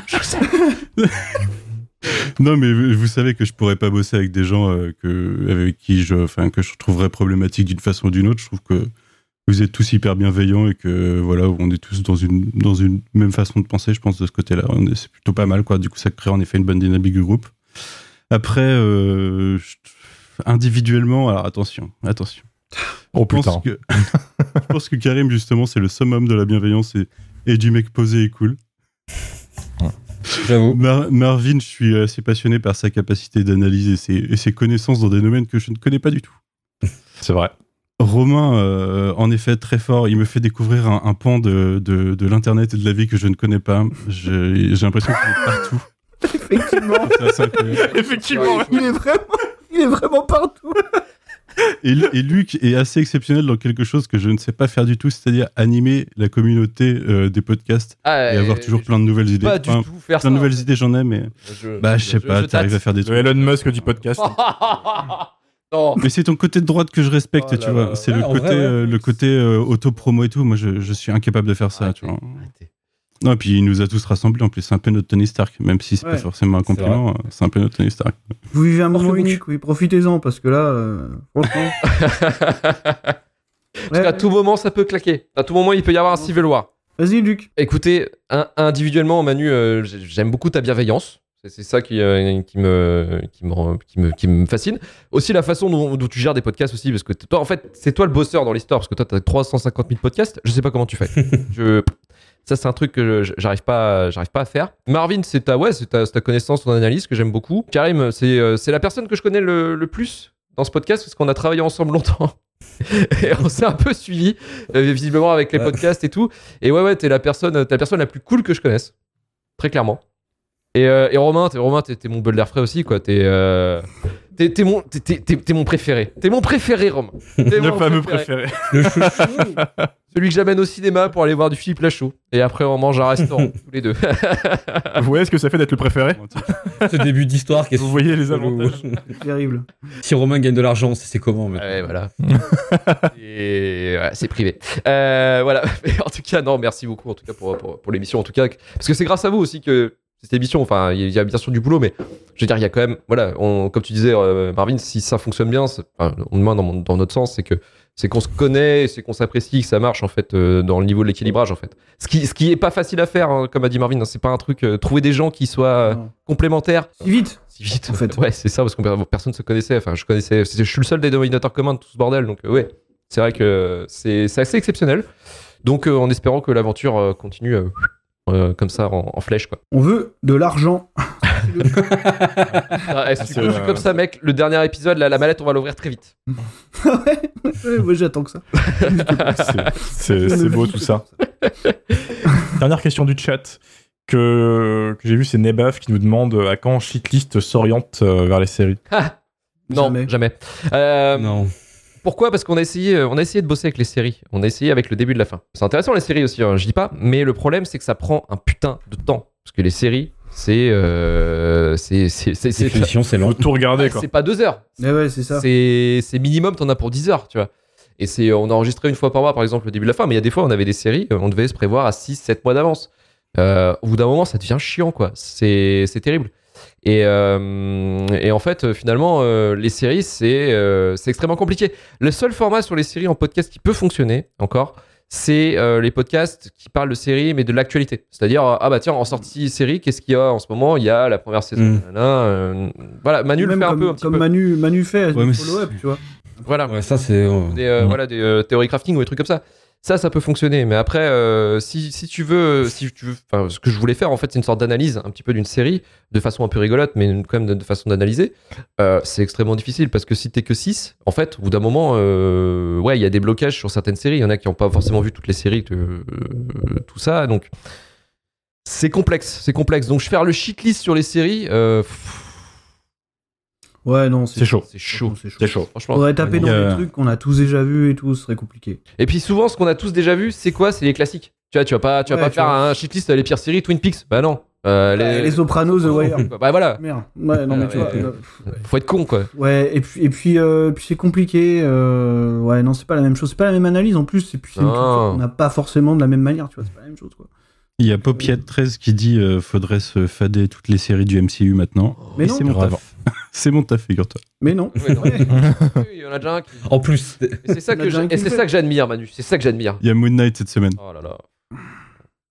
Non, mais vous vous savez que je pourrais pas bosser avec des gens euh, que, avec qui je, enfin, que je trouverais problématique d'une façon ou d'une autre. Je trouve que vous êtes tous hyper bienveillants et que voilà, on est tous dans une, dans une même façon de penser, je pense, de ce côté-là. On est- C'est plutôt pas mal, quoi. Du coup, ça crée en effet une bonne dynamique du groupe. Après, euh, je- individuellement, alors attention, attention. Oh Je pense putain. que- je pense que Karim, justement, c'est le summum de la bienveillance et, et du mec posé et cool. Oh. J'avoue. Mar- Marvin, je suis assez passionné par sa capacité d'analyse et ses, et ses connaissances dans des domaines que je ne connais pas du tout. C'est vrai. Romain, euh, en effet, très fort. Il me fait découvrir un, un pan de, de- de l'Internet et de la vie que je ne connais pas. Je- J'ai l'impression qu'il est partout. Effectivement. Ça, ça, que- Effectivement. Il est vraiment, il est vraiment partout. Et, et Luc est assez exceptionnel dans quelque chose que je ne sais pas faire du tout, c'est-à-dire animer la communauté euh, des podcasts Ah, et avoir toujours plein de nouvelles idées. Pas du Enfin, tout faire Ah, ça. plein de nouvelles idées, j'en ai, mais Je- bah je sais pas, t'arrives à tâte. faire des Le trucs. Elon Musk du podcast. Non. Mais c'est ton côté de droite que je respecte, Oh là tu vois. là. C'est Ouais, le en vrai, côté, euh, ouais. le côté euh, auto-promo et tout. Moi, je, je suis incapable de faire ça, Arrêtez, tu vois. arrêtez. Non, et puis il nous a tous rassemblés. En plus, c'est un peu notre Tony Stark, même si c'est Ouais. pas forcément un C'est vrai. compliment. euh, C'est un peu notre Tony Stark. Vous vivez un moment Orphelin. unique, oui. Profitez-en parce que là, euh, franchement. Parce Ouais, qu'à tout moment, ça peut claquer. À tout moment, il peut y avoir un civil war. Vas-y, Luc. Écoutez, un- individuellement, Manu, euh, j'ai- j'aime beaucoup ta bienveillance. C'est- C'est ça qui, euh, qui, me, qui, me, rend- qui, me, qui me fascine. Aussi la façon dont, dont tu gères des podcasts aussi, parce que t- toi, en fait, c'est toi le bosseur dans l'histoire, parce que toi, t'as 350 000 podcasts. Je sais pas comment tu fais. Je- ça, c'est un truc que je- j'arrive pas, à- j'arrive pas à faire. Marvin, c'est ta, ouais, c'est ta, c'est ta connaissance, ton analyse que j'aime beaucoup. Karim, c'est euh, c'est la personne que je connais le, le plus dans ce podcast, parce qu'on a travaillé ensemble longtemps. Et on s'est un peu suivi, euh, visiblement, avec les Ouais. podcasts et tout. Et ouais, ouais, t'es la personne, t'es la personne la plus cool que je connaisse, très clairement. Et, euh, et Romain, t'es Romain, t'es t'es mon bol d'air frais aussi, quoi. T'es euh, t'es- t'es mon, t'es- t'es- t'es- t'es mon préféré. T'es mon préféré, Romain. T'es Le mon fameux préféré. Le chouchou. Celui que j'amène au cinéma pour aller voir du Philippe Lachaud. Et après, on mange à un restaurant, tous les deux. Vous voyez ce que ça fait d'être le préféré ce début d'histoire qui est Vous voyez les avantages relou. C'est terrible. Si Romain gagne de l'argent, on sait c'est comment mais... Ah Ouais, voilà. Et voilà, c'est privé. Euh, voilà. Mais en tout cas, non, merci beaucoup en tout cas pour, pour, pour l'émission. En tout cas, parce que c'est grâce à vous aussi que cette émission, enfin, il y a bien sûr du boulot, mais je veux dire, il y a quand même, voilà, on, comme tu disais, euh, Marvin, si ça fonctionne bien, c'est- enfin, au moins dans, mon- dans notre sens, c'est que c'est qu'on se connaît, c'est qu'on s'apprécie, que ça marche en fait euh, dans le niveau de l'équilibrage en fait. Ce qui, ce qui est pas facile à faire, hein, comme a dit Marvin, hein, c'est pas un truc euh, trouver des gens qui soient euh, Non. complémentaires Si vite. si vite en fait. Ouais, c'est ça, parce que personne se connaissait. Enfin, je connaissais. c'est- Je suis le seul dénominateur commun de tout ce bordel, donc euh, ouais, c'est vrai que c'est c'est assez exceptionnel. Donc, euh, en espérant que l'aventure euh, continue euh, euh, comme ça en, en flèche, quoi. On veut de l'argent. Ah, eh, si tu c'est, continues euh, comme ça, mec, le dernier épisode, là, la mallette, on va l'ouvrir très vite. Ouais, moi, j'attends que ça. C'est- C'est c'est beau tout ça. Dernière question du chat que, que j'ai vu, c'est Nebaf qui nous demande à quand Shitlist s'oriente euh, vers les séries. Non, jamais. Jamais. Euh, Non. Pourquoi Parce qu'on a essayé, euh, on a essayé de bosser avec les séries. On a essayé avec le début de la fin. C'est intéressant les séries aussi, hein, je dis pas. Mais le problème, c'est que ça prend un putain de temps parce que les séries, c'est, euh, c'est, c'est, c'est, c'est- Définition, c'est Faut lent. tout regarder quoi. c'est pas deux heures. Mais ouais, c'est ça. C'est c'est minimum, t'en as pour 10 heures, tu vois. Et c'est, on a enregistré une fois par mois, par exemple, le début de la fin, mais il y a des fois, on avait des séries, on Euh, devait se prévoir à 6-7 mois d'avance. Euh, au bout d'un moment, ça devient chiant, quoi. C'est c'est terrible. Et, euh, et en fait, euh, finalement, euh, les séries, c'est euh, c'est extrêmement compliqué. Le seul format sur les séries en podcast qui peut fonctionner encore, c'est euh, les podcasts qui parlent de séries, mais de l'actualité. C'est-à-dire, euh, ah bah tiens, en sortie série, qu'est-ce qu'il y a en ce moment Il y a la première saison. Mm. nanana, euh, voilà, Manu le Hmm. Même fait un comme, peu. Un petit comme peu. Manu, Manu fait, Ouais, mais du follow-up, c'est- tu vois. Voilà Ouais, ça c'est. euh, des, euh, Ouais. voilà, des euh, théories crafting ou des trucs comme ça. Ça, ça peut fonctionner. Mais après, euh, si, si tu veux, si tu veux, enfin, ce que je voulais faire, en fait, c'est une sorte d'analyse un petit peu d'une série, de façon un peu rigolote, mais une- quand même de, de façon d'analyser. Euh, c'est extrêmement difficile parce que si t'es que 6, en fait, au bout d'un moment, euh, ouais, il y a des blocages sur certaines séries. Il y en a qui n'ont pas forcément vu toutes les séries, que- euh, tout ça. Donc, c'est complexe, c'est complexe. Donc, je faire le shitlist sur les séries, euh, pff, Ouais, non, C'est chaud. c'est chaud. C'est chaud. C'est chaud. Franchement, Faudrait taper dans Il y a- des trucs qu'on a tous déjà vus et tout, ce serait compliqué. Et puis souvent, ce qu'on a tous déjà vu, c'est quoi C'est les classiques. Tu vois, tu vas pas, tu vas Ouais, pas tu faire vois. un shitlist euh, les pires séries Twin Peaks. Bah non. Euh, Les, Sopranos, The Wire. Bah voilà. Merde. Ouais, non, mais Ah, tu ouais, vois. ouais. euh, Faut être con quoi. Ouais, et puis, et puis, euh, puis c'est compliqué. euh, ouais, non, c'est pas la même chose. C'est pas la même analyse en plus. Et puis, c'est une Non. culture qu'on n'a pas forcément de la même manière, tu vois. C'est pas la même chose, quoi. Il y a Popiette13 qui dit euh, faudrait se fader toutes les séries du MCU maintenant. Oh, Mais Et non, c'est mon grave. taf. c'est mon taf, figure-toi. Mais non. Ouais, non, Ouais. mais- Il y en a déjà un qui- En plus, Et C'est ça Il y en a que déjà j'a- un qui et c'est le fait. ça que j'admire, Manu. C'est ça que j'admire. Il y a Moon Knight cette semaine. Oh là là.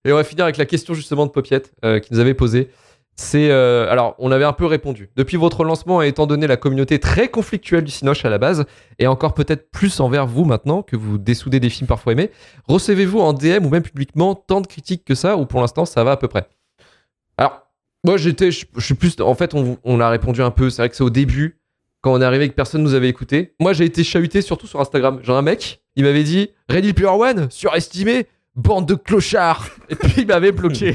Et on va finir avec la question justement de Popiette euh, qui nous avait posée. C'est euh, alors on avait un peu répondu. Depuis votre lancement et étant donné la communauté très conflictuelle du Cinoche à la base et encore peut-être plus envers vous maintenant que vous dessoudez des films parfois aimés, recevez-vous en DM ou même publiquement tant de critiques que ça ou pour l'instant ça va à peu près. Alors moi j'étais je, je suis plus en fait on, on a répondu un peu, c'est vrai que c'est au début quand on est arrivé et que personne nous avait écouté. Moi j'ai été chahuté surtout sur Instagram. J'ai un mec, il m'avait dit Ready Player One surestimé bande de clochards Et puis il m'avait bloqué.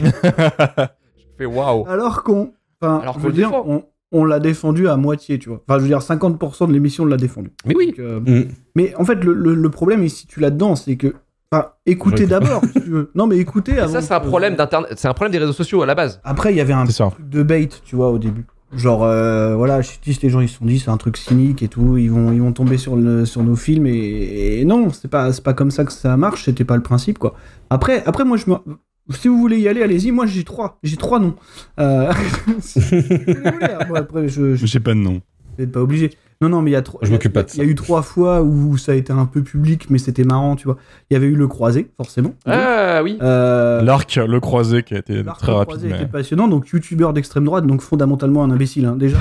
je fais waouh. Alors qu'on. Enfin, Alors je qu'on veux le dire, défend. on, on l'a défendu à moitié, tu vois. Enfin, je veux dire, 50% de l'émission l'a défendu. Mais oui. Donc, euh, Mm. Mais en fait, le, le- le problème est situé là-dedans, c'est que. Enfin, écoutez Ouais. d'abord, si tu veux. Non, mais écoutez Et avant. ça c'est un de- problème d'internet, c'est un problème des réseaux sociaux à la base. Après, il y avait un C'est ça. truc de bait, tu vois, au début. Genre, euh, voilà, je dis, les gens ils se sont dit c'est un truc cynique et tout, ils vont, ils vont tomber sur, le, sur nos films et, et non, c'est pas, c'est pas comme ça que ça marche, c'était pas le principe quoi. Après, après moi je me. Si vous voulez y aller, allez-y, moi j'ai trois, j'ai trois noms. Euh, si vous voulez, bon, après je, je J'ai pas de nom. vous êtes pas obligé. Non, non, mais il y a trois. Je m'occupe pas de Il y a eu trois fois où ça a été un peu public, mais c'était marrant, tu vois. Il y avait eu le croisé, forcément. Ah oui. Euh, L'arc, le croisé qui a été Marc très rapide. Croisé mais- était passionnant, donc youtubeur d'extrême droite, donc fondamentalement un imbécile, hein, déjà.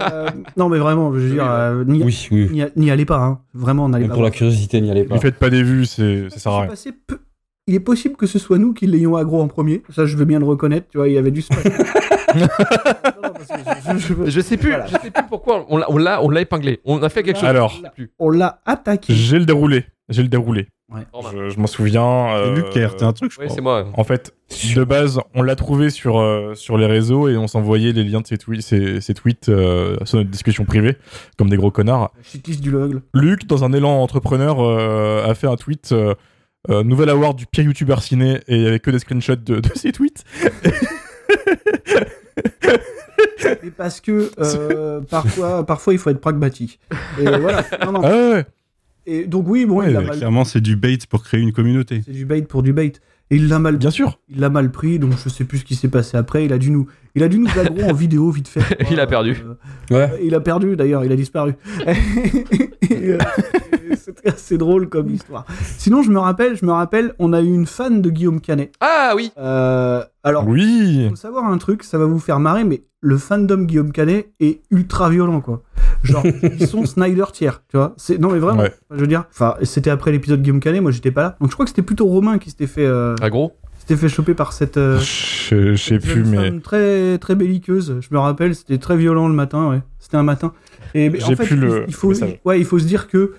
Euh, non, mais vraiment, je veux dire, euh, n'y, oui, oui. n'y a- n'y allez pas, hein. vraiment, n'allez Même pas. pour la curiosité, n'y allez Ne pas. faites pas des vues, c'est, ça Ça sert à s'est rien. passé peu- Il est possible que ce soit nous qui l'ayons aggro en premier, ça je veux bien le reconnaître, tu vois, il y avait du spam. Non, non, parce que je- je- je- Je sais plus, Voilà. je sais plus pourquoi on l'a, on l'a, on l'a épinglé. On a fait quelque chose. Alors. Je sais plus. On l'a attaqué. J'ai le déroulé. J'ai le déroulé. Ouais. Oh, bah. Je, je m'en souviens. C'est euh, Lucaire, t'as un truc, je Ouais, crois. c'est moi. En fait, de base, on l'a trouvé sur, euh, sur les réseaux et on s'envoyait les liens de ses, tweets- ses- ses tweets euh, sur notre discussion privée, comme des gros connards. Shitlist du logle. Luc, dans un élan entrepreneur, euh, a fait un tweet. euh, euh, nouvel award du pire youtubeur ciné et il y avait que des screenshots de, de ses tweets. Et parce que euh, parfois, parfois il faut être pragmatique. Et voilà. Non, non. Ah ouais, ouais. Et donc oui, bon, Ouais, il l'a euh, mal. clairement, c'est du bait pour créer une communauté. C'est du bait pour du bait. Et il l'a mal bien sûr. Il l'a mal pris, donc je sais plus ce qui s'est passé après. Il a dû nous, il a dû nous aggro en vidéo vite fait. je crois. Il a perdu. Euh, Ouais. il a perdu d'ailleurs, il a disparu. Et, euh, C'était assez drôle comme histoire. Sinon, je me rappelle, je me rappelle, on a eu une fan de Guillaume Canet. Ah oui. Euh, alors, Oui. faut savoir un truc, ça va vous faire marrer, mais le fandom Guillaume Canet est ultra violent, quoi. Genre, ils sont Snyder tiers, tu vois. C'est non mais vraiment. Ouais. Je veux dire, enfin, c'était après l'épisode Guillaume Canet, moi j'étais pas là. Donc je crois que c'était plutôt Romain qui s'était fait, euh, Ah gros. s'était fait choper par cette. euh, Je je sais c'était plus, une mais femme Très, très belliqueuse, je me rappelle, c'était très violent le matin, ouais. C'était un matin. Et mais en J'ai fait, plus le il- il faut, message. ouais, il faut se dire que,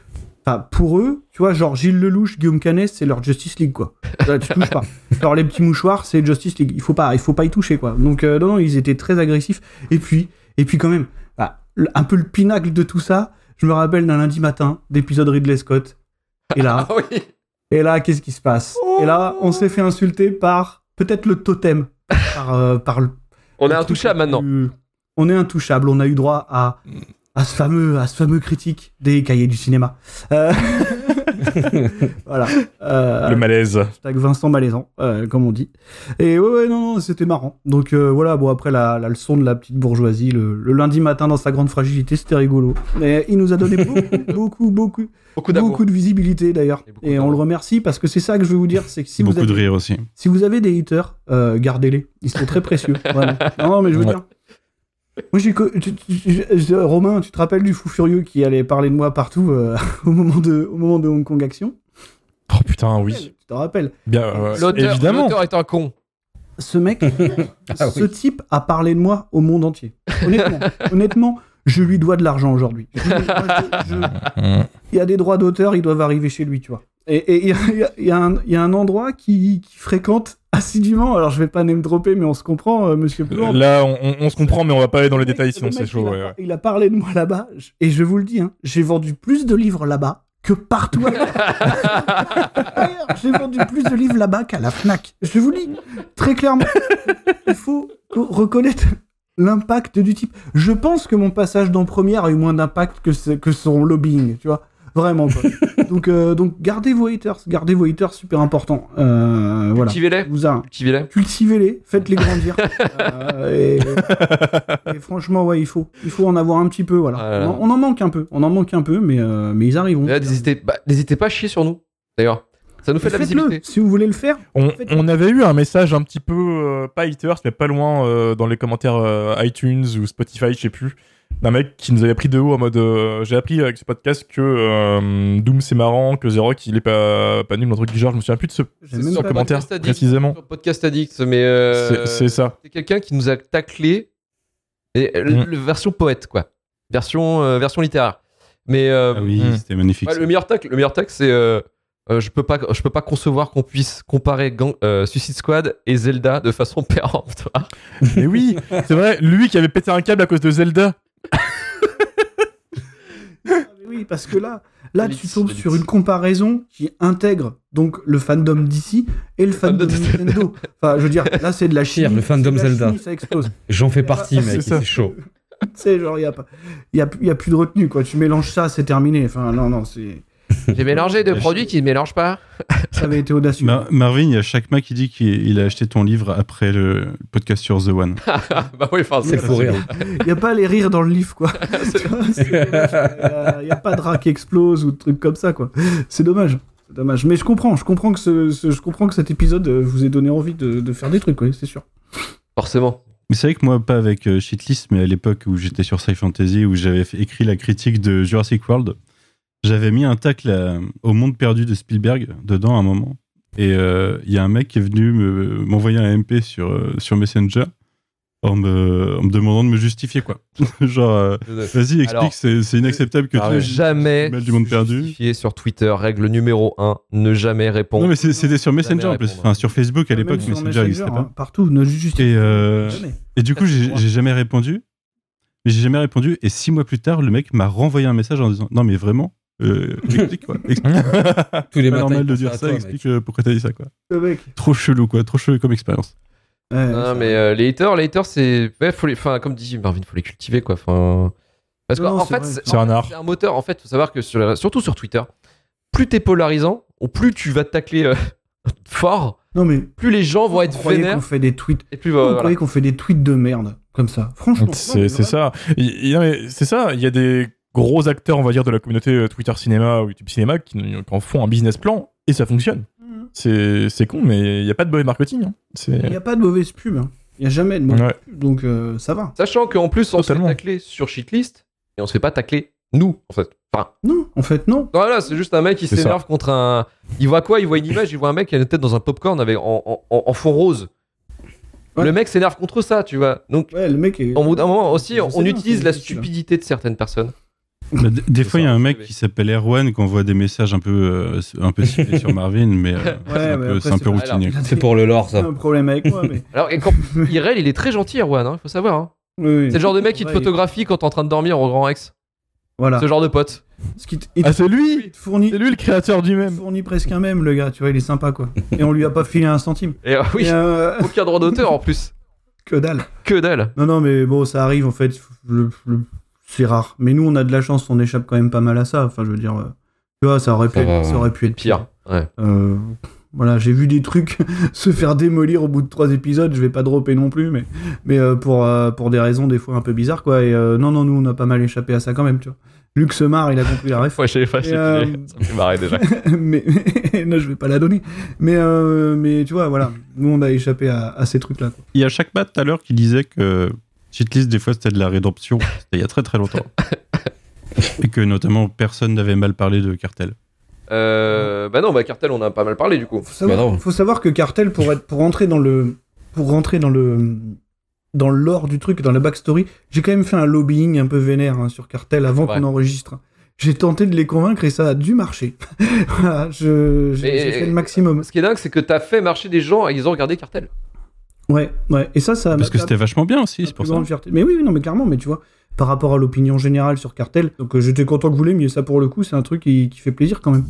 enfin, pour eux, tu vois, genre Gilles Lelouch, Guillaume Canet, c'est leur Justice League, quoi. Là, tu touches pas. Genre les petits mouchoirs, c'est Justice League. Il faut pas, il faut pas y toucher, quoi. Donc, euh, non, non, ils étaient très agressifs. Et puis, et puis quand même, bah, le- un peu le pinacle de tout ça, je me rappelle d'un lundi matin, d'épisode Ridley Scott. Et là, Ah oui. et là, qu'est-ce qui se passe Et là, on s'est fait insulter par peut-être le totem, par, euh, par le On est le intouchable truc le maintenant. plus- On est intouchable. On a eu droit à, à ce fameux, à ce fameux critique des cahiers du cinéma. Euh, voilà. Euh, Le malaise. Hashtag Vincent Malaisan, euh, comme on dit. Et ouais, ouais, non, non, c'était marrant. Donc euh, voilà, bon, après la, la leçon de la petite bourgeoisie, le, le lundi matin dans sa grande fragilité, c'était rigolo. Mais il nous a donné beaucoup, beaucoup, beaucoup, Beaucoup d'amour. beaucoup de visibilité d'ailleurs. Et beaucoup Et, on d'amour. le remercie parce que c'est ça que je veux vous dire, c'est que si vous, Beaucoup avez, de rire aussi. si vous avez des haters, euh, gardez-les. Ils sont très précieux. vraiment. Non, non, mais je veux Ouais. dire. Moi, j'ai co- tu- tu- tu- je- Romain, tu te rappelles du fou furieux qui allait parler de moi partout euh, au, moment de, au moment de Hong Kong Action Oh putain, oui. Tu te rappelles Bien, euh, L'auteur évidemment. l'auteur est un con. ce mec, Ah ce type a parlé de moi au monde entier. Honnêtement, honnêtement je lui dois de l'argent aujourd'hui. Je- je- je- Mmh. Il y a des droits d'auteur, ils doivent arriver chez lui, tu vois. Et- Et il y a- il y, a- il y a un- il y a un endroit qui, qui fréquente assidûment. Alors je vais pas name dropper, mais on se comprend, euh, monsieur Blanc. Là, on, on- on se comprend, mais on va pas aller dans les détails Le sinon mec, c'est chaud. Il a, ouais, ouais. il a parlé de moi là-bas, je- et je vous le dis, hein, j'ai vendu plus de livres là-bas que partout ailleurs. Ailleurs, j'ai vendu plus de livres là-bas qu'à la FNAC. Je vous le dis, très clairement, il faut co- reconnaître l'impact du type. Je pense que mon passage dans première a eu moins d'impact que, ce- que son lobbying, tu vois. Vraiment. quoi. donc, euh, donc gardez vos haters, gardez vos haters, super important. Euh, voilà. Cultivez-les. Vous a un- Cultivez-les. cultivez-les, faites-les grandir. Euh, et, et franchement, ouais, il faut, il faut en avoir un petit peu. Voilà. Ah là là. On, en- on en manque un peu, on en manque un peu, mais, euh, mais ils arriveront. Et là, N'hésitez bah, n'hésitez pas à chier sur nous, d'ailleurs. Ça nous fait de la Faites-le. visibilité. Si vous voulez le faire, On, Faites- on avait eu un message un petit peu, euh, pas haters, mais pas loin euh, dans les commentaires euh, iTunes ou Spotify, je sais plus, d'un mec qui nous avait pris de haut en mode euh, J'ai appris avec ce podcast que euh, Doom c'est marrant, que Zerok il est pas, pas nul, un truc du genre, je me souviens plus de ce j'ai C'est même sur pas- le commentaire Podcast Addict. précisément. Sur Podcast Addict, mais. euh, C'est- C'est ça. C'est quelqu'un qui nous a taclé. Et, euh, Mm. le- Version poète, quoi. Version, euh, version littéraire. Mais. euh, Ah oui, Mmh. c'était magnifique. Ouais, ça. le meilleur tac, le meilleur tac, c'est euh, euh, je peux pas, je peux pas concevoir qu'on puisse comparer Gang- euh, Suicide Squad et Zelda de façon péremptoire. Mais oui, c'est vrai, lui qui avait pété un câble à cause de Zelda. Oui, parce que là, là, Félix, tu tombes Félix. sur une comparaison qui intègre donc le fandom d'ici et le fandom fandom de Zelda. Nintendo. Enfin, je veux dire, là, c'est de la chimie. le fandom c'est de la Zelda. chimie, ça explose. J'en fais partie, Ah, mec, c'est et ça. c'est chaud. C'est genre, il n'y a, pas- y a, y a plus de retenue, quoi. Tu mélanges ça, c'est terminé. Enfin, non, non, c'est. J'ai mélangé deux produits qui ne mélangent pas. Ça avait été audacieux. Mar- Marvin, il y a chaque mec qui dit qu'il il a acheté ton livre après le podcast sur The One. bah oui, enfin, C'est c'est- pour rire. Il n'y a pas les rires dans le livre, quoi. Il n'y euh, a pas de rat qui explose ou de trucs comme ça, quoi. C'est dommage. C'est dommage. Mais je comprends, je comprends, que ce, ce- je comprends que cet épisode euh, vous ait donné envie de, de faire des trucs, oui, c'est sûr. forcément. Mais c'est vrai que moi, pas avec euh, Shitlist, mais à l'époque où j'étais sur Sci Fantasy, où j'avais fait- écrit la critique de Jurassic World, j'avais mis un tacle à- au monde perdu de Spielberg dedans à un moment. Et euh, il y a un mec qui est venu me- m'envoyer un MP sur, euh, sur Messenger en me, en me demandant de me justifier, quoi. Genre, euh, vas-y, Alors, explique, c'est c'est inacceptable que Ne tu- jamais mal Ah du monde se perdu. justifier sur Twitter. Règle numéro 1, ne jamais répondre. Non, mais c'est- c'était sur Messenger en plus. répondre. Enfin, sur Facebook à Même l'époque, sur Messenger n'existait Messenger, pas. hein, partout, ne juste. Et, euh, Jamais. et du coup, j'ai j'ai jamais répondu. Mais J'ai jamais répondu. Et six mois plus tard, le mec m'a renvoyé un message en disant Non, mais vraiment euh, Explique quoi. Explique. Tous les C'est pas matins. normal il de pense dire à ça. toi, mec. explique euh, pourquoi t'as dit ça quoi. Le mec. Trop chelou quoi. Trop chelou comme expérience. Ouais, Non, ça- mais euh, les haters, les haters, c'est. Ouais, faut les... enfin, comme dit Marvin, faut les cultiver, quoi. Enfin... Parce Non, qu'en non, fait, c'est vrai. C'est un art. C'est un moteur, en fait, faut savoir que sur les- surtout sur Twitter, plus t'es polarisant, ou plus tu vas te tacler euh, fort, Non, mais. plus les gens vont être Vous croyez vénères, qu'on fait des tweets. et plus Vous va- voilà. croyez qu'on fait des tweets de merde, comme ça. Franchement. Ah, non, C'est mais c'est vraiment. ça. Il- il- non, mais C'est ça. Il y a des gros acteurs, on va dire, de la communauté euh, Twitter Cinéma ou YouTube Cinéma qui, qui en font un business plan et ça fonctionne. Mhm. C'est c'est con, mais il n'y a pas de mauvais marketing. hein. Il C'est. n'y a pas de mauvaise pub. hein. Il n'y a jamais de mauvaise Ouais. pub, donc euh, ça va. Sachant qu'en plus, on Totalement. se fait tacler sur Shitlist, et on se fait pas tacler nous, en fait. Enfin, Non, en fait, non. non, voilà, c'est juste un mec qui C'est ça. s'énerve contre un. Il voit quoi Il voit une image, il voit un mec qui a une tête dans un popcorn avec... en, en- en- en fond rose. Ouais. Le mec s'énerve contre ça, tu vois. Donc, Ouais, le mec est. au bout d'un moment aussi, Je on sais bien, utilise c'est la difficile. hein. stupidité de certaines personnes. Bah, d- des fois, il y a ça, un vous mec savez. qui s'appelle Erwan qui envoie des messages un peu euh, un peu ciblés sur Marvin, mais euh, c'est un mais peu- après, c'est un c'est peu pas- routinier. quoi. C'est pour le lore, Il y a ça. un problème avec moi, mais. Alors, et quand Irel, il est très gentil, Erwan, hein, faut savoir. hein. Oui, oui. C'est le genre de mec qui te Ouais, Ah. photographie quand t'es en train de dormir au grand ex. Voilà. Ce genre de pote. Ce qui te- il Ah, c'est lui te fournit, C'est lui le créateur du il te même. fournit presque un même, le gars, tu vois, il est sympa, quoi. Et on lui a pas filé un centime. Et euh, oui, Et, euh, aucun droit d'auteur en plus. que dalle. Que dalle. Non, non, mais bon, ça arrive, en fait. le- le- C'est rare. Mais nous, on a de la chance, on échappe quand même pas mal à ça. Enfin, je veux dire. euh, Tu vois, ça aurait pu, Ça va, être, ça aurait pu être Pire. Ouais. Euh, voilà, j'ai vu des trucs se faire démolir au bout de trois épisodes. Je vais pas dropper non plus, mais mais euh, pour euh, pour des raisons des fois un peu bizarres quoi. Et euh, non non, nous on a pas mal échappé à ça quand même. Tu vois, Luc se marre, il a compris la ref, Ouais, j'ai ouais, Et, j'ai- euh, ça me fait marrer déjà. mais, mais non, je vais pas la donner. Mais euh, mais tu vois, voilà, nous on a échappé à, à ces trucs là. Il y a chaque bat tout à l'heure qui disait que Shitlist, des fois, c'était de la rédemption. C'était il y a très très longtemps. Et que notamment, personne n'avait mal parlé de cartel. Euh, bah non, bah Cartel, on en a pas mal parlé du coup. Faut savoir, Bah non. faut savoir que Cartel pour être pour rentrer dans le pour rentrer dans le dans l'or du truc, dans la backstory, j'ai quand même fait un lobbying un peu vénère hein, sur Cartel avant Ouais. qu'on enregistre. J'ai tenté de les convaincre et ça a dû marcher. Voilà, je- Mais- j'ai j'ai fait le maximum. Ce qui est dingue, c'est que t'as fait marcher des gens et ils ont regardé Cartel. Ouais, ouais. Et ça, ça Parce que ça- c'était vachement bien aussi, la c'est plus pour ça. grande fierté. Mais oui, oui, non, mais clairement, mais tu vois, par rapport à l'opinion générale sur Cartel, donc euh, j'étais content que vous l'aimiez. Ça, pour le coup, c'est un truc qui, qui fait plaisir quand même.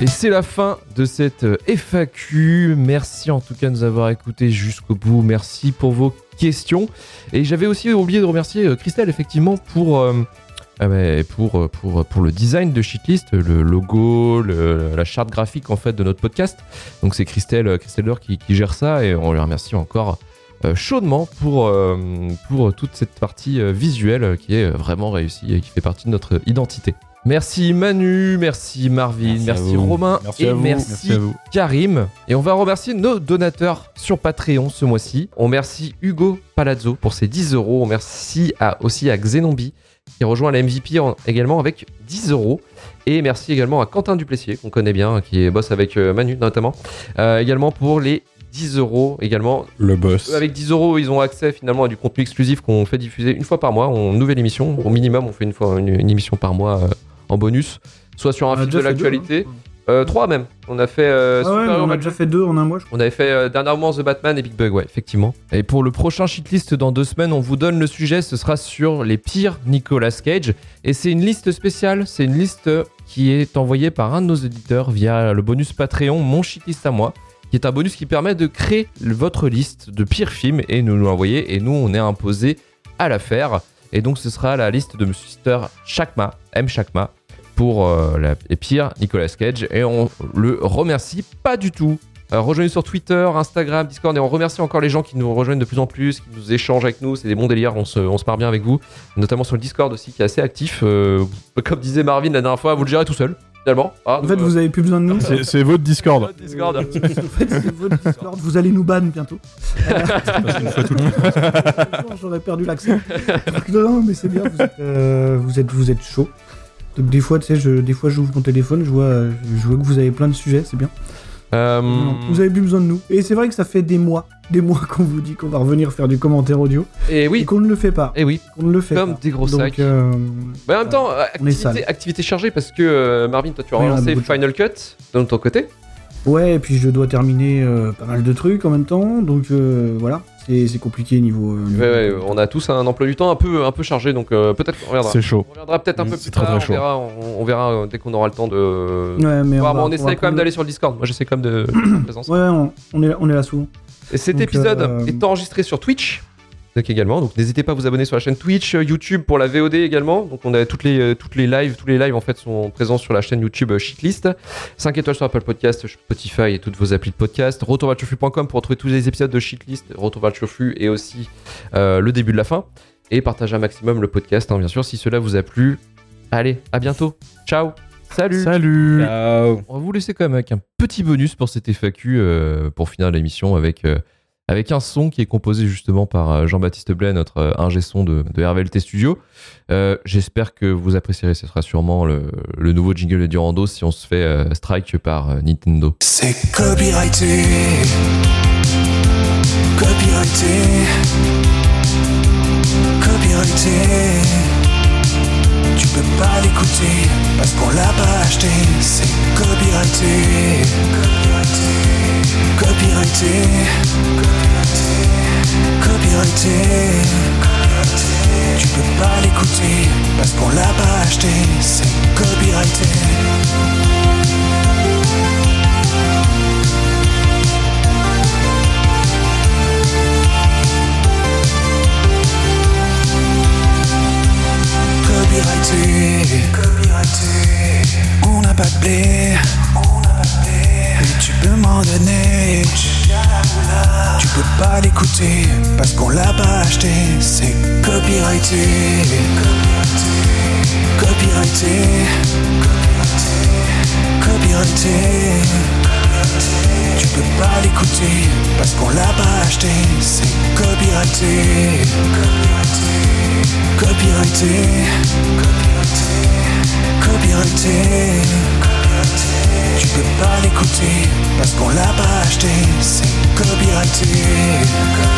Et c'est la fin de cette euh, FAQ. Merci en tout cas de nous avoir écoutés jusqu'au bout. Merci pour vos questions. Et j'avais aussi oublié de remercier euh, Christelle effectivement pour, euh, ah bah, pour, euh, pour, pour le design de Shitlist, le logo, le- la charte graphique en fait de notre podcast. Donc c'est Christelle, euh, Christelle Laure qui, qui gère ça et on lui remercie encore euh, chaudement pour, euh, pour toute cette partie euh, visuelle euh, qui est vraiment réussie et qui fait partie de notre identité. Merci Manu, merci Marvin, Merci à merci, vous. Romain Merci et à vous, Merci à vous. Karim. Et on va remercier nos donateurs sur Patreon ce mois-ci. On remercie Hugo Palazzo pour ses 10 euros. On remercie à- aussi à Xenombi qui rejoint la MVP en- également avec 10 euros. Et merci également à Quentin Duplessier, qu'on connaît bien, qui bosse avec euh, Manu notamment, Euh, également pour les 10 euros également. Le boss. Eux, Avec 10 euros, ils ont accès finalement à du contenu exclusif qu'on fait diffuser une fois par mois, en nouvelle émission. Au minimum, on fait une fois une, une émission par mois euh, en bonus, soit sur un On a fil de déjà fait deux, l'actualité. hein. Euh, trois même. On a fait euh, Ah ouais, mais Superhero on a Batman. déjà fait deux en un mois, je On avait fait euh, dernièrement The Batman et Big Bug, ouais, effectivement. Et pour le prochain shitlist dans deux semaines, on vous donne le sujet. Ce sera sur les pires Nicolas Cage. Et c'est une liste spéciale. C'est une liste qui est envoyée par un de nos éditeurs via le bonus Patreon, mon shitlist à moi, qui est un bonus qui permet de créer le- votre liste de pires films et nous l'envoyer. Et nous, on est imposé à la faire. Et donc, ce sera la liste de Mr. Chakma, M. Chakma, pour euh, la- les pires Nicolas Cage. Et on le remercie pas du tout euh, rejoignez sur Twitter, Instagram, Discord et on remercie encore les gens qui nous rejoignent de plus en plus, qui nous échangent avec nous, c'est des bons délires, on se, on se marre bien avec vous, notamment sur le Discord aussi qui est assez actif. euh, comme disait Marvin la dernière fois, vous le gérez tout seul, finalement. Ah, En fait, donc, vous avez plus besoin de nous. C'est c'est votre Discord. euh, Discord. Euh, en fait, c'est votre Discord. Vous allez nous ban bientôt. Euh, J'aurais perdu l'accès. Donc, Non, non, mais c'est bien. Vous êtes, euh, vous êtes, vous êtes chaud. Donc des fois, tu sais, je, des fois, j'ouvre mon téléphone, je vois, euh, je vois que vous avez plein de sujets, c'est bien. Euh, Non, Vous avez plus besoin de nous. Et c'est vrai que ça fait des mois, des mois qu'on vous dit qu'on va revenir faire du commentaire audio et et oui, qu'on ne le fait pas. et oui, Qu'on ne le fait comme pas. des gros Donc, sacs. euh, Mais en même temps, euh, on est sale. activité, activité chargée parce que euh, Marvin, toi tu as Oui, on a relancé beaucoup de Final Cut de ton côté. ouais, et puis je dois terminer euh, pas mal de trucs en même temps, donc euh, voilà, c'est c'est compliqué niveau. euh, Ouais, ouais, on a tous un emploi du temps un peu, un peu chargé, donc euh, peut-être qu'on reviendra. C'est chaud. On reviendra peut-être un Mm, peu c'est plus très, tard, très on verra, on, on verra euh, dès qu'on aura le temps de, Ouais, mais Bon, va- on, va essaie quand même prendre- d'aller sur le Discord. Moi, j'essaie quand même de de faire présence. Ouais, on, on est, là- on est là souvent. Et cet Donc, épisode euh, est enregistré sur Twitch. Donc également, donc n'hésitez pas à vous abonner sur la chaîne Twitch, euh, YouTube pour la VOD également. Donc on a toutes les euh, toutes les lives, tous les lives en fait sont présents sur la chaîne YouTube euh, Shitlist. 5 étoiles sur Apple Podcast, Spotify et toutes vos applis de podcast. Retourvalturfu.com pour retrouver tous les épisodes de Shitlist, Retour vers le Turfu et aussi euh, le début de la fin. Et partagez un maximum le podcast, hein, bien sûr, si cela vous a plu. Allez, à bientôt. Ciao. Salut. Salut. Ciao. On va vous laisser quand même avec un petit bonus pour cette FAQ euh, pour finir l'émission avec, euh, avec un son qui est composé justement par euh, Jean-Baptiste Blais, notre euh, ingé son de, de RVLT Studio. Euh, J'espère que vous apprécierez. Ce sera sûrement le, le nouveau jingle de Durando si on se fait euh, strike par euh, Nintendo. C'est copyrighté. Copyrighté. Copyrighté. Tu peux pas l'écouter parce qu'on l'a pas acheté. C'est copyrighté. Copyrighté. Copyrighté. Copyrighté. Tu peux pas l'écouter parce qu'on l'a pas acheté. C'est copyrighté. appelé. Et tu peux m'en donner. Tu peux pas l'écouter parce qu'on l'a pas acheté. C'est copyrighté. Copyrighté. Copyrighté. Tu peux pas l'écouter parce qu'on l'a pas acheté. C'est copyrighté. Copyrighté. Copyrighté. Tu peux pas l'écouter parce qu'on l'a pas acheté. C'est copyrighté.